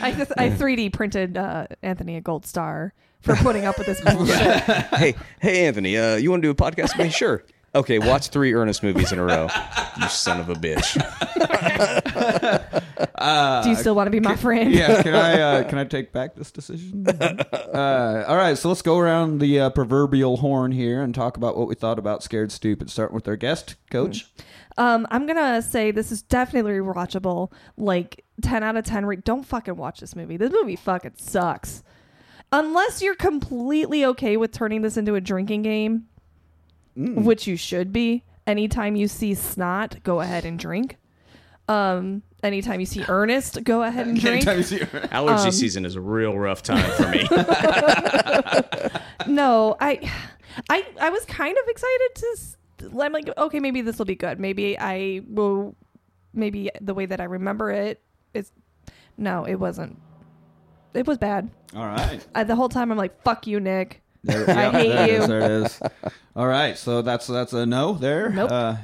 C: I, just, I 3D printed uh, Anthony a gold star for putting up with this bullshit.
D: hey, hey, Anthony, uh, you want to do a podcast with me? Sure. Okay, watch three Ernest movies in a row. You son of a bitch.
C: Do you still want to be my friend?
A: yeah, can I uh, can I take back this decision? Uh, all right, so let's go around the uh, proverbial horn here and talk about what we thought about Scared Stupid, starting with our guest, Coach.
C: Um, I'm gonna say this is definitely watchable. Like 10 out of 10. Re- don't fucking watch this movie. This movie fucking sucks. Unless you're completely okay with turning this into a drinking game, which you should be. Anytime you see snot, go ahead and drink. Um, anytime you see Ernest, go ahead and drink.
D: Allergy season is a real rough time for me.
C: no, I, I, I was kind of excited to. s- I'm like, okay, maybe this will be good. Maybe I will. Maybe the way that I remember it is. No, it wasn't. It was bad.
A: All right.
C: I, the whole time I'm like, fuck you, Nick.
A: There,
C: I
A: yep,
C: hate
A: there it
C: you.
A: is, there it is. All right, so that's that's a no there.
C: Nope.
A: Uh,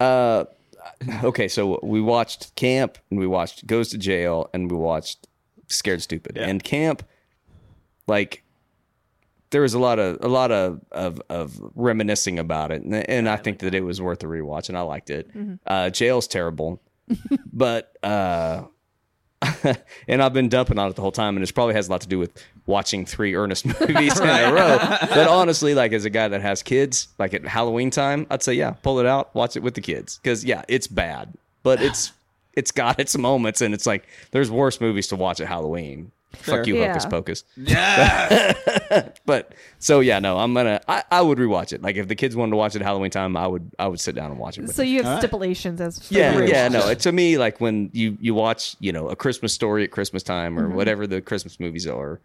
D: Uh, okay, so we watched Camp and we watched Goes to Jail and we watched Scared Stupid. And Camp, like, there was a lot of a lot of of, of reminiscing about it, and, and I think that it was worth a rewatch, and I liked it. Uh, Jail's terrible, but uh, and I've been dumping on it the whole time, and it probably has a lot to do with watching three Ernest movies in a row. But honestly, like as a guy that has kids, like at Halloween time, I'd say yeah, pull it out, watch it with the kids, because yeah, it's bad, but it's it's got its moments, and it's like there's worse movies to watch at Halloween. Fuck you,
C: Yeah.
D: Hocus Pocus. But so yeah, no, I'm gonna. I, I would rewatch it. Like if the kids wanted to watch it Halloween time, I would. I would sit down and watch it. With
C: So
D: them.
C: you have stipulations as for
D: yeah,
C: the
D: yeah,
C: rewatch.
D: no. It, to me, like when you you watch, you know, a Christmas story at Christmas time
C: Mm-hmm.
D: or whatever the Christmas movies are,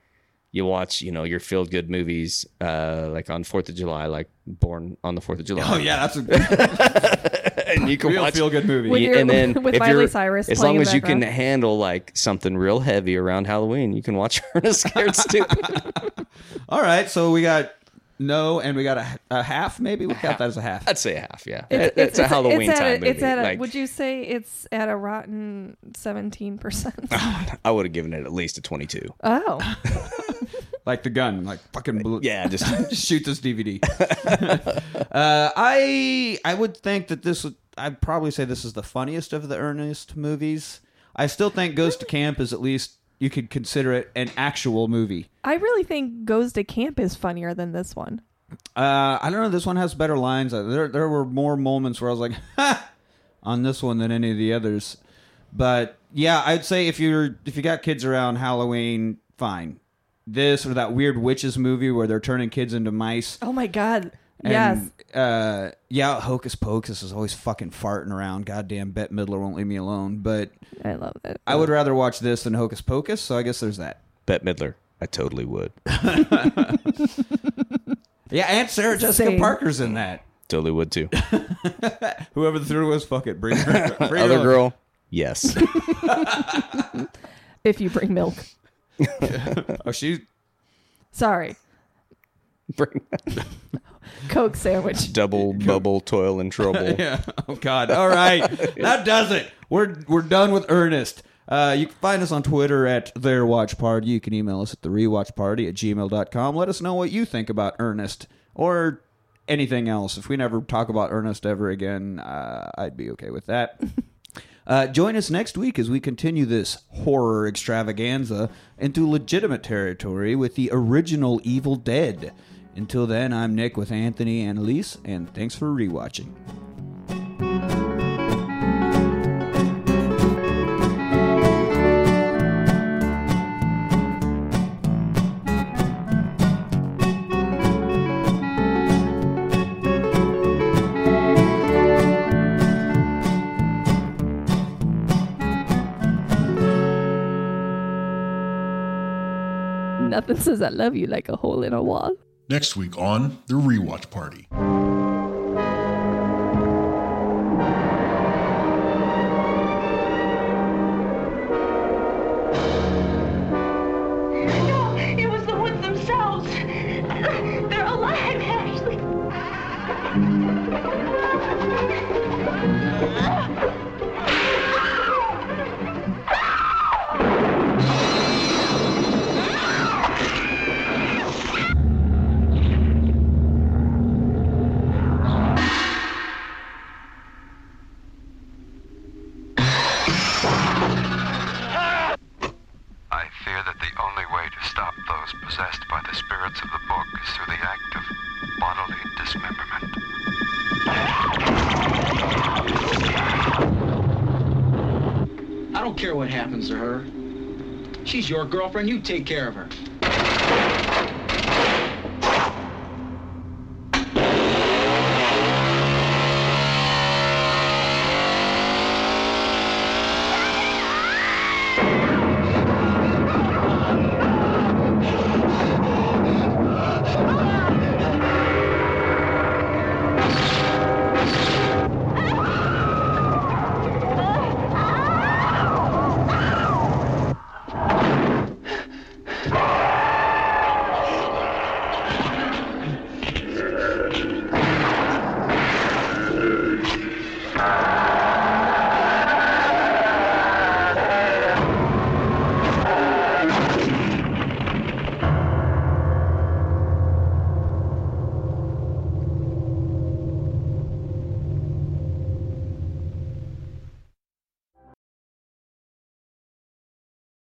D: you watch, you know, your feel good movies, uh, like on Fourth of July, like Born on the Fourth of July.
A: oh yeah, that's a
D: and you can
A: real
D: watch
A: feel good movie.
C: With
D: Yeah,
C: your-
D: and then
C: with
D: if
C: Miley
D: you're-
C: Cyrus
D: as
C: playing
D: long
C: in
D: as
C: the
D: you can
C: background.
D: handle like something real heavy around Halloween, you can watch Ernest Scared Stupid.
A: All right, so we got no, and we got a, a half. Maybe we got that as a half.
D: I'd say a half, yeah. It- It's, a Halloween
C: it's at
D: time
C: a,
D: movie.
C: It's at a,
D: like,
C: would you say it's at a rotten 17%?
D: I would have given it at least a twenty-two.
C: oh.
A: Like the gun, like fucking blue.
D: Yeah, just
A: just shoot this DVD. uh, I I would think that this would. I'd probably say this is the funniest of the Ernest movies. I still think Goes to Camp is at least you could consider it an actual movie.
C: I really think Goes to Camp is funnier than this one.
A: Uh, I don't know. This one has better lines. Uh, There, there were more moments where I was like, "Ha!" on this one than any of the others. But yeah, I'd say if you're if you got kids around Halloween, fine. This or that weird witches movie where they're turning kids into mice.
C: Oh my God. yes.
A: And, Uh, yeah, Hocus Pocus is always fucking farting around. Goddamn, Bette Midler won't leave me alone. But
C: I love that.
A: I would rather watch this than Hocus Pocus. So I guess there's that.
D: Bette Midler. I totally would.
A: Yeah, and Sarah Jessica
C: Same.
A: Parker's in that.
D: Totally would too.
A: Whoever the third was, fuck it. Bring her. Bring her
D: Other
A: up.
D: girl, yes.
C: if you bring milk.
A: Oh, she.
C: Sorry,
D: Bring
C: Coke sandwich.
D: double bubble toil and trouble.
A: Yeah. Oh God. All right. that does it. We're we're done with Ernest. Uh, you can find us on Twitter at their watch party. You can email us at the rewatch party at gmail.com. Let us know what you think about Ernest or anything else. If we never talk about Ernest ever again, uh, I'd be okay with that. Uh, join us next week as we continue this horror extravaganza into legitimate territory with the original Evil Dead. Until then, I'm Nick with Anthony and Elise, and thanks for rewatching.
C: Nothing says I love you like a hole in a wall.
F: Next week on The Rewatch Party.
G: No, it was the woods themselves. They're alive, Ashley. Ah! Ah!
H: I fear that the only way to stop those possessed by the spirits of the book is through the act of bodily dismemberment.
I: I don't care what happens to her. She's your girlfriend. You take care of
G: Ah!
I: her.